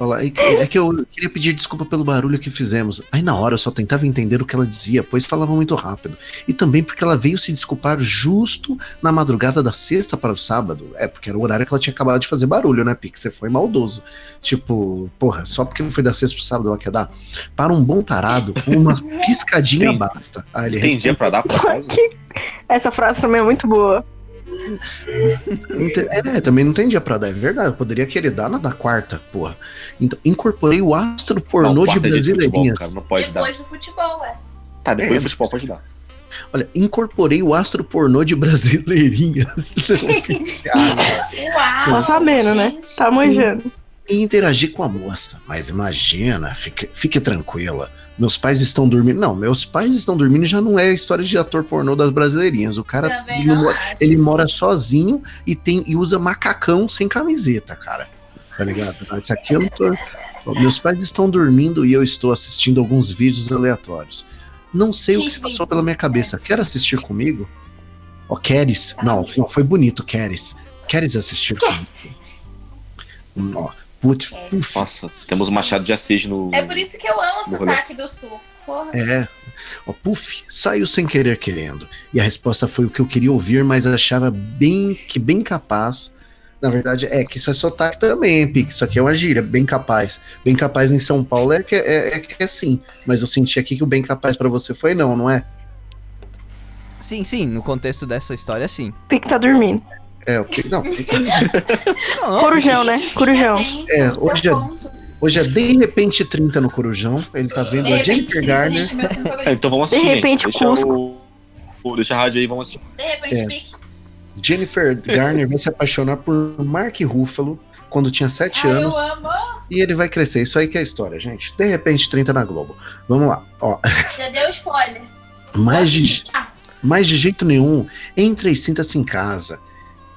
Speaker 2: Olha lá, é que- é que eu queria pedir desculpa pelo barulho que fizemos. Aí na hora eu só tentava entender o que ela dizia, pois falava muito rápido. E também porque ela veio se desculpar justo na madrugada da sexta para o sábado. É, porque era o horário que ela tinha acabado de fazer barulho, né, Pique? Você foi maldoso. Tipo, porra, só porque foi da sexta para o sábado ela quer dar? Para um bom tarado, uma piscadinha
Speaker 6: Tem-
Speaker 2: basta. Aí ele
Speaker 6: Tem dia pra dar por acaso?
Speaker 4: Essa frase também é muito boa.
Speaker 2: Ente- É, também não tem dia pra dar, é verdade. Eu poderia querer dar na da quarta, porra. Então, incorporei o astro pornô
Speaker 6: Não,
Speaker 2: de
Speaker 6: quarta é dia futebol,
Speaker 2: brasileirinhas.
Speaker 6: cara, não pode dar.
Speaker 7: Depois do futebol, ué.
Speaker 6: Tá, depois do futebol pode dar.
Speaker 2: Olha, incorporei o astro pornô de brasileirinhas.
Speaker 7: Uau!
Speaker 4: tá sabendo, né?
Speaker 7: gente.
Speaker 4: Tá manjando.
Speaker 2: e interagi com a moça. Mas imagina, fique, fique tranquila. Meus pais estão dormindo. Não, meus pais estão dormindo já não é a história de ator pornô das brasileirinhas. O cara
Speaker 7: Também
Speaker 2: não
Speaker 7: não
Speaker 2: mora-
Speaker 7: acho.
Speaker 2: ele mora sozinho e tem e usa macacão sem camiseta, cara. Tá ligado? Isso aqui eu não tô. Ó, Meus pais estão dormindo e eu estou assistindo alguns vídeos aleatórios. Não sei o que
Speaker 7: Gente,
Speaker 2: se passou pela minha cabeça. Quer assistir comigo? Ó, queres? Não, não, foi bonito, queres. Queres assistir comigo? Ó, putz, puf,
Speaker 6: Nossa, temos o Machado de Assis no.
Speaker 7: É por isso que eu amo o
Speaker 6: Vou rolar.
Speaker 7: sotaque do sul. Porra.
Speaker 2: É. Ó, puf, saiu sem querer querendo. E a resposta foi o que eu queria ouvir, mas achava bem que bem capaz. Na verdade, é que isso é sotaque também, Pique. Isso aqui é uma gíria, bem capaz. Bem capaz em São Paulo é que é, é, que é sim. Mas eu senti aqui que o bem capaz pra você foi não, não é?
Speaker 1: Sim, sim, no contexto dessa história, sim.
Speaker 4: Pique tá dormindo.
Speaker 2: É, o que. Não,
Speaker 1: Não, não,
Speaker 4: Corujão, né? Corujão.
Speaker 2: É, hoje é-
Speaker 7: hoje ponto.
Speaker 2: hoje é de repente 30 no Corujão. Ele tá vendo a
Speaker 7: De repente,
Speaker 2: Jennifer
Speaker 7: sim,
Speaker 2: Garner.
Speaker 7: gente, meu filme
Speaker 6: É,
Speaker 7: favorito.
Speaker 6: então vamos assistir,
Speaker 4: De
Speaker 6: gente.
Speaker 4: repente,
Speaker 6: deixa o... o- Deixa a rádio aí, vamos assistir.
Speaker 7: De
Speaker 2: é,
Speaker 7: repente, pique.
Speaker 2: Jennifer Garner vai se apaixonar por Mark Ruffalo quando tinha 7
Speaker 7: Ai,
Speaker 2: anos.
Speaker 7: Ah, eu amo.
Speaker 2: E ele vai crescer. Isso aí que é a história, gente. De repente, 30 na Globo. Vamos lá. Ó,
Speaker 7: Já deu spoiler.
Speaker 2: mais de,
Speaker 7: Ah,
Speaker 2: mais de jeito nenhum. Entre e sinta-se em casa.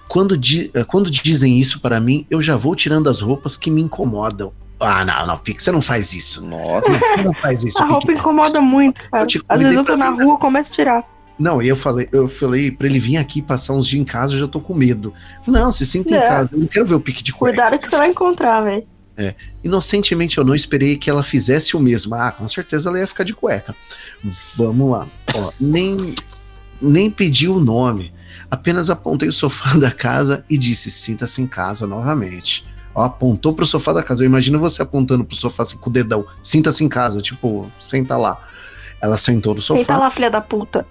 Speaker 2: Quando, di- eh, quando dizem isso pra mim, eu já vou tirando as roupas que me incomodam. Ah, não, não, Pique, você não faz isso.
Speaker 6: Nossa.
Speaker 2: Não, você não faz isso.
Speaker 4: A roupa
Speaker 2: Pique.
Speaker 4: incomoda muito, cara.
Speaker 2: Eu te
Speaker 4: Às vezes
Speaker 2: convidei
Speaker 4: eu tô
Speaker 2: pra
Speaker 4: na
Speaker 2: vir, né?
Speaker 4: rua, começo a tirar.
Speaker 2: Não, e eu falei, eu falei pra ele vir aqui passar uns dias em casa, eu já tô com medo. Eu falei, não, se sinta em
Speaker 4: É.
Speaker 2: casa, eu não quero ver o pique de cueca.
Speaker 4: Cuidado que você vai encontrar, velho.
Speaker 2: Inocentemente eu não esperei que ela fizesse o mesmo. Ah, com certeza ela ia ficar de cueca. Vamos lá. Ó, nem, nem pedi o nome. Apenas apontei o sofá da casa e disse: sinta-se em casa novamente. Ó, apontou pro sofá da casa. Eu imagino você apontando pro sofá assim, com o dedão. Sinta-se em casa, tipo, senta lá. Ela sentou no
Speaker 4: Quem tá
Speaker 2: sofá,
Speaker 4: lá, filha da puta?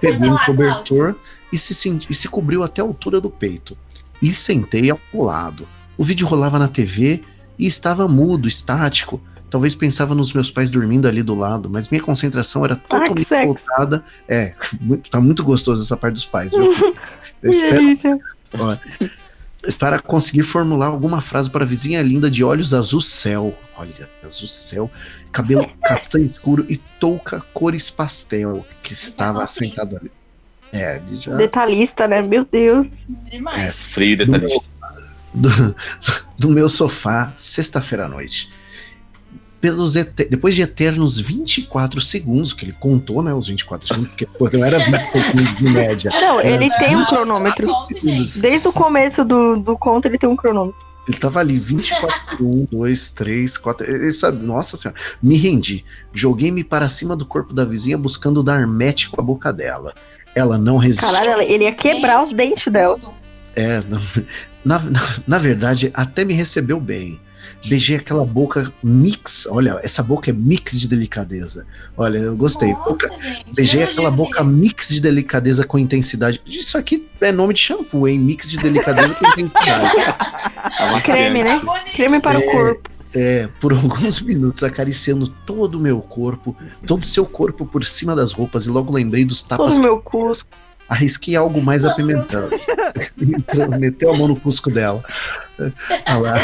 Speaker 2: pegou um
Speaker 7: Senta lá,
Speaker 2: cobertor e se, senti- e se cobriu até a altura do peito. E sentei ao lado. O vídeo rolava na TV e estava mudo, estático. Talvez pensava nos meus pais dormindo ali do lado, mas minha concentração era totalmente
Speaker 4: sexo.
Speaker 2: voltada. É, muito- tá muito gostoso essa parte dos pais, viu? Eu
Speaker 4: Que
Speaker 2: espero-
Speaker 4: delícia.
Speaker 2: para conseguir formular alguma frase para a vizinha linda de olhos azul céu. Olha, azul céu, cabelo castanho escuro e touca cores pastel que estava sentada ali. É, ele já
Speaker 4: Detalhista, né? Meu Deus.
Speaker 7: demais.
Speaker 6: É Frio e detalhista.
Speaker 2: do, do meu sofá, sexta-feira à noite. Pelos ete- depois de eternos 24 segundos, que ele contou, né? Os 24 segundos, porque pô, não era 20 segundos de média.
Speaker 4: Não, ele tem um
Speaker 7: Ah,
Speaker 4: cronômetro.
Speaker 7: tá bom, gente.
Speaker 4: Desde o começo do, do conto, ele tem um cronômetro.
Speaker 2: Ele tava ali, 24, 1, 2, 3, 4. Ele sabe, nossa senhora, me rendi. Joguei-me para cima do corpo da vizinha buscando dar match com a boca dela. Ela não resistiu.
Speaker 4: Caralho, ela- ele ia quebrar os dentes dela.
Speaker 2: É, na, na, na verdade, até me recebeu bem. Beijei aquela boca mix. Olha, essa boca é mix de delicadeza. Olha, eu gostei.
Speaker 7: Nossa,
Speaker 2: Boca-
Speaker 7: gente,
Speaker 2: beijei
Speaker 7: eu
Speaker 2: aquela
Speaker 7: juro
Speaker 2: boca
Speaker 7: que-
Speaker 2: mix de delicadeza com intensidade. Isso aqui é nome de shampoo, hein? Mix de delicadeza com intensidade.
Speaker 4: Creme, né?
Speaker 7: Bonito.
Speaker 4: Creme para o
Speaker 2: É.
Speaker 4: corpo.
Speaker 2: É, por alguns minutos, acariciando todo o meu corpo, todo o seu corpo por cima das roupas, e logo lembrei dos
Speaker 4: Todo
Speaker 2: tapas
Speaker 4: meu cusco.
Speaker 2: Arrisquei algo mais apimentado. Entrou, meteu a mão no cusco dela. Ah lá,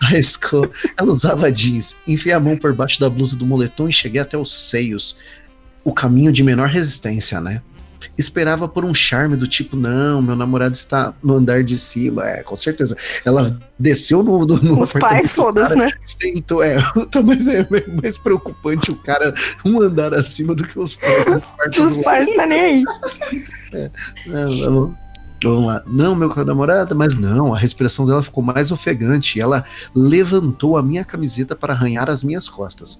Speaker 2: arriscou. Ela usava jeans. Enfiei a mão por baixo da blusa do moletom e cheguei até os seios. O caminho de menor resistência, né? Esperava por um charme do tipo, não, meu namorado está no andar de cima. É, com certeza. Ela desceu no, no, no
Speaker 4: Os pais, foda-se, né?
Speaker 2: Sentou, é, tá mais, é mais preocupante o cara um andar acima do que os pais no quarto do
Speaker 4: Os pais não tá nem aí.
Speaker 2: não, vamos- É, Vamos lá. Não, meu namorada, mas não. A respiração dela ficou mais ofegante. e Ela levantou a minha camiseta para arranhar as minhas costas.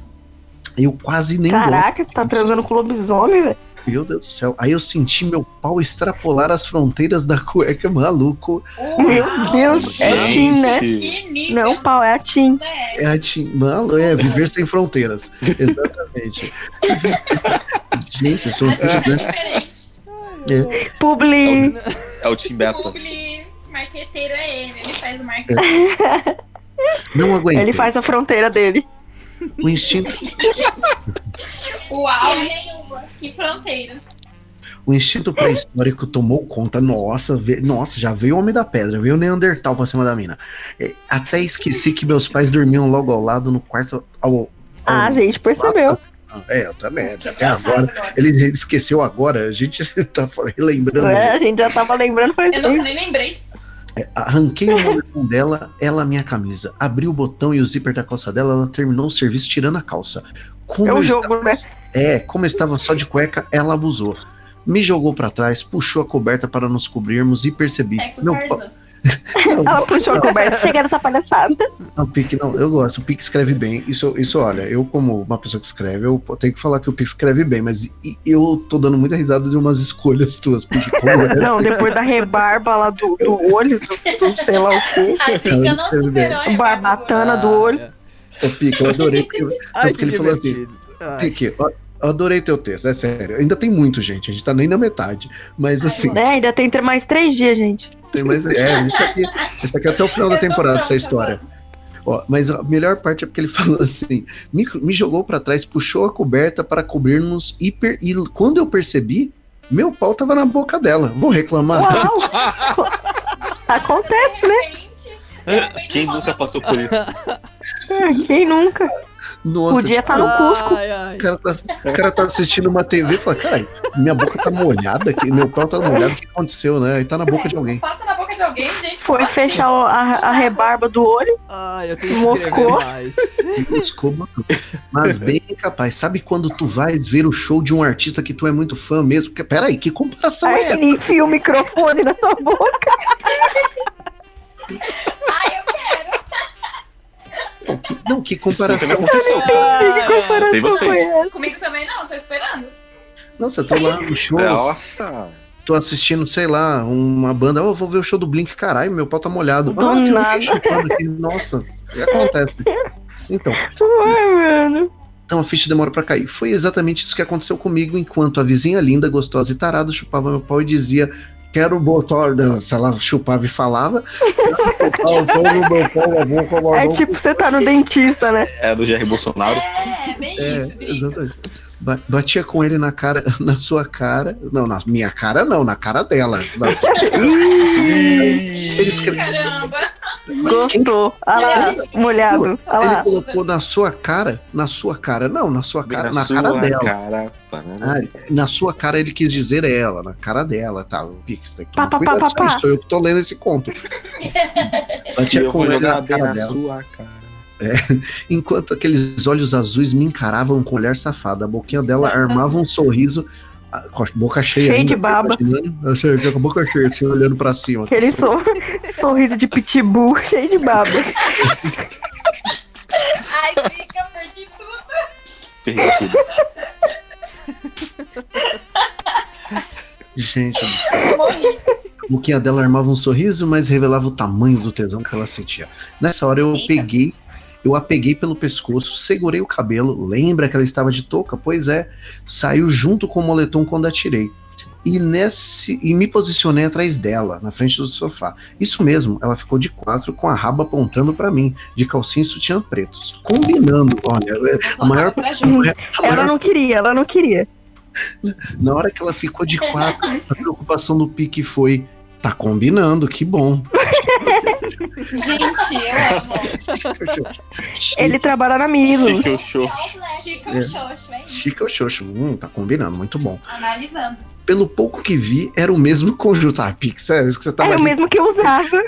Speaker 2: Eu quase nem
Speaker 4: Caraca, tu tá transando com lobisomem, velho?
Speaker 2: Meu Deus do céu. Aí eu senti meu pau extrapolar as fronteiras da cueca, maluco.
Speaker 4: Meu Deus, é Tim, né?
Speaker 7: Que
Speaker 4: Não, pau, é a Tim.
Speaker 2: É, a ti- malu- é viver sem fronteiras. Exatamente. Gente, as fronteiras, né?
Speaker 7: é diferente.
Speaker 2: É.
Speaker 4: Publi.
Speaker 6: É o Team
Speaker 7: O
Speaker 6: Beta.
Speaker 7: publi marqueteiro é ele, ele faz o
Speaker 2: É.
Speaker 7: marketing.
Speaker 2: Não aguentei.
Speaker 4: Ele faz a fronteira dele.
Speaker 2: O instinto
Speaker 7: Uau,
Speaker 5: nenhuma.
Speaker 7: que fronteira.
Speaker 2: O instinto pré-histórico tomou conta. Nossa, ve- nossa, já veio o Homem da Pedra, veio o Neandertal pra cima da mina. É, Até esqueci que meus pais dormiam logo ao lado no quarto. Ao, ao-
Speaker 4: Ah, a gente percebeu.
Speaker 2: É, eu também, até agora. Ele ele esqueceu agora, a gente tá relembrando.
Speaker 4: É, a gente já tava lembrando assim. faz
Speaker 7: Eu
Speaker 4: tempo.
Speaker 7: nunca nem lembrei.
Speaker 2: Arranquei o moletom dela, ela a minha camisa. Abri o botão e o zíper da calça dela, ela terminou o serviço tirando a calça. Como
Speaker 4: É
Speaker 2: eu
Speaker 4: um
Speaker 2: estava
Speaker 4: jogo, né?
Speaker 2: é, como eu estava só de cueca, ela abusou. Me jogou pra trás, puxou a coberta para nos cobrirmos e percebi.
Speaker 7: É com
Speaker 2: Não,
Speaker 7: Tarzan.
Speaker 2: não,
Speaker 4: Ela puxou a coberta. Chega dessa palhaçada.
Speaker 2: não, Pique, não, eu gosto. O Pique escreve bem. Isso, isso, olha, eu, como uma pessoa que escreve, eu tenho que falar que o Pique escreve bem, mas e- eu tô dando muita risada de umas escolhas tuas, Pique. Como é?
Speaker 4: Não, depois da rebarba lá do, do olho, do, do sei lá o quê.
Speaker 7: Assim
Speaker 2: Ela
Speaker 7: que eu não
Speaker 2: escreve bem.
Speaker 4: Um
Speaker 7: superou, é
Speaker 4: Barbatana do
Speaker 1: Ah,
Speaker 4: olho.
Speaker 2: Ô, Pique, eu adorei. Porque, não,
Speaker 1: Ai,
Speaker 2: porque
Speaker 1: que
Speaker 2: ele falou assim:
Speaker 1: divertido. Ai.
Speaker 2: Pique, ó, eu adorei teu texto, é sério. Ainda tem muito, gente. A gente tá nem na metade. Mas assim,
Speaker 4: Né? Ainda tem tre- mais três dias, gente.
Speaker 2: Tem mais. É, isso aqui, isso aqui é até o final da
Speaker 7: Eu tô
Speaker 2: temporada, essa
Speaker 7: pronta,
Speaker 2: história. Ó, mas a melhor parte é porque ele falou assim: me, me jogou pra trás, puxou a coberta para cobrir-nos hiper. E quando eu percebi, meu pau tava na boca dela. Vou reclamar.
Speaker 4: Uau! Acontece, né?
Speaker 6: Quem nunca passou por isso?
Speaker 4: Quem nunca?
Speaker 2: Nossa,
Speaker 4: Podia
Speaker 2: tipo,
Speaker 4: estar no Cusco.
Speaker 1: Ai, ai.
Speaker 2: o, cara tá, o cara tá assistindo uma TV e fala: caralho, minha boca tá molhada aqui, meu pau tá molhado, o que aconteceu, né? E tá na boca de alguém.
Speaker 7: Pata É, na boca de alguém, gente.
Speaker 4: Foi
Speaker 7: como
Speaker 4: fechar o- a, a rebarba do olho.
Speaker 1: Ai, eu tenho que escrever
Speaker 4: Moscou.
Speaker 1: mais.
Speaker 2: Desculpa, mas bem capaz. Sabe quando tu vais ver o show de um artista que tu é muito fã mesmo? Que, peraí, que comparação é
Speaker 4: Aí
Speaker 2: essa?
Speaker 4: ele enfia o microfone na sua boca.
Speaker 2: Não, que
Speaker 6: Isso nunca me
Speaker 2: comparação.
Speaker 6: aconteceu.
Speaker 1: Ai,
Speaker 6: Sei você.
Speaker 7: assim? Comigo também não, tô esperando.
Speaker 2: Nossa, eu tô tá lá no show,
Speaker 6: É, Nossa.
Speaker 2: tô assistindo, sei lá, uma banda. Oh, vou ver o show do Blink, caralho, meu pau tá molhado.
Speaker 4: Do
Speaker 2: Ah, tem alguém
Speaker 4: nada.
Speaker 2: chupando aqui. Nossa, acontece. Então,
Speaker 4: Ai, mano.
Speaker 2: Então a ficha demora pra cair. Foi exatamente isso que aconteceu comigo enquanto a vizinha linda, gostosa e tarada chupava meu pau e dizia: Quero botar. Não, Se ela chupava e falava. "Quero botar o pau no meu pau, na boca, na
Speaker 4: É
Speaker 2: boca."
Speaker 4: tipo você tá no dentista, né?
Speaker 6: É do Jair Bolsonaro.
Speaker 7: É, bem
Speaker 2: É,
Speaker 7: isso, Dri.
Speaker 2: exatamente. Ba- Batia com ele na cara, na sua cara. Não, na minha cara não, na cara dela. Na- ele, escreveu-
Speaker 7: Caramba.
Speaker 4: Gostou. Olha lá, molhado. Olha
Speaker 2: ele
Speaker 4: lá.
Speaker 2: colocou na sua cara, na sua cara, não, na sua cara, na, cara dela.
Speaker 6: cara.
Speaker 2: Ah, na sua cara ele quis dizer ela, na cara dela, tá? O Pix, tem que tomar
Speaker 4: Pá, pá,
Speaker 2: cuidado,
Speaker 4: pá,
Speaker 2: isso
Speaker 4: pá,
Speaker 2: aí,
Speaker 4: pá.
Speaker 2: sou eu que tô lendo esse conto.
Speaker 6: Que
Speaker 2: Batia
Speaker 6: eu
Speaker 2: com
Speaker 6: vou
Speaker 2: ele
Speaker 6: jogar
Speaker 2: na
Speaker 6: bem
Speaker 2: cara
Speaker 6: na
Speaker 2: dela.
Speaker 6: sua cara.
Speaker 2: Enquanto aqueles olhos azuis me encaravam com olhar safado, a boquinha dela
Speaker 7: Safado.
Speaker 2: armava um sorriso, a- com a boca cheia.
Speaker 4: Cheio
Speaker 2: ainda,
Speaker 4: de baba.
Speaker 2: imaginando. Eu sei, com a boca cheia, assim, olhando pra cima.
Speaker 4: Aquele sor- sorriso de pitbull cheio de baba.
Speaker 7: Ai, fica perdido.
Speaker 6: Perdi tudo.
Speaker 2: Gente, do céu. a boquinha dela armava um sorriso, mas revelava o tamanho do tesão que ela sentia. Nessa hora eu
Speaker 7: Eita.
Speaker 2: peguei, eu a peguei pelo pescoço, segurei o cabelo. Lembra que ela estava de touca? Pois é, saiu junto com o moletom quando atirei. E nesse e me posicionei atrás dela, na frente do sofá. Isso mesmo, ela ficou de quatro com a raba apontando pra mim, de calcinha e sutiã pretos, combinando. Olha, é, a maior
Speaker 7: Pra junto.
Speaker 2: a maior
Speaker 4: Ela não queria, ela não queria.
Speaker 2: Na hora que ela ficou de quatro, a preocupação do Pique foi: tá combinando, que bom.
Speaker 7: Gente, eu amo.
Speaker 4: Ele trabalha na Milo.
Speaker 6: Chique o show.
Speaker 7: Chica um
Speaker 2: É.
Speaker 7: xoxo, hein?
Speaker 2: Chica ou Xoxo? Hum, tá combinando, muito bom.
Speaker 7: Analisando.
Speaker 2: Pelo pouco que vi, era o mesmo conjunto. Ah, Pique, sério, isso que você tava,
Speaker 4: Era o mesmo que eu usava.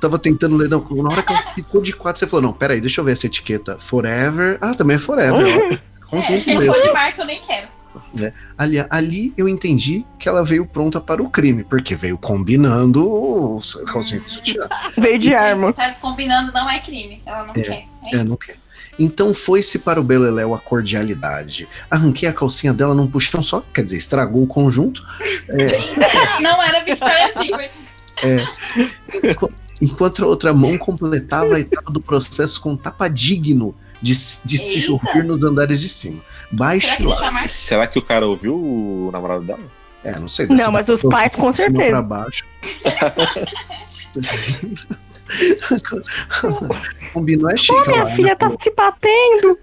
Speaker 2: tava tentando ler. Não, na hora que ela ficou de quatro, você falou: não, peraí, deixa eu ver essa etiqueta. Forever. Ah, também é Forever. ó.
Speaker 7: É,
Speaker 2: Conjunto
Speaker 7: se não
Speaker 2: mesmo.
Speaker 7: for de marca, eu nem quero.
Speaker 2: Ali, ali eu entendi que ela veio pronta para o crime, porque veio combinando o calcinha com sutiã.
Speaker 4: Veio de arma.
Speaker 7: Se tá descombinando, não é crime. Ela não
Speaker 2: É.
Speaker 7: quer. É
Speaker 2: É,
Speaker 7: isso.
Speaker 2: não quer. Então foi-se para o Beleléu a cordialidade. Arranquei a calcinha dela num puxão só, quer dizer, estragou o conjunto.
Speaker 7: Não era Victoria's Secret.
Speaker 2: enqu- Enquanto a outra mão completava a etapa do processo com um tapa digno de, s- de se
Speaker 7: Eita.
Speaker 2: ouvir nos andares de cima.
Speaker 7: Será
Speaker 2: Baixo
Speaker 7: que
Speaker 2: e
Speaker 7: ele
Speaker 2: lá.
Speaker 7: chama
Speaker 6: Será que o cara ouviu o namorado dela?
Speaker 2: É, não sei.
Speaker 4: Não,
Speaker 2: dessa-
Speaker 4: mas os pais, com
Speaker 2: de cima
Speaker 4: certeza.
Speaker 2: Pra baixo. Combinou é chique.
Speaker 4: Ô, minha
Speaker 2: lá, né?
Speaker 4: filha tá se batendo.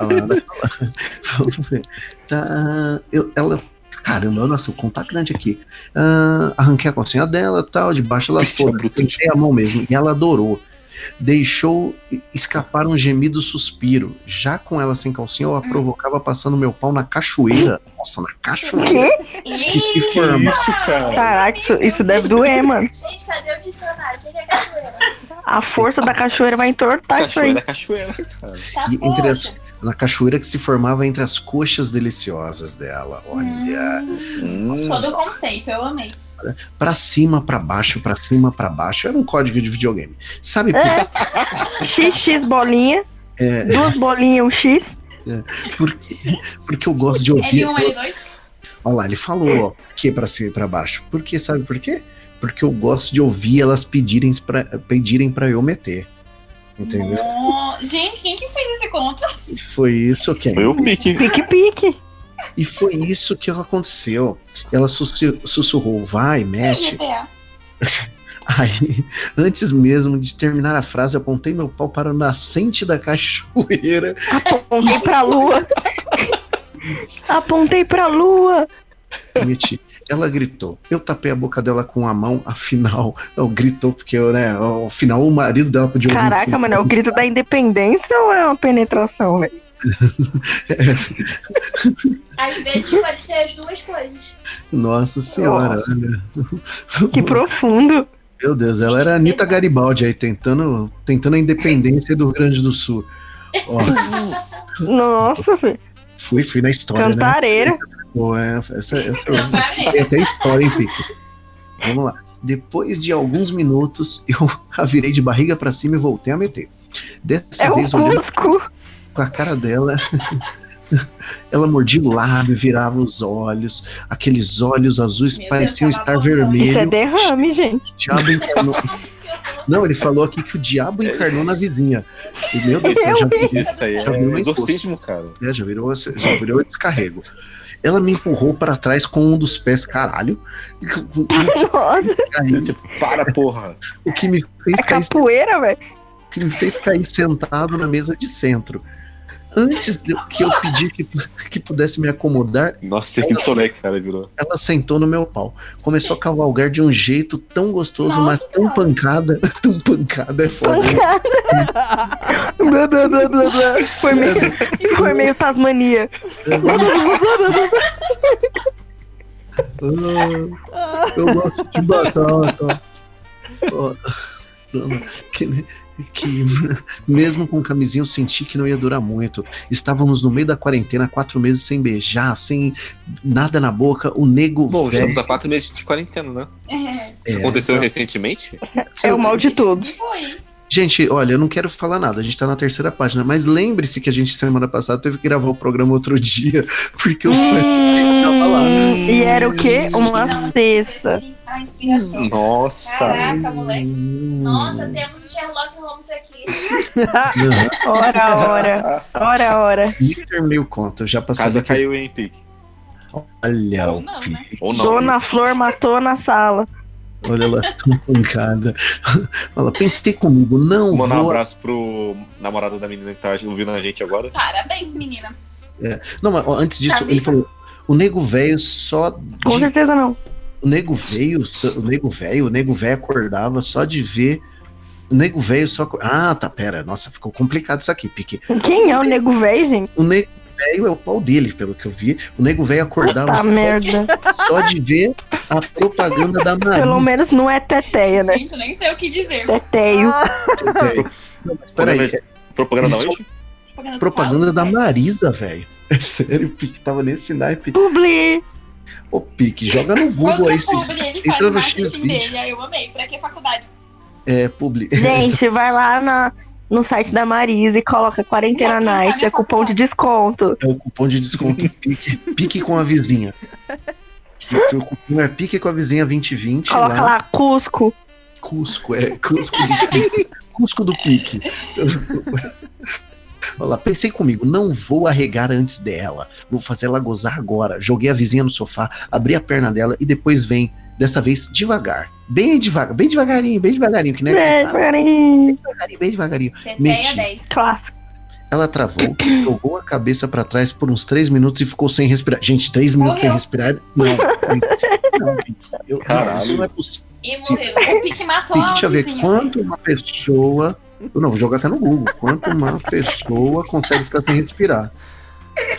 Speaker 2: Ela- Vamos ver. Tá, eu- ela. Caramba, nossa, o contato grande aqui. Ah, arranquei a calcinha dela tal, debaixo ela foda, sentei a mão mesmo. E ela adorou. Deixou escapar um gemido suspiro. Já com ela sem calcinha, eu a provocava passando meu pau na cachoeira. Nossa, na cachoeira que se forma.
Speaker 6: Isso, cara.
Speaker 4: Caraca, isso, isso deve doer, mano.
Speaker 5: Gente, cadê o dicionário? O que que é cachoeira?
Speaker 4: A força da cachoeira vai entortar isso aí.
Speaker 6: Cachoeira, cachoeira.
Speaker 7: Tá
Speaker 2: E entre as-
Speaker 7: poxa.
Speaker 2: Na cachoeira que se formava entre as coxas deliciosas dela. Olha.
Speaker 4: Hum.
Speaker 7: Todo o conceito, eu amei.
Speaker 2: Pra cima, pra baixo, pra cima, pra baixo. Era um código de videogame. Sabe por
Speaker 4: É. XX bolinha.
Speaker 2: É.
Speaker 4: Duas bolinhas, um X.
Speaker 2: Porque, porque eu gosto de ouvir.
Speaker 7: L1, L2.
Speaker 2: Olha lá, ele falou ó, que pra cima e pra baixo. Por quê? Sabe por quê? Porque eu gosto de ouvir elas pedirem pra, pedirem pra eu meter. Entendeu?
Speaker 7: Nó- Gente, quem que fez esse conto?
Speaker 2: E Foi isso que
Speaker 6: Foi o pique.
Speaker 4: Pique, pique.
Speaker 2: E foi isso que aconteceu. Ela sussu- sussurrou, vai, mete.
Speaker 7: GTA.
Speaker 2: Aí, antes mesmo de terminar a frase, apontei meu pau para o nascente da cachoeira.
Speaker 4: Apontei pra lua. Apontei pra lua.
Speaker 2: e meti. Ela gritou. Eu tapei a boca dela com a mão, afinal, ela gritou, porque né, ao final o marido dela podia ouvir.
Speaker 4: Caraca,
Speaker 2: isso.
Speaker 4: mano, é o grito da independência ou é uma penetração, velho?
Speaker 5: Às vezes pode ser as duas coisas.
Speaker 2: Nossa senhora.
Speaker 4: Nossa.
Speaker 2: olha.
Speaker 4: Que profundo.
Speaker 2: Meu Deus, ela era a Anitta Garibaldi aí, tentando, tentando a independência do Rio Grande do Sul. Ó,
Speaker 4: Nossa, velho.
Speaker 2: fui, fui na história, né?
Speaker 4: Cantareira.
Speaker 2: Pô, é, essa, essa,
Speaker 7: Não, parei.
Speaker 2: Tem até história, hein, Pique? Vamos lá. Depois de alguns minutos, eu a virei de barriga pra cima e voltei a meter. Dessa
Speaker 4: É o
Speaker 2: vez, olhando
Speaker 4: Cusco.
Speaker 2: com a cara dela, ela mordia o lábio, virava os olhos. Aqueles olhos azuis
Speaker 7: Meu
Speaker 2: pareciam
Speaker 7: Deus,
Speaker 2: estar
Speaker 7: tava voltando.
Speaker 4: Isso é
Speaker 2: vermelhos.
Speaker 4: derrame, gente.
Speaker 2: O diabo encarnou. Não, ele falou aqui que o diabo encarnou na vizinha. E, meu Deus, eu já vi isso.
Speaker 6: Isso aí
Speaker 2: Já viu um
Speaker 6: é exorcismo, cara.
Speaker 2: né, Já virou, já virou descarrego. Ela me empurrou pra trás com um dos pés, caralho.
Speaker 4: Nossa,
Speaker 2: Aí,
Speaker 6: Tipo, para, porra.
Speaker 2: O que me fez
Speaker 4: é
Speaker 2: cair
Speaker 4: capoeira, velho.
Speaker 2: que me fez cair sentado na mesa de centro. Antes de- que eu pedi que, que pudesse me acomodar,
Speaker 6: Nossa, que insolé, cara, virou.
Speaker 2: ela sentou no meu pau. Começou a cavalgar de um jeito tão gostoso, mas
Speaker 7: Nossa.
Speaker 2: tão pancada, tão pancada é foda. né?
Speaker 4: Blá, blá, blá, blá, blá. Foi meio, foi meio Tasmania.
Speaker 2: Ah, eu gosto de batata. Ó, que, que mesmo com camisinha eu senti que não ia durar muito. Estávamos no meio da quarentena, quatro meses sem beijar, sem nada na boca. O nego
Speaker 6: Bom,
Speaker 2: velho-
Speaker 6: estamos há quatro meses de quarentena, né?
Speaker 7: É.
Speaker 6: Isso
Speaker 2: É.
Speaker 6: aconteceu recentemente?
Speaker 4: É o mal de tudo.
Speaker 7: E foi.
Speaker 2: Gente, olha, eu não quero falar nada, a gente tá na terceira página, mas lembre-se que a gente semana passada teve que gravar o programa outro dia, porque os pais tava lá.
Speaker 4: Hum, e era o quê?
Speaker 7: Não,
Speaker 4: Uma cesta.
Speaker 7: A inspiração.
Speaker 6: Nossa.
Speaker 7: Caraca, moleque.
Speaker 2: Hum.
Speaker 5: Nossa, temos o Sherlock Holmes aqui.
Speaker 2: Não,
Speaker 4: Ora, ora. Ora, ora.
Speaker 2: me terminei o conto, já passei.
Speaker 6: Casa
Speaker 2: daqui-
Speaker 6: caiu, hein, Pique?
Speaker 2: Olha o
Speaker 7: Não, né?
Speaker 2: pi-
Speaker 6: Ou não?
Speaker 4: Dona Flor matou na sala.
Speaker 2: olha ela tão pancada. Olha, lá, pensei comigo, não
Speaker 6: Mandar um
Speaker 2: vou.
Speaker 6: abraço pro namorado da menina que tá ouvindo a gente agora.
Speaker 7: Parabéns, menina.
Speaker 2: Não, mas ó, antes disso,
Speaker 7: Tá
Speaker 2: ele falou. O nego velho só. de-
Speaker 4: Com certeza não.
Speaker 2: O nego veio, o nego velho, o nego velho acordava só de ver. O nego velho só. acor- Ah, tá, pera. Nossa, ficou complicado isso aqui, Pique.
Speaker 4: Quem é o nego velho, gente?
Speaker 2: O nego velho é o pau dele, pelo que eu vi. O nego velho acordava
Speaker 4: Tá
Speaker 2: só-
Speaker 4: merda.
Speaker 2: só de ver a propaganda da
Speaker 4: Pelo
Speaker 2: Maria.
Speaker 4: menos não é teteia, né?
Speaker 7: Gente, eu nem sei o que dizer.
Speaker 4: Teteio.
Speaker 2: velho. Não, mas peraí.
Speaker 6: Propaganda- Propaganda da
Speaker 2: Isso-
Speaker 6: onde?
Speaker 7: Propaganda do
Speaker 2: Propaganda
Speaker 7: Paulo,
Speaker 2: da
Speaker 7: né?
Speaker 2: Marisa, velho. É sério, Pique, tava nesse naipe.
Speaker 4: Publi.
Speaker 2: Ô, Pique, joga no Google
Speaker 7: Contra
Speaker 2: aí.
Speaker 7: o
Speaker 2: se-
Speaker 7: publi, ele faz
Speaker 2: Entra
Speaker 7: o
Speaker 2: no
Speaker 7: marketing
Speaker 2: X-Video.
Speaker 7: dele. Aí eu amei. Pra que faculdade?
Speaker 2: É, publi.
Speaker 4: Gente, vai lá na- no site da Marisa e coloca Quarentena
Speaker 7: Vou trancar
Speaker 4: Nights,
Speaker 7: minha
Speaker 4: é cupom de desconto.
Speaker 2: É o cupom de desconto pique, pique com a vizinha. O cupom é pique com a vizinha 2020
Speaker 4: Coloca
Speaker 2: lá.
Speaker 4: lá Cusco.
Speaker 2: Cusco, é. Cusco do pique. Cusco do pique. Olha lá, pensei comigo, não vou arregar antes dela. Vou fazer ela gozar agora. Joguei a vizinha no sofá, abri a perna dela e depois vem, dessa vez devagar. Bem devagar, bem devagarinho, bem devagarinho, que tá. nem aquele
Speaker 4: É,
Speaker 2: cara,
Speaker 4: peraí.
Speaker 2: devagarinho, bem devagarinho.
Speaker 7: Teteia
Speaker 2: Meti.
Speaker 7: 10.
Speaker 4: Clássico.
Speaker 2: Ela travou, jogou a cabeça pra trás por uns três minutos e ficou sem respirar. Gente, três minutos sem
Speaker 7: Morreu.
Speaker 2: respirar? Não. não gente, eu,
Speaker 6: Caralho.
Speaker 2: Isso não é possível.
Speaker 7: E morreu. O Pique matou
Speaker 2: Pique, deixa
Speaker 7: a
Speaker 2: eu ver
Speaker 7: vizinha.
Speaker 2: quanto uma pessoa. Eu não, vou jogar até no Google. Quanto uma pessoa consegue ficar sem respirar?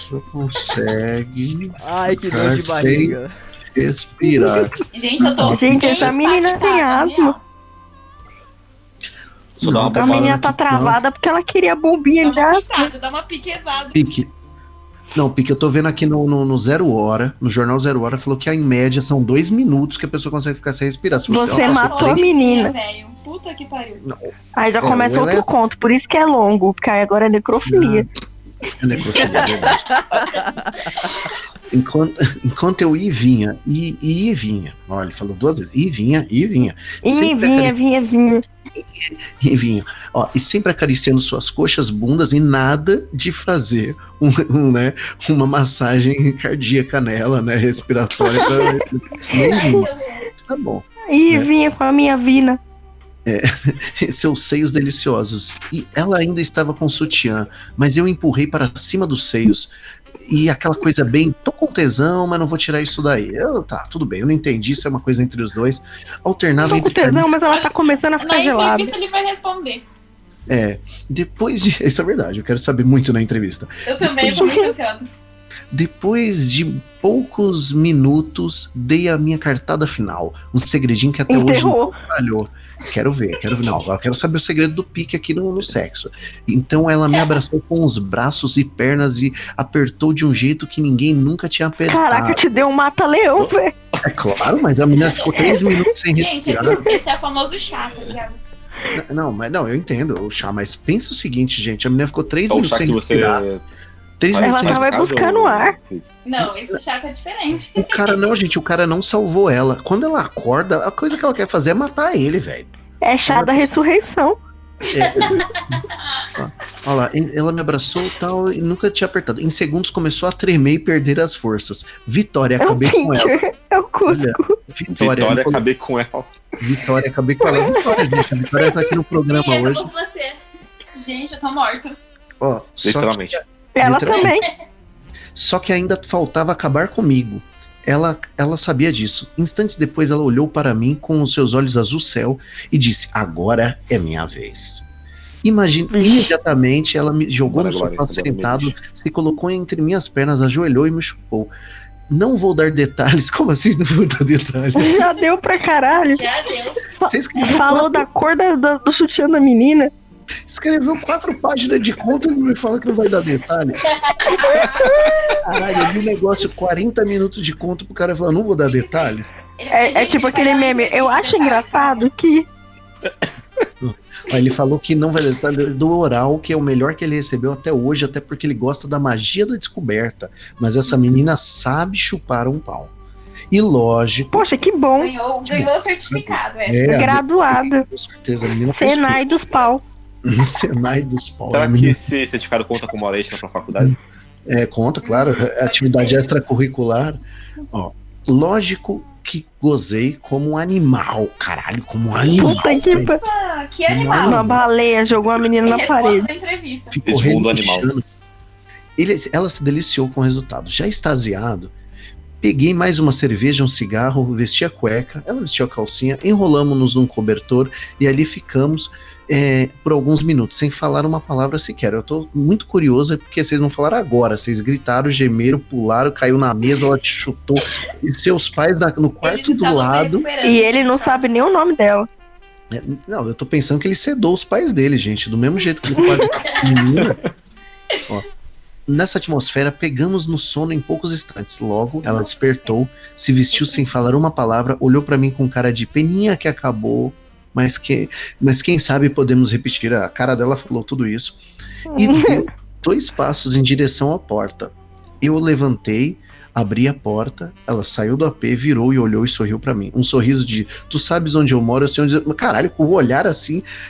Speaker 2: Só consegue
Speaker 1: Ai, que dor de
Speaker 2: Cansei.
Speaker 1: barriga.
Speaker 2: respirar.
Speaker 7: Gente, eu tô.
Speaker 4: Gente, essa
Speaker 7: impactada, tá?
Speaker 4: menina tem
Speaker 7: real.
Speaker 2: né?
Speaker 4: asma.
Speaker 6: Isso dá
Speaker 2: Não,
Speaker 6: uma
Speaker 4: A
Speaker 2: Tá falando
Speaker 4: menina
Speaker 6: bufada.
Speaker 4: tá
Speaker 2: que
Speaker 4: travada porque ela queria a bombinha de
Speaker 7: Dá uma
Speaker 4: ar.
Speaker 7: piquezada, tá dá uma piquezada.
Speaker 2: Pique. Não, Pique, eu tô vendo aqui no, no- no Zero Hora, no jornal Zero Hora, falou que em média são dois minutos que a pessoa consegue ficar sem respirar. Se
Speaker 4: Você
Speaker 2: ela passou
Speaker 4: matou
Speaker 2: três-
Speaker 4: a menina.
Speaker 7: velho. Puta que pariu.
Speaker 4: Aí já
Speaker 2: É,
Speaker 4: começa
Speaker 2: o
Speaker 4: outro
Speaker 2: LS.
Speaker 4: conto, por isso que é longo, porque aí agora é necrofilia.
Speaker 2: É necrofilia, é verdade. Enquanto, enquanto eu ia e vinha, e, e ia e vinha. Olha, ele falou duas vezes, e vinha, e vinha.
Speaker 4: Ih,
Speaker 2: Sempre
Speaker 4: vinha, vinha, vinha.
Speaker 2: acari- e vinha. Ó, e sempre acariciando suas coxas, bundas e nada de fazer um, um, né, uma massagem cardíaca nela, né, respiratória. pra- Nenhuma. tá bom.
Speaker 4: Ih,
Speaker 2: É.
Speaker 4: vinha com a minha vina.
Speaker 2: seus seios deliciosos. E ela ainda estava com sutiã, mas eu empurrei para cima dos seios. E aquela coisa bem, tô com tesão, mas não vou tirar isso daí. Eu, tá, tudo bem, eu não entendi, isso é uma coisa entre os dois. Alternava
Speaker 4: Tô com
Speaker 2: entre
Speaker 4: tesão,
Speaker 2: carnes-
Speaker 4: mas ela tá começando a ficar
Speaker 7: Na
Speaker 4: gelada.
Speaker 7: entrevista ele vai responder.
Speaker 2: É, depois de. Isso é verdade, eu quero saber muito na entrevista.
Speaker 7: Eu também tô muito ansiosa.
Speaker 2: Depois de poucos minutos, dei a minha cartada final. Um segredinho que até hoje não
Speaker 4: Enterrou.
Speaker 2: Falhou. Quero ver, quero ver. Não, agora eu quero saber o segredo do pique aqui no, no sexo. Então ela me abraçou com os braços e pernas e apertou de um jeito que ninguém nunca tinha apertado.
Speaker 4: Caraca, te deu um mata-leão, velho.
Speaker 2: É claro, mas a menina ficou três minutos sem
Speaker 7: Gente,
Speaker 2: respirar.
Speaker 7: esse, esse é o famoso chá, tá ligado?
Speaker 2: Não, mas não, eu entendo o chá, mas pensa o seguinte, gente. A menina ficou três
Speaker 6: É
Speaker 4: um
Speaker 6: o
Speaker 2: minutos
Speaker 6: chá
Speaker 2: sem
Speaker 6: que você.
Speaker 2: respirar. Três
Speaker 6: faz-
Speaker 4: Ela
Speaker 2: minutos sem
Speaker 4: já
Speaker 6: faz
Speaker 4: um vai
Speaker 6: em casa
Speaker 4: buscar no
Speaker 6: ou-
Speaker 4: ar.
Speaker 7: Não, esse chá tá diferente.
Speaker 2: O cara não, gente, o cara não salvou ela. Quando ela acorda, a coisa que ela quer fazer é matar ele, velho.
Speaker 4: É chá da ressurreição.
Speaker 2: É, Olha lá, en- ela me abraçou e tal, e nunca tinha apertado. Em segundos começou a tremer e perder as forças. Vitória,
Speaker 4: É o
Speaker 2: acabei com ela.
Speaker 4: Pinter. É o
Speaker 2: Olha,
Speaker 4: Cusco.
Speaker 2: Vitória,
Speaker 6: Vitória,
Speaker 2: Vitória,
Speaker 6: acabei com ela.
Speaker 2: Vitória, acabei com ela. Vitória, gente, a Vitória tá aqui no programa
Speaker 5: E
Speaker 2: hoje.
Speaker 5: acabou com você.
Speaker 7: Gente, eu tô morta.
Speaker 2: Ó, só, que,
Speaker 6: Literalmente.
Speaker 4: Ela também.
Speaker 2: literalmente. só que ainda faltava acabar comigo. Ela, ela sabia disso. Instantes depois, ela olhou para mim com os seus olhos azul céu e disse: Agora é minha vez. Imagina, imediatamente ela me jogou
Speaker 6: Bora,
Speaker 2: no
Speaker 6: Glória,
Speaker 2: sofá
Speaker 6: bora,
Speaker 2: sentado, se colocou entre minhas pernas, ajoelhou e me chupou. Não vou dar detalhes. Como assim não vou dar detalhes?
Speaker 4: Já deu pra caralho.
Speaker 5: Já deu.
Speaker 2: Você escreveu,
Speaker 4: Falou da cor da, da- do sutiã da menina.
Speaker 2: escreveu quatro páginas de conta e me fala que não vai dar detalhes. Caralho, eu li um negócio 40 minutos de conto pro cara falar, não vou dar detalhes.
Speaker 7: Ele- gente,
Speaker 4: É, é
Speaker 7: ele
Speaker 4: tipo
Speaker 7: vai
Speaker 4: aquele
Speaker 7: dar uma
Speaker 4: meme. Eu
Speaker 7: entrevista,
Speaker 4: acho
Speaker 7: tá?
Speaker 4: engraçado que.
Speaker 2: Ó, ele falou que não vai dar do oral, que é o melhor que ele recebeu até hoje, até porque ele gosta da magia da descoberta. Mas essa menina sabe chupar um pau. E lógico,
Speaker 4: Poxa, que bom.
Speaker 7: Ganhou, ganhou o certificado, essa.
Speaker 2: É,
Speaker 4: Graduado.
Speaker 2: com certeza, a menina fez
Speaker 4: Senai dos pau.
Speaker 2: tudo. Senai dos pau. A
Speaker 6: Será que
Speaker 2: menina-
Speaker 6: esse certificado conta como hora extra pra faculdade?
Speaker 2: É, conta,
Speaker 4: Hum,
Speaker 2: claro, atividade
Speaker 7: ser.
Speaker 2: extracurricular. Ó, lógico que gozei como um animal, caralho, como um animal.
Speaker 4: Puta que
Speaker 2: velho.
Speaker 4: pa-
Speaker 7: Ah, que
Speaker 2: Não,
Speaker 7: animal.
Speaker 4: Uma baleia jogou a menina na
Speaker 7: Resposta
Speaker 4: parede.
Speaker 7: da entrevista.
Speaker 2: Ficou
Speaker 6: Esse mundo
Speaker 2: relinchando. Ele- ela se deliciou com o resultado. Já extasiado, Peguei mais uma cerveja, um cigarro, vesti a cueca, ela vestiu a calcinha, enrolamos-nos num cobertor e ali ficamos é, por alguns minutos, sem falar uma palavra sequer. Eu tô muito curioso, é porque vocês não falaram agora. Vocês gritaram, gemeram, pularam, caiu na mesa, ela te chutou. E seus pais na- no quarto
Speaker 7: tá
Speaker 2: do é lado.
Speaker 4: E ele não sabe nem o nome dela.
Speaker 2: É, Não, eu tô pensando que ele sedou os pais dele, gente, do mesmo jeito que ele quase. Menina. Ó, Nessa atmosfera, pegamos no sono em poucos instantes. Logo, ela despertou, se vestiu sem falar uma palavra, olhou pra mim com cara de peninha que acabou, mas que, mas quem sabe podemos repetir. A cara dela falou tudo isso e deu dois passos em direção à porta. Eu levantei, abri a porta, ela saiu do AP, virou e olhou e sorriu pra mim. Um sorriso de, tu sabes onde eu moro, Assim, eu sei onde... eu-" Caralho, com o olhar assim,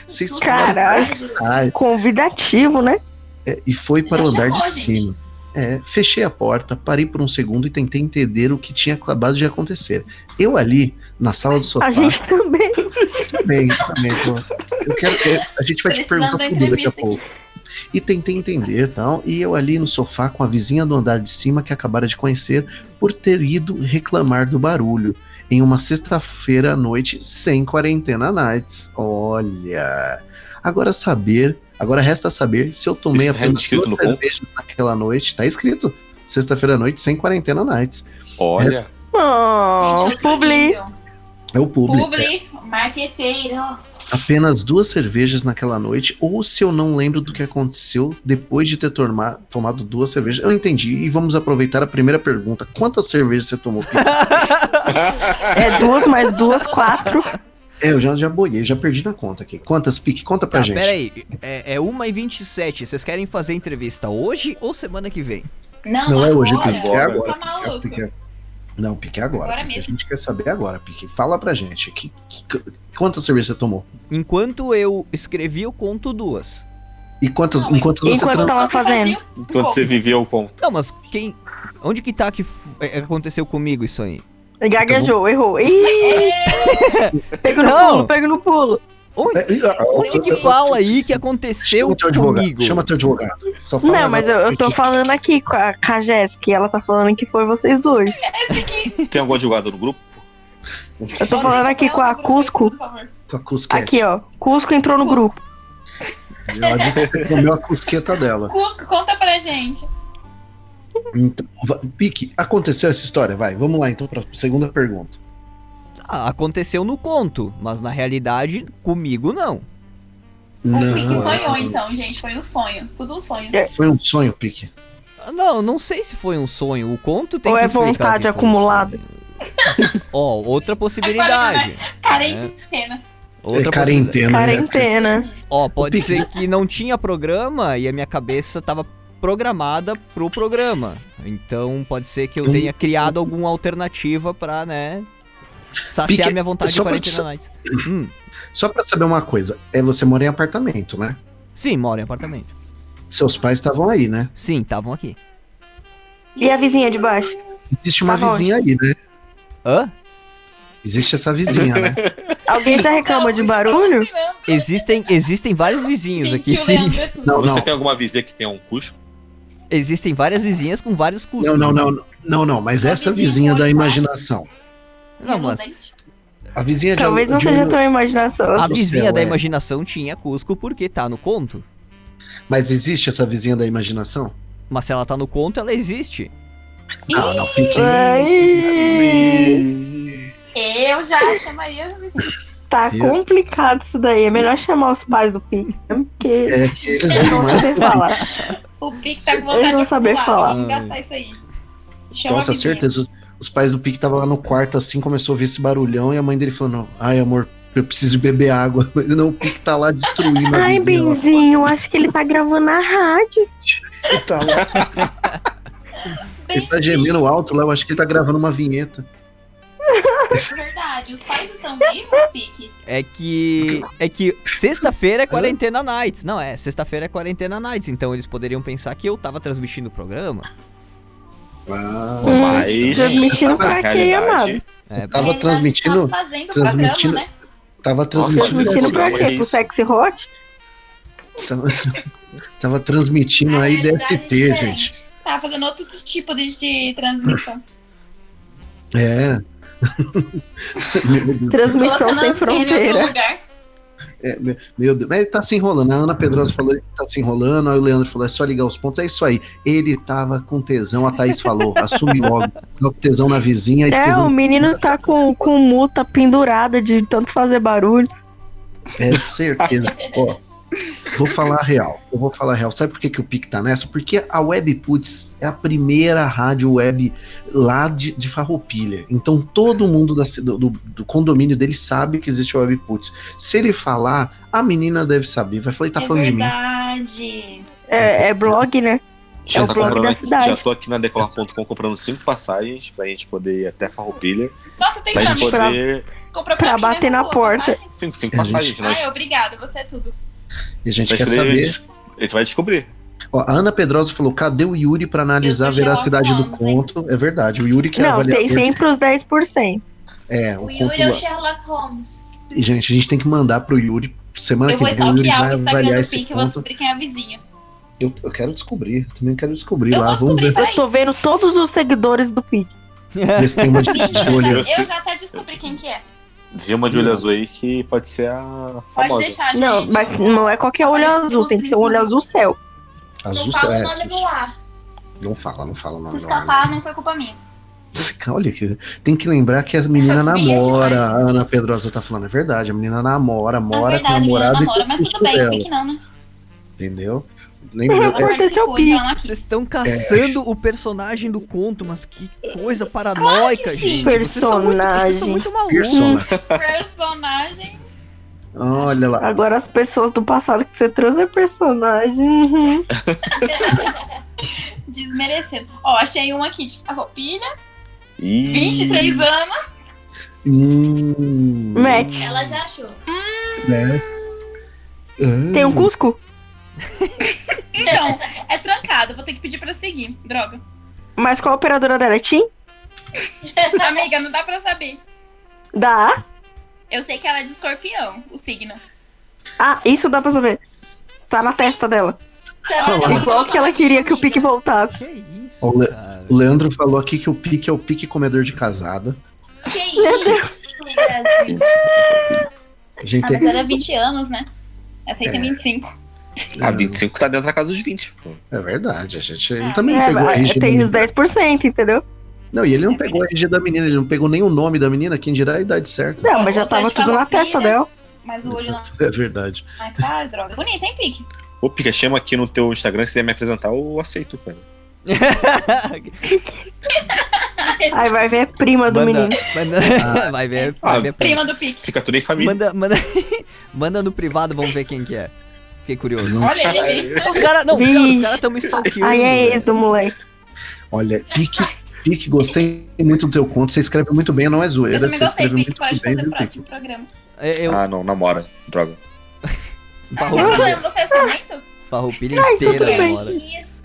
Speaker 2: vocês falaram,
Speaker 4: Caralho.
Speaker 2: "Caralho."
Speaker 4: Convidativo, né?
Speaker 2: É, e foi para o
Speaker 4: Ela
Speaker 2: andar
Speaker 4: chamou,
Speaker 2: de cima. É, fechei a porta, parei por um segundo e tentei entender o que tinha acabado de acontecer. Eu ali, na sala do sofá...
Speaker 4: A gente também.
Speaker 2: Também, também. tô- Eu quero, eu- a gente vai te perguntar
Speaker 7: Precisando da
Speaker 2: tudo daqui a
Speaker 7: entrevista
Speaker 2: pouco. E tentei entender e tal. E eu ali no sofá com a vizinha do andar de cima que acabara de conhecer por ter ido reclamar do barulho em uma sexta-feira à noite sem quarentena nights. Olha. Agora saber. Agora resta saber se eu tomei
Speaker 6: Isso tá
Speaker 2: apenas
Speaker 6: escrito
Speaker 2: duas
Speaker 6: no ponto?
Speaker 2: cervejas naquela noite. Tá escrito. Sexta-feira à noite sem quarentena nights.
Speaker 6: Olha.
Speaker 4: Oh,
Speaker 7: Gente, outro
Speaker 4: publi.
Speaker 7: nível.
Speaker 2: É, é o público.
Speaker 7: Publi, marqueteiro.
Speaker 2: apenas duas cervejas naquela noite, ou se eu não lembro do que aconteceu depois de ter torma- tomado duas cervejas. Eu entendi, e vamos aproveitar a primeira pergunta. Quantas cervejas você tomou, Pio?
Speaker 4: É duas mais duas, quatro.
Speaker 2: É, eu já, já boiei, já perdi na conta aqui. Quantas, Pique? Conta pra
Speaker 1: Tá,
Speaker 2: gente.
Speaker 1: pera aí. É, é 1h27. Vocês querem fazer entrevista hoje ou semana que vem?
Speaker 7: Não,
Speaker 2: Não é hoje,
Speaker 7: agora.
Speaker 2: Pique, é agora.
Speaker 7: Tá maluco?
Speaker 2: Pique, é- Não, Pique, é agora.
Speaker 7: Agora
Speaker 2: Pique. A
Speaker 7: mesmo.
Speaker 2: gente quer saber agora, Pique. Fala pra gente. Que, que- quantas cervejas você tomou?
Speaker 1: Enquanto eu escrevi, eu conto duas.
Speaker 2: E quantas,
Speaker 7: Não,
Speaker 2: enquanto você tá-
Speaker 4: Enquanto
Speaker 2: tran-
Speaker 4: tava
Speaker 7: Você fazia
Speaker 4: fazendo.
Speaker 7: o
Speaker 6: Enquanto você viveu o ponto.
Speaker 1: Não, mas quem. Onde que tá que f- é, aconteceu comigo isso aí?
Speaker 4: Gaguejou, errou. Ih, pego no
Speaker 1: Não.
Speaker 4: pulo, pego no pulo.
Speaker 1: Onde,
Speaker 2: É, ah,
Speaker 1: onde que
Speaker 2: eu- eu-
Speaker 1: fala aí que aconteceu
Speaker 2: Chama teu advogado.
Speaker 1: comigo?
Speaker 2: Chama teu advogado. Só fala
Speaker 4: Não, mas eu, eu tô
Speaker 2: Pique.
Speaker 4: falando aqui com a, com a Jéssica e ela tá falando que foi vocês dois.
Speaker 6: Tem algum advogado no grupo?
Speaker 4: Eu tô falando aqui com a Cusco.
Speaker 7: Por favor.
Speaker 2: Com a cusquete.
Speaker 4: Aqui, ó. Cusco entrou no grupo.
Speaker 2: Ela disse que você comeu a cusqueta dela.
Speaker 7: Cusco, conta pra gente.
Speaker 2: Então, va- Pique, aconteceu essa história? Vai, vamos lá então para segunda pergunta.
Speaker 1: Ah, aconteceu no conto, mas na realidade, comigo não.
Speaker 7: O
Speaker 2: é
Speaker 7: Pique sonhou, então, gente. Foi um sonho. Tudo um sonho.
Speaker 4: É.
Speaker 2: Foi um sonho, Pique.
Speaker 1: Ah, Não, não sei se foi um sonho. O conto tem
Speaker 4: Ou
Speaker 1: que
Speaker 4: é
Speaker 1: explicar.
Speaker 4: vontade
Speaker 1: que foi um
Speaker 4: acumulada? né?
Speaker 1: sonho. Ó, outra possibilidade.
Speaker 7: é Quarentena.
Speaker 1: Outra
Speaker 2: é quarentena. né?
Speaker 4: Quarentena.
Speaker 1: Ó, pode
Speaker 2: Pique.
Speaker 1: ser que não tinha programa e a minha cabeça tava programada pro programa. Então pode ser que eu
Speaker 2: Hum.
Speaker 1: tenha criado alguma alternativa pra, né, saciar
Speaker 2: Pique,
Speaker 1: minha vontade de
Speaker 2: só pra
Speaker 1: 40
Speaker 2: te-
Speaker 1: nights. Hum,
Speaker 2: Só pra saber uma coisa, é você mora em apartamento, né?
Speaker 1: sim, moro em apartamento.
Speaker 2: Seus pais estavam aí, né?
Speaker 1: Sim, estavam aqui.
Speaker 4: E a vizinha de baixo?
Speaker 2: Existe uma
Speaker 4: Tava
Speaker 2: vizinha aí, né?
Speaker 1: Hã?
Speaker 2: Existe essa vizinha, né?
Speaker 4: Alguém
Speaker 1: Sim.
Speaker 4: já reclama de barulho?
Speaker 1: Existem, existem vários vizinhos
Speaker 7: Sentiu,
Speaker 1: aqui, sim.
Speaker 7: Leandro, é tudo.
Speaker 2: Não,
Speaker 6: Você
Speaker 2: não.
Speaker 6: tem alguma vizinha que tem um Cusco?
Speaker 1: Existem várias vizinhas com vários custos.
Speaker 2: Não, não, não, não, não, mas essa vizinha
Speaker 4: né?
Speaker 2: da imaginação.
Speaker 1: Não, mas
Speaker 7: Reluzente.
Speaker 2: A vizinha de
Speaker 4: Talvez não
Speaker 2: de um
Speaker 4: seja tua imaginação.
Speaker 1: a
Speaker 2: do
Speaker 1: vizinha
Speaker 2: céu,
Speaker 1: da
Speaker 2: é.
Speaker 1: imaginação tinha Cusco porque tá no conto.
Speaker 2: Mas existe essa vizinha da imaginação?
Speaker 1: Mas se ela tá no conto, ela existe.
Speaker 2: Não, não, Pique.
Speaker 4: Ai,
Speaker 7: Eu já chamaria.
Speaker 4: tá
Speaker 2: Sim.
Speaker 4: complicado isso daí. É melhor chamar os pais do Pix, porque
Speaker 2: É que eles
Speaker 4: eles
Speaker 2: não
Speaker 4: não
Speaker 2: mais.
Speaker 4: saber falar.
Speaker 7: O Pique tá com
Speaker 4: Eu
Speaker 7: vontade
Speaker 4: não
Speaker 7: de
Speaker 4: saber
Speaker 7: pular.
Speaker 4: falar.
Speaker 7: Vamos gastar isso aí. Chama
Speaker 2: Nossa,
Speaker 7: a vizinha.
Speaker 2: certeza. Os- Os pais do Pique estavam lá no quarto assim, começou a ouvir esse barulhão e a mãe dele falando: Ai, amor, eu preciso beber água. Mas não, o Pique tá lá destruindo a
Speaker 4: Ai,
Speaker 2: vizinha. lá.
Speaker 4: Benzinho, acho que ele tá gravando a rádio.
Speaker 2: Ele tá lá, ele
Speaker 7: Bem,
Speaker 2: tá gemendo alto lá, eu acho que ele tá gravando uma vinheta.
Speaker 7: é verdade. Os pais estão vivos, Pique?
Speaker 1: É que. É que sexta-feira é quarentena nights. Não, é. Sexta-feira é quarentena nights. Então eles poderiam pensar que eu tava transmitindo o programa.
Speaker 2: Ah,
Speaker 4: Hum,
Speaker 6: Mas-
Speaker 4: transmitindo
Speaker 6: Na
Speaker 4: pra quem, amado?
Speaker 6: realidade,
Speaker 1: É,
Speaker 2: Tava
Speaker 7: Ele
Speaker 2: transmitindo-
Speaker 7: Tava fazendo
Speaker 2: transmitindo-
Speaker 7: programa, né?
Speaker 2: Tava transmitindo.
Speaker 4: Transmitindo pra
Speaker 6: não,
Speaker 4: quê?
Speaker 6: é
Speaker 4: Pro
Speaker 6: isso.
Speaker 4: sexy hot?
Speaker 2: Tava, tava transmitindo
Speaker 5: Na
Speaker 2: aí
Speaker 5: realidade,
Speaker 2: DST,
Speaker 5: diferente.
Speaker 2: gente.
Speaker 7: Tava fazendo outro tipo de, de transmissão.
Speaker 2: É.
Speaker 4: Transmissão
Speaker 7: Colocando
Speaker 4: sem
Speaker 7: antena em
Speaker 4: fronteira.
Speaker 7: outro lugar.
Speaker 2: É, meu- meu Deus, mas ele tá se enrolando. A Ana Pedrosa falou que tá se enrolando, aí o Leandro falou: é só ligar os pontos, é isso aí. Ele tava com tesão, a Thaís falou, assume logo. Tava com tesão na vizinha,
Speaker 4: É, o
Speaker 2: escreveu.
Speaker 4: menino tá com, com multa pendurada de tanto fazer barulho.
Speaker 2: É, certeza. Ó, vou falar a real. Eu vou falar a real. Sabe por que, que o PIC tá nessa? Porque a Webputs é a primeira rádio web lá de, de Farroupilha. Então todo mundo da ci- do, do- do condomínio dele sabe que existe a Webputs. Se ele falar, a menina deve saber. Vai falar, ele tá
Speaker 7: é
Speaker 2: falando de mim.
Speaker 7: verdade.
Speaker 4: É, é blog, né?
Speaker 6: Já,
Speaker 4: É o
Speaker 6: tá
Speaker 4: blog
Speaker 6: comprando
Speaker 4: da
Speaker 6: aqui,
Speaker 4: cidade.
Speaker 6: já tô aqui na decolar.com comprando cinco passagens pra gente poder ir até Farroupilha.
Speaker 5: Nossa, tem
Speaker 2: Tá
Speaker 6: Pra gente
Speaker 5: tanto.
Speaker 4: Pra-
Speaker 6: poder.
Speaker 5: Compra
Speaker 4: pra
Speaker 5: mim,
Speaker 4: bater
Speaker 5: né,
Speaker 4: na
Speaker 5: pô,
Speaker 4: porta.
Speaker 5: passagem.
Speaker 6: Cinco, cinco
Speaker 2: A gente-
Speaker 6: passagens, mas.
Speaker 7: Ai, obrigada, você é tudo.
Speaker 2: E a gente
Speaker 6: mas
Speaker 2: quer
Speaker 6: daí
Speaker 2: saber.
Speaker 6: A gente, a gente vai descobrir.
Speaker 2: Ó, a Ana Pedrosa falou: cadê o Yuri pra analisar a
Speaker 7: Eu sou
Speaker 2: veracidade do
Speaker 7: Sherlock Holmes,
Speaker 2: conto? É verdade, o Yuri que é
Speaker 4: Não, tem
Speaker 2: avaliador. de-
Speaker 4: sempre os 10%.
Speaker 2: É, o
Speaker 5: O
Speaker 2: conto.
Speaker 5: Yuri é o
Speaker 2: lá.
Speaker 5: Sherlock Holmes.
Speaker 2: E, gente, a gente tem que mandar pro Yuri. Semana
Speaker 7: Eu
Speaker 2: que
Speaker 7: vou
Speaker 2: vem o Yuri
Speaker 7: stalkear
Speaker 2: vai
Speaker 7: o Instagram
Speaker 2: avaliar
Speaker 7: do
Speaker 2: esse
Speaker 7: Pink e vou
Speaker 2: conto.
Speaker 7: descobrir quem é a vizinha.
Speaker 2: Eu, eu quero descobrir, também quero descobrir
Speaker 7: Eu
Speaker 2: lá.
Speaker 7: vou
Speaker 2: Vamos ver,
Speaker 7: descobrir,
Speaker 4: Eu tô vendo todos os seguidores do PIC.
Speaker 2: ver se tem uma de de olho.
Speaker 7: Bicho, eu já até descobri quem que é.
Speaker 6: Vi uma de olho azul aí que pode ser a
Speaker 7: Pode
Speaker 6: famosa.
Speaker 7: deixar, gente.
Speaker 4: Não, mas não é qualquer olho
Speaker 7: Parece
Speaker 4: azul, tem que ser um olho azul céu.
Speaker 2: Azul,
Speaker 5: Não fala
Speaker 2: é,
Speaker 5: o nome
Speaker 2: se-
Speaker 5: no ar.
Speaker 2: não fala, não fala o nome.
Speaker 7: Se
Speaker 2: do ar,
Speaker 7: escapar, não foi culpa minha.
Speaker 2: não. Olha, que, tem que lembrar que a menina
Speaker 7: Eu vi,
Speaker 2: namora.
Speaker 7: demais.
Speaker 2: A Ana Pedrosa tá falando, é verdade. A menina namora,
Speaker 7: Na
Speaker 2: mora com o
Speaker 7: verdade, menina
Speaker 2: namorado e
Speaker 7: namora,
Speaker 2: com
Speaker 7: mas
Speaker 2: o
Speaker 7: tudo
Speaker 2: custo
Speaker 7: bem,
Speaker 2: dela,
Speaker 7: Pink não, né?
Speaker 2: entendeu? Lembra,
Speaker 4: Eu
Speaker 7: Participou,
Speaker 4: Esse é o Pink.
Speaker 7: então, ela quis.
Speaker 1: Vocês estão caçando o personagem do conto, mas que coisa paranoica,
Speaker 7: sim.
Speaker 1: gente. Vocês são muito, vocês são
Speaker 4: Personagem.
Speaker 1: muito malucos.
Speaker 2: Persona.
Speaker 7: é Personagem.
Speaker 2: Olha lá.
Speaker 4: Agora as pessoas do passado que você trouxe é personagem. uhum.
Speaker 7: Desmerecendo. Ó, achei um aqui de roupilha,
Speaker 6: Ih,
Speaker 7: 23 anos.
Speaker 2: Hum,
Speaker 4: Mac,
Speaker 5: Ela já achou.
Speaker 2: né? Ah,
Speaker 4: tem um cusco?
Speaker 7: Então, é trancado, vou ter que pedir pra seguir. Droga.
Speaker 4: Mas qual a operadora dela? É Tim?
Speaker 7: Amiga, não dá pra saber.
Speaker 4: Da A?
Speaker 7: Eu sei que ela é de escorpião, o signo.
Speaker 4: Ah, isso dá pra saber. Tá na testa dela.
Speaker 10: Tá
Speaker 2: Fala.
Speaker 4: Igual que ela queria que o Pique voltasse.
Speaker 1: Que isso,
Speaker 2: Ô, Le-
Speaker 1: cara.
Speaker 2: O Leandro falou aqui que o pique é o pique comedor de casada.
Speaker 5: Que isso, Brasil.
Speaker 2: Gente,
Speaker 7: Ah,
Speaker 2: tem-
Speaker 7: mas era 20 anos, né? Essa aí tem 25.
Speaker 6: A 25 tá dentro da casa dos 20. Pô.
Speaker 2: é verdade, a gente. Ele também
Speaker 4: É,
Speaker 2: pegou a
Speaker 4: mas
Speaker 2: RG.
Speaker 4: tem
Speaker 2: da
Speaker 4: os 10%, entendeu?
Speaker 2: Não, e ele não pegou a RG da menina, ele não pegou nem o nome da menina, quem dirá a idade certa.
Speaker 4: Não, mas né? já
Speaker 7: Outra
Speaker 4: tava
Speaker 7: de
Speaker 4: tudo na
Speaker 7: farroupilha.
Speaker 4: testa dela.
Speaker 7: Mas o olho não.
Speaker 2: É verdade.
Speaker 7: Ai, cara, droga. Bonita, hein, Pique?
Speaker 6: Ô, Pica, chama aqui no teu Instagram que você ia me apresentar, eu aceito, cara.
Speaker 4: Aí vai ver a prima do
Speaker 1: Manda,
Speaker 4: menino.
Speaker 1: manda- vai ver, vai
Speaker 6: Ah,
Speaker 2: É.
Speaker 1: ver.
Speaker 7: Prima do Pique.
Speaker 6: Fica tudo em família.
Speaker 1: Manda, manda, manda no privado, vamos ver quem que é. Fiquei curioso.
Speaker 7: Olha ele aí.
Speaker 1: Os caras, não,
Speaker 4: Vixe.
Speaker 1: cara, os caras estão me stalkeando. né?
Speaker 4: Aí é
Speaker 1: velho.
Speaker 4: ex do moleque.
Speaker 2: Olha, pique, pique, gostei muito do teu conto. Você escreve muito bem, não é
Speaker 7: Eu
Speaker 2: zoeira.
Speaker 7: também
Speaker 2: Você
Speaker 7: gostei,
Speaker 2: escreve muito
Speaker 7: Pique. Pode
Speaker 2: bem,
Speaker 7: fazer o
Speaker 2: viu,
Speaker 7: próximo
Speaker 2: Pique?
Speaker 7: programa.
Speaker 1: É, Eu,
Speaker 6: Ah, não, namora. Droga.
Speaker 7: Tem
Speaker 1: farroupilha,
Speaker 7: problema, você é ciumento?
Speaker 1: farroupilha inteira
Speaker 4: bem.
Speaker 1: agora.
Speaker 5: Que isso.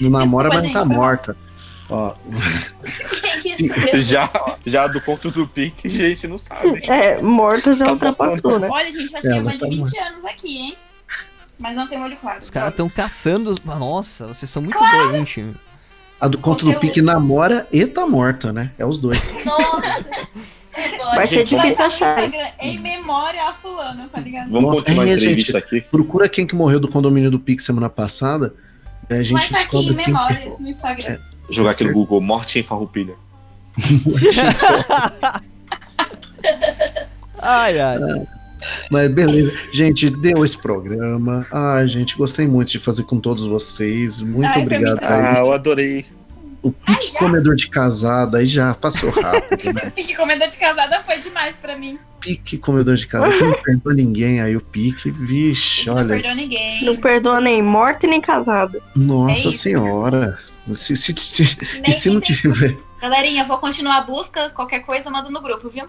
Speaker 2: Não namora,
Speaker 7: Desculpa,
Speaker 2: mas
Speaker 7: gente,
Speaker 2: tá
Speaker 7: foi mal.
Speaker 2: morta. Ó,
Speaker 5: Que isso, Brasil.
Speaker 6: Já, já do conto do Pink, gente, não sabe.
Speaker 4: É, morto já
Speaker 6: Tá
Speaker 4: ultrapassou,
Speaker 6: voltando.
Speaker 4: né?
Speaker 7: Olha, gente, eu
Speaker 2: É,
Speaker 7: achei uma
Speaker 2: mas tá
Speaker 7: de 20 anos aqui, hein? Mas não tem olho claro.
Speaker 1: Os caras estão caçando. Nossa, vocês são muito doentes. meu.
Speaker 2: a do conto do Pique namora e tá morta, né? É os dois.
Speaker 5: Nossa.
Speaker 4: Vai
Speaker 5: Pode.
Speaker 4: ser
Speaker 7: Vai
Speaker 4: difícil
Speaker 7: estar no
Speaker 4: achar. hein?
Speaker 7: Instagram em memória a fulana, tá ligado?
Speaker 6: Vamos
Speaker 2: Nossa,
Speaker 6: continuar a
Speaker 2: é,
Speaker 6: entrevista aqui.
Speaker 2: Procura quem que morreu do condomínio do Pique semana passada. A
Speaker 7: Vai
Speaker 2: gente
Speaker 7: estar tá aqui em
Speaker 2: descobre quem que é.
Speaker 7: memória no Instagram.
Speaker 6: Jogar aqui no
Speaker 2: Certo.
Speaker 6: Google, morte em farroupilha.
Speaker 1: Ai, ai.
Speaker 2: Mas beleza. Gente, deu esse programa. Ai, gente, gostei muito de fazer com todos vocês. Muito
Speaker 7: Ai, foi
Speaker 2: obrigado.
Speaker 7: muito
Speaker 2: aí.
Speaker 4: Ah,
Speaker 6: eu adorei.
Speaker 2: O pique comedor de casada, aí já passou rápido, né?
Speaker 7: Pique comenda de casada foi demais pra mim.
Speaker 2: Pique comedor de casada, que não perdoa ninguém, aí o pique, vixe,
Speaker 7: Pique não
Speaker 2: olha,
Speaker 7: perdeu ninguém.
Speaker 4: Não perdoa nem morto e nem casado.
Speaker 2: nossa
Speaker 7: É isso.
Speaker 2: senhora. Se, se, se- e
Speaker 7: Nem
Speaker 2: se não
Speaker 7: quem tem-
Speaker 2: tiver,
Speaker 7: Galerinha, vou continuar a busca. Qualquer coisa, manda no grupo, viu?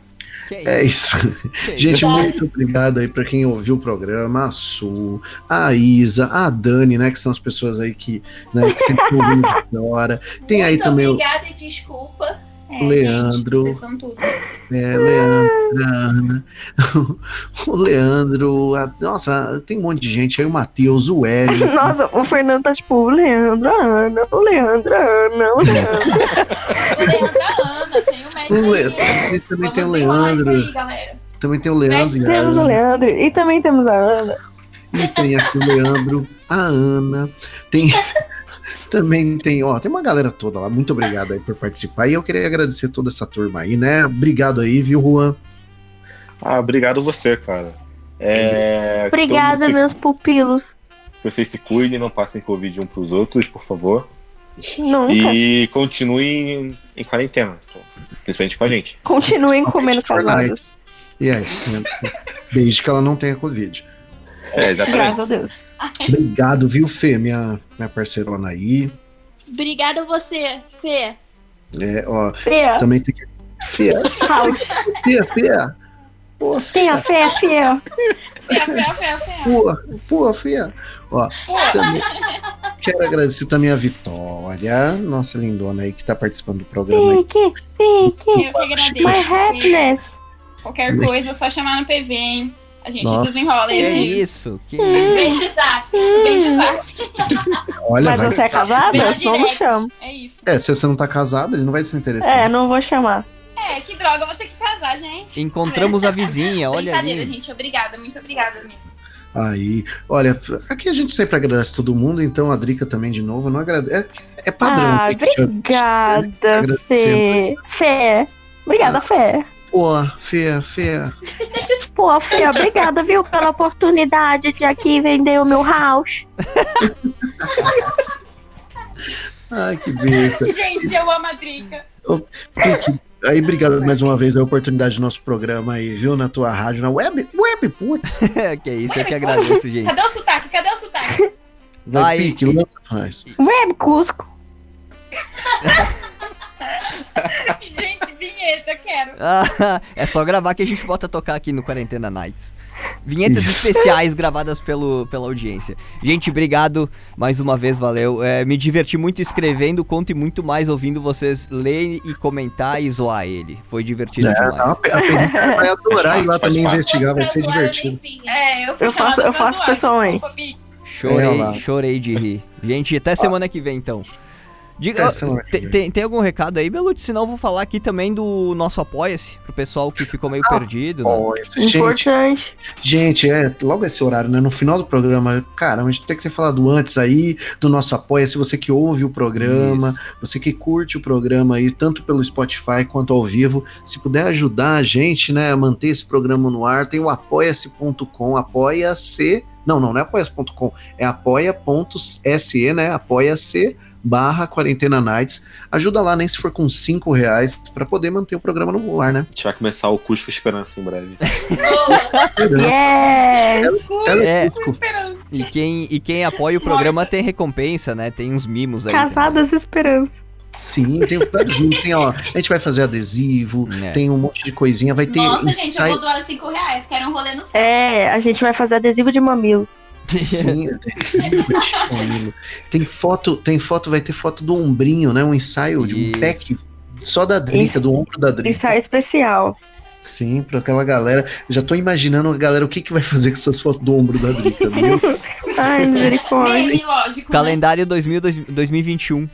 Speaker 1: Que isso,
Speaker 2: é isso.
Speaker 1: que
Speaker 2: Gente,
Speaker 1: isso.
Speaker 2: muito obrigado aí pra quem ouviu o programa, a Su, a Isa, a Dani, né, que são as pessoas aí que, né, que sempre ouvem de hora. Tem aí
Speaker 5: Muito
Speaker 2: também o-
Speaker 5: Obrigada e desculpa.
Speaker 7: É,
Speaker 2: Leandro.
Speaker 7: Gente, vocês são tudo.
Speaker 2: É, Leandro, a Ana, o Leandro, a- nossa, tem um monte de gente aí, o Matheus, o Hélio,
Speaker 4: Nossa, o Fernando tá tipo, o Leandro, a Ana, o Leandro, a Ana, o Leandro.
Speaker 7: O Leandro, a Ah, Ana, tem o
Speaker 2: O Le- e também tem o Leandro. Também tem o Leandro e a
Speaker 4: Temos o
Speaker 2: Ana.
Speaker 4: Leandro e também temos a Ana.
Speaker 2: E tem aqui o Leandro, a Ana. Tem. Também tem, ó, tem uma galera toda lá. Muito obrigado aí por participar. E eu queria agradecer toda essa turma aí, né? Obrigado aí, viu, Juan?
Speaker 6: Ah, obrigado você, cara. É, todo
Speaker 4: Obrigada,
Speaker 6: mundo
Speaker 4: meus pupilos.
Speaker 6: se- Vocês se cuidem, não passem Covid um pros outros, por favor.
Speaker 4: Nunca.
Speaker 6: E continuem em, em quarentena, principalmente com a gente.
Speaker 4: Continuem comendo
Speaker 2: Fortnite.
Speaker 4: casados.
Speaker 2: E aí, desde que ela não tenha Covid.
Speaker 6: É,
Speaker 4: Graças a Deus.
Speaker 2: Obrigado, viu, Fê, minha, minha parceirona aí.
Speaker 10: Obrigada a você, Fê.
Speaker 2: É, ó,
Speaker 4: Fê.
Speaker 2: também tem que. Fê, Fê, Fê. Pô, Fê,
Speaker 4: Fê, Fé, Fé.
Speaker 2: pô, pô, Fê. Ó, também quero agradecer também a Vitória, nossa lindona aí que tá participando do programa. aí.
Speaker 4: Fique, fique.
Speaker 7: Eu que
Speaker 4: My
Speaker 7: agradeço. gente.
Speaker 4: happiness.
Speaker 7: Qualquer coisa, é só chamar no PV, hein? A gente
Speaker 2: Nossa.
Speaker 7: desenrola
Speaker 2: é
Speaker 1: Que
Speaker 7: esse.
Speaker 1: É isso? Que isso?
Speaker 5: Beijo de saco.
Speaker 7: Vem de saco.
Speaker 2: Então, Olha,
Speaker 4: Mas
Speaker 2: vai.
Speaker 4: você é casada?
Speaker 7: Vem
Speaker 4: Não me
Speaker 7: direto.
Speaker 4: chama.
Speaker 7: É isso.
Speaker 2: É, se você não tá casado, ele não vai se interessar.
Speaker 4: É, não vou chamar.
Speaker 7: É, que droga, eu vou ter que casar, gente.
Speaker 1: Encontramos a vizinha, olha
Speaker 7: Brincadeira,
Speaker 1: ali.
Speaker 7: gente. Obrigada, muito obrigada mesmo.
Speaker 4: É.
Speaker 2: Aí, olha, aqui a gente sempre agradece todo mundo, então a Drica também de novo, não agradece. É, é
Speaker 6: Tá
Speaker 2: padrão.
Speaker 4: Ah,
Speaker 2: tem que te-
Speaker 4: obrigada, Fê.
Speaker 2: Agradecer.
Speaker 4: Fé.
Speaker 6: Ah.
Speaker 4: Obrigada, Fé.
Speaker 2: Pô, Fê, Fê.
Speaker 4: Pô, Fê, obrigada, viu, pela oportunidade de aqui vender o meu house.
Speaker 2: Ai, que besta.
Speaker 7: Gente, eu amo a Drica.
Speaker 2: Pique, Aí, obrigado mais uma vez é a oportunidade do nosso programa aí, viu? Na tua rádio, na web. Web, putz.
Speaker 1: que isso, eu que agradeço, gente.
Speaker 7: Cadê o sotaque? Cadê o sotaque?
Speaker 2: Vai,
Speaker 1: Aí.
Speaker 2: Pique, lança mais.
Speaker 4: Web Cusco.
Speaker 7: gente, vinheta, quero.
Speaker 1: Ah, é só gravar que a gente bota tocar aqui no Quarentena Nights. Vinhetas especiais gravadas pelo, pela audiência. Gente, obrigado mais uma vez, valeu. É, me diverti muito escrevendo, conto e muito mais ouvindo vocês lerem e comentar e zoar ele. Foi divertido
Speaker 2: É, não, a
Speaker 1: demais.
Speaker 2: pe- a Península vai adorar ir lá
Speaker 6: Faz
Speaker 2: também
Speaker 6: parte, faz parte.
Speaker 2: investigar, vai
Speaker 5: tá
Speaker 2: ser divertido.
Speaker 7: É, eu fui
Speaker 4: Eu faço-
Speaker 7: chamada
Speaker 4: eu
Speaker 7: pra
Speaker 4: faço
Speaker 7: zoar,
Speaker 4: pessoalmente.
Speaker 7: desculpa, Bi.
Speaker 2: É,
Speaker 1: Chorei,
Speaker 2: lá.
Speaker 1: chorei de rir. Gente, até semana que vem então. Diga,
Speaker 2: Até semana que
Speaker 1: tem-
Speaker 2: vem.
Speaker 1: tem, tem algum recado aí, Belute? Senão eu vou falar aqui também do nosso Apoia-se, pro pessoal que ficou
Speaker 2: Ah,
Speaker 1: meio perdido. né?
Speaker 2: Ó, esse- gente,
Speaker 4: Importante.
Speaker 2: gente, é logo esse horário, né? No final do programa, cara, a gente tem que ter falado antes aí do nosso apoia. Se você que ouve o programa, você que curte o programa aí, tanto pelo Spotify quanto ao vivo, se puder ajudar a gente, né, a manter esse programa no ar, tem o apoia-se.com, apoia-se, não, não, não é apoia-se.com, é apoia.se, né, apoia-se barra quarentena nights, ajuda lá, nem se for com cinco reais, pra poder manter o programa no ar, né.
Speaker 6: A gente vai começar o Cusco Esperança em breve.
Speaker 5: é.
Speaker 7: Boa,
Speaker 4: Yeah.
Speaker 2: Ela é
Speaker 1: É.
Speaker 2: cinco.
Speaker 7: esperança.
Speaker 1: E quem, e quem apoia o programa tem recompensa, né? Tem uns mimos aí.
Speaker 4: Casadas esperando.
Speaker 2: Sim, tem, tá justo, tem, ó, a gente vai fazer adesivo,
Speaker 1: É.
Speaker 2: tem um monte de coisinha, vai ter um
Speaker 7: Nossa, gente, eu
Speaker 2: ensaio-
Speaker 7: vou doar 5 reais. Quero um rolê no céu.
Speaker 4: É, a gente vai fazer adesivo de mamilo.
Speaker 2: Sim, tem- tem foto, tem foto, vai ter foto do ombrinho, né? Um ensaio de um
Speaker 1: Isso.
Speaker 2: pack só da Drica, do ombro da Drica.
Speaker 4: Ensaio especial.
Speaker 2: Sim, pra aquela galera. Já tô imaginando a galera o que, que vai fazer com essas fotos do ombro da Drica, viu?
Speaker 4: Ai, misericórdia.
Speaker 7: Meme, lógico. né?
Speaker 1: Calendário 2000, dois- 2021.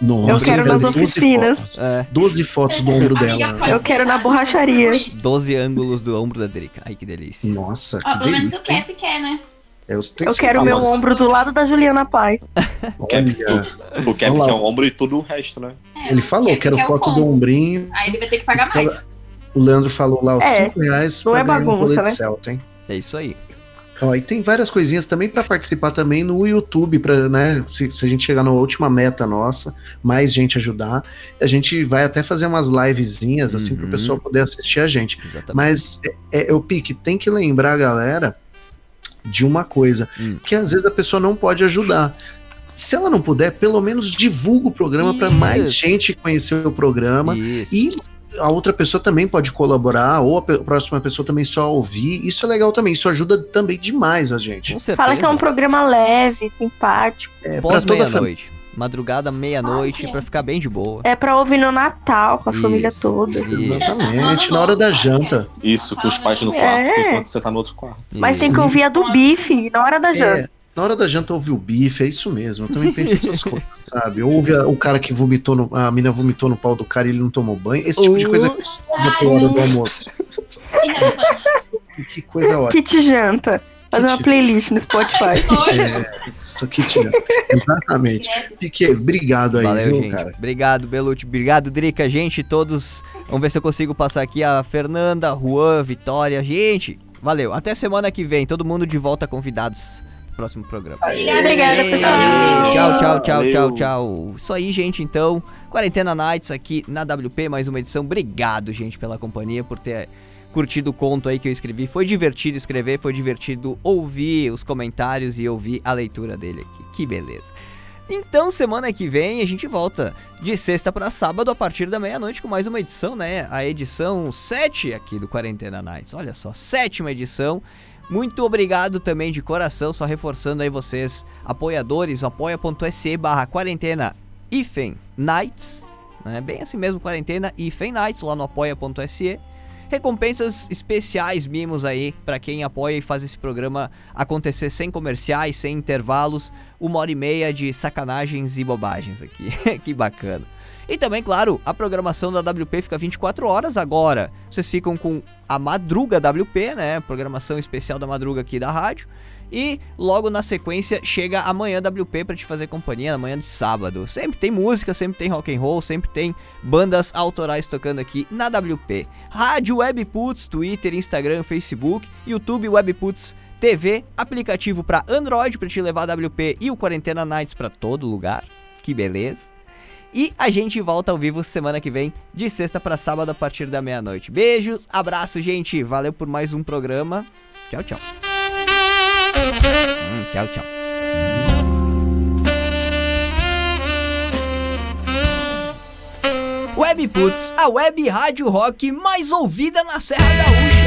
Speaker 2: Nossa,
Speaker 4: Eu quero
Speaker 2: cara,
Speaker 4: nas
Speaker 2: 12
Speaker 4: oficinas.
Speaker 2: Fotos,
Speaker 1: É,
Speaker 2: 12 fotos do ombro
Speaker 7: Amiga, um
Speaker 2: dela.
Speaker 7: pode
Speaker 4: Eu quero
Speaker 7: deixar,
Speaker 4: na borracharia.
Speaker 7: gente, eu vou ir.
Speaker 1: 12 ângulos do ombro da Drica. Ai, que delícia.
Speaker 2: Nossa, que
Speaker 7: Ó, Ah, pelo menos
Speaker 2: delícia.
Speaker 7: o Cap quer, né?
Speaker 2: É, os
Speaker 4: Eu quero um o meu ombro do lado da Juliana Paz.
Speaker 6: Cap, o, o Cap
Speaker 2: Vamos lá.
Speaker 6: que é o ombro e todo o resto, né?
Speaker 7: É,
Speaker 2: Ele
Speaker 7: o
Speaker 2: falou,
Speaker 7: Cap
Speaker 2: quero
Speaker 7: quer o
Speaker 2: foto do
Speaker 7: combo.
Speaker 2: ombrinho.
Speaker 7: Aí ele vai ter que pagar
Speaker 2: Aquela-
Speaker 7: mais.
Speaker 2: O Leandro falou lá os
Speaker 4: É,
Speaker 2: 5 reais
Speaker 4: não
Speaker 2: pra
Speaker 4: é
Speaker 2: ganhar um
Speaker 4: bagunça,
Speaker 2: rolê de
Speaker 4: né?
Speaker 2: Celta, hein?
Speaker 1: É isso aí.
Speaker 2: Ó, e tem várias coisinhas também para participar também no YouTube, para né, se, se a gente chegar na última meta nossa, mais gente ajudar, a gente vai até fazer umas livezinhas assim para o
Speaker 1: Uhum. Tá.
Speaker 2: pessoal poder assistir a gente.
Speaker 1: Exatamente.
Speaker 2: Mas é, é, eu pique, tem que lembrar a galera de uma coisa,
Speaker 1: Hum.
Speaker 2: que às vezes a pessoa não pode ajudar. Se ela não puder, pelo menos divulga o programa para mais
Speaker 1: Isso.
Speaker 2: gente conhecer o programa
Speaker 1: Isso.
Speaker 2: e a outra pessoa também pode colaborar, ou a pe- próxima pessoa também só ouvir. Isso é legal também, isso ajuda também demais a gente.
Speaker 1: Com certeza.
Speaker 4: Fala que é um programa leve, simpático.
Speaker 2: É, pra
Speaker 1: Pós
Speaker 2: toda a família.
Speaker 1: meia-noite. Madrugada, meia-noite, pra ficar bem de boa.
Speaker 4: É pra ouvir no Natal com a
Speaker 1: Isso.
Speaker 4: família toda.
Speaker 1: Isso,
Speaker 2: Exatamente, na hora da janta.
Speaker 6: Isso, com os pais no
Speaker 4: É.
Speaker 6: quarto, enquanto você tá no outro quarto.
Speaker 4: Mas tem
Speaker 1: isso.
Speaker 4: que ouvir a do bife na hora da janta.
Speaker 2: Uhum. É, Na hora da janta ouve o bife, é isso mesmo. Eu também penso nessas coisas, sabe? Ouve a- o cara que vomitou, no, a mina vomitou no pau do cara e ele não tomou banho. Esse tipo de coisa
Speaker 1: Uhum.
Speaker 2: é gostosa pro hora do almoço. Que coisa ótima.
Speaker 4: Kit janta. Fazer uma
Speaker 2: Kit.
Speaker 4: playlist no Spotify.
Speaker 2: É, isso aqui tira. Exatamente. Piquet, obrigado aí,
Speaker 1: Valeu,
Speaker 2: viu,
Speaker 1: gente.
Speaker 2: cara?
Speaker 1: Obrigado, Belucci. Obrigado, Drica. Gente, todos. Vamos ver se eu consigo passar aqui a Fernanda, Juan, Vitória. Gente, valeu. Até semana que vem. Todo mundo de volta convidados pro próximo programa.
Speaker 5: Obrigada, obrigada, pessoal.
Speaker 1: Tchau, tchau, tchau,
Speaker 6: Valeu.
Speaker 1: tchau, tchau. Isso aí, gente, então. Quarentena Nights aqui na WP, mais uma edição. Obrigado, gente, pela companhia, por ter curtido o conto aí que eu escrevi. Foi divertido escrever, foi divertido ouvir os comentários e ouvir a leitura dele aqui. Que beleza. Então, semana que vem a gente volta de sexta pra sábado a partir da meia-noite com mais uma edição, né? A edição 7 aqui do Quarentena Nights. Olha só, sétima edição. Muito obrigado também de coração, só reforçando aí vocês, apoiadores, apoia.se barra quarentena hífen nights, né? Bem assim mesmo, quarentena hífen nights lá no apoia.se. Recompensas especiais, mimos aí, pra quem apoia e faz esse programa acontecer sem comerciais, sem intervalos, uma hora e meia de sacanagens e bobagens aqui. que bacana. E também, claro, a programação da WP fica 24 horas agora. Vocês ficam com a Madruga WP, né? Programação especial da Madruga aqui da rádio. E logo na sequência chega amanhã WP pra te fazer companhia, amanhã de sábado. Sempre tem música, sempre tem rock and roll, sempre tem bandas autorais tocando aqui na WP. Rádio Webputs, Twitter, Instagram, Facebook, YouTube Webputs TV, aplicativo pra Android pra te levar a WP e o Quarentena Nights pra todo lugar. Que beleza. E a gente volta ao vivo semana que vem, de sexta pra sábado a partir da meia-noite. Beijos, abraço, gente. Valeu por mais um programa. Tchau, tchau. Hum, tchau, tchau. Webputs, a web rádio rock mais ouvida na Serra Gaúcha.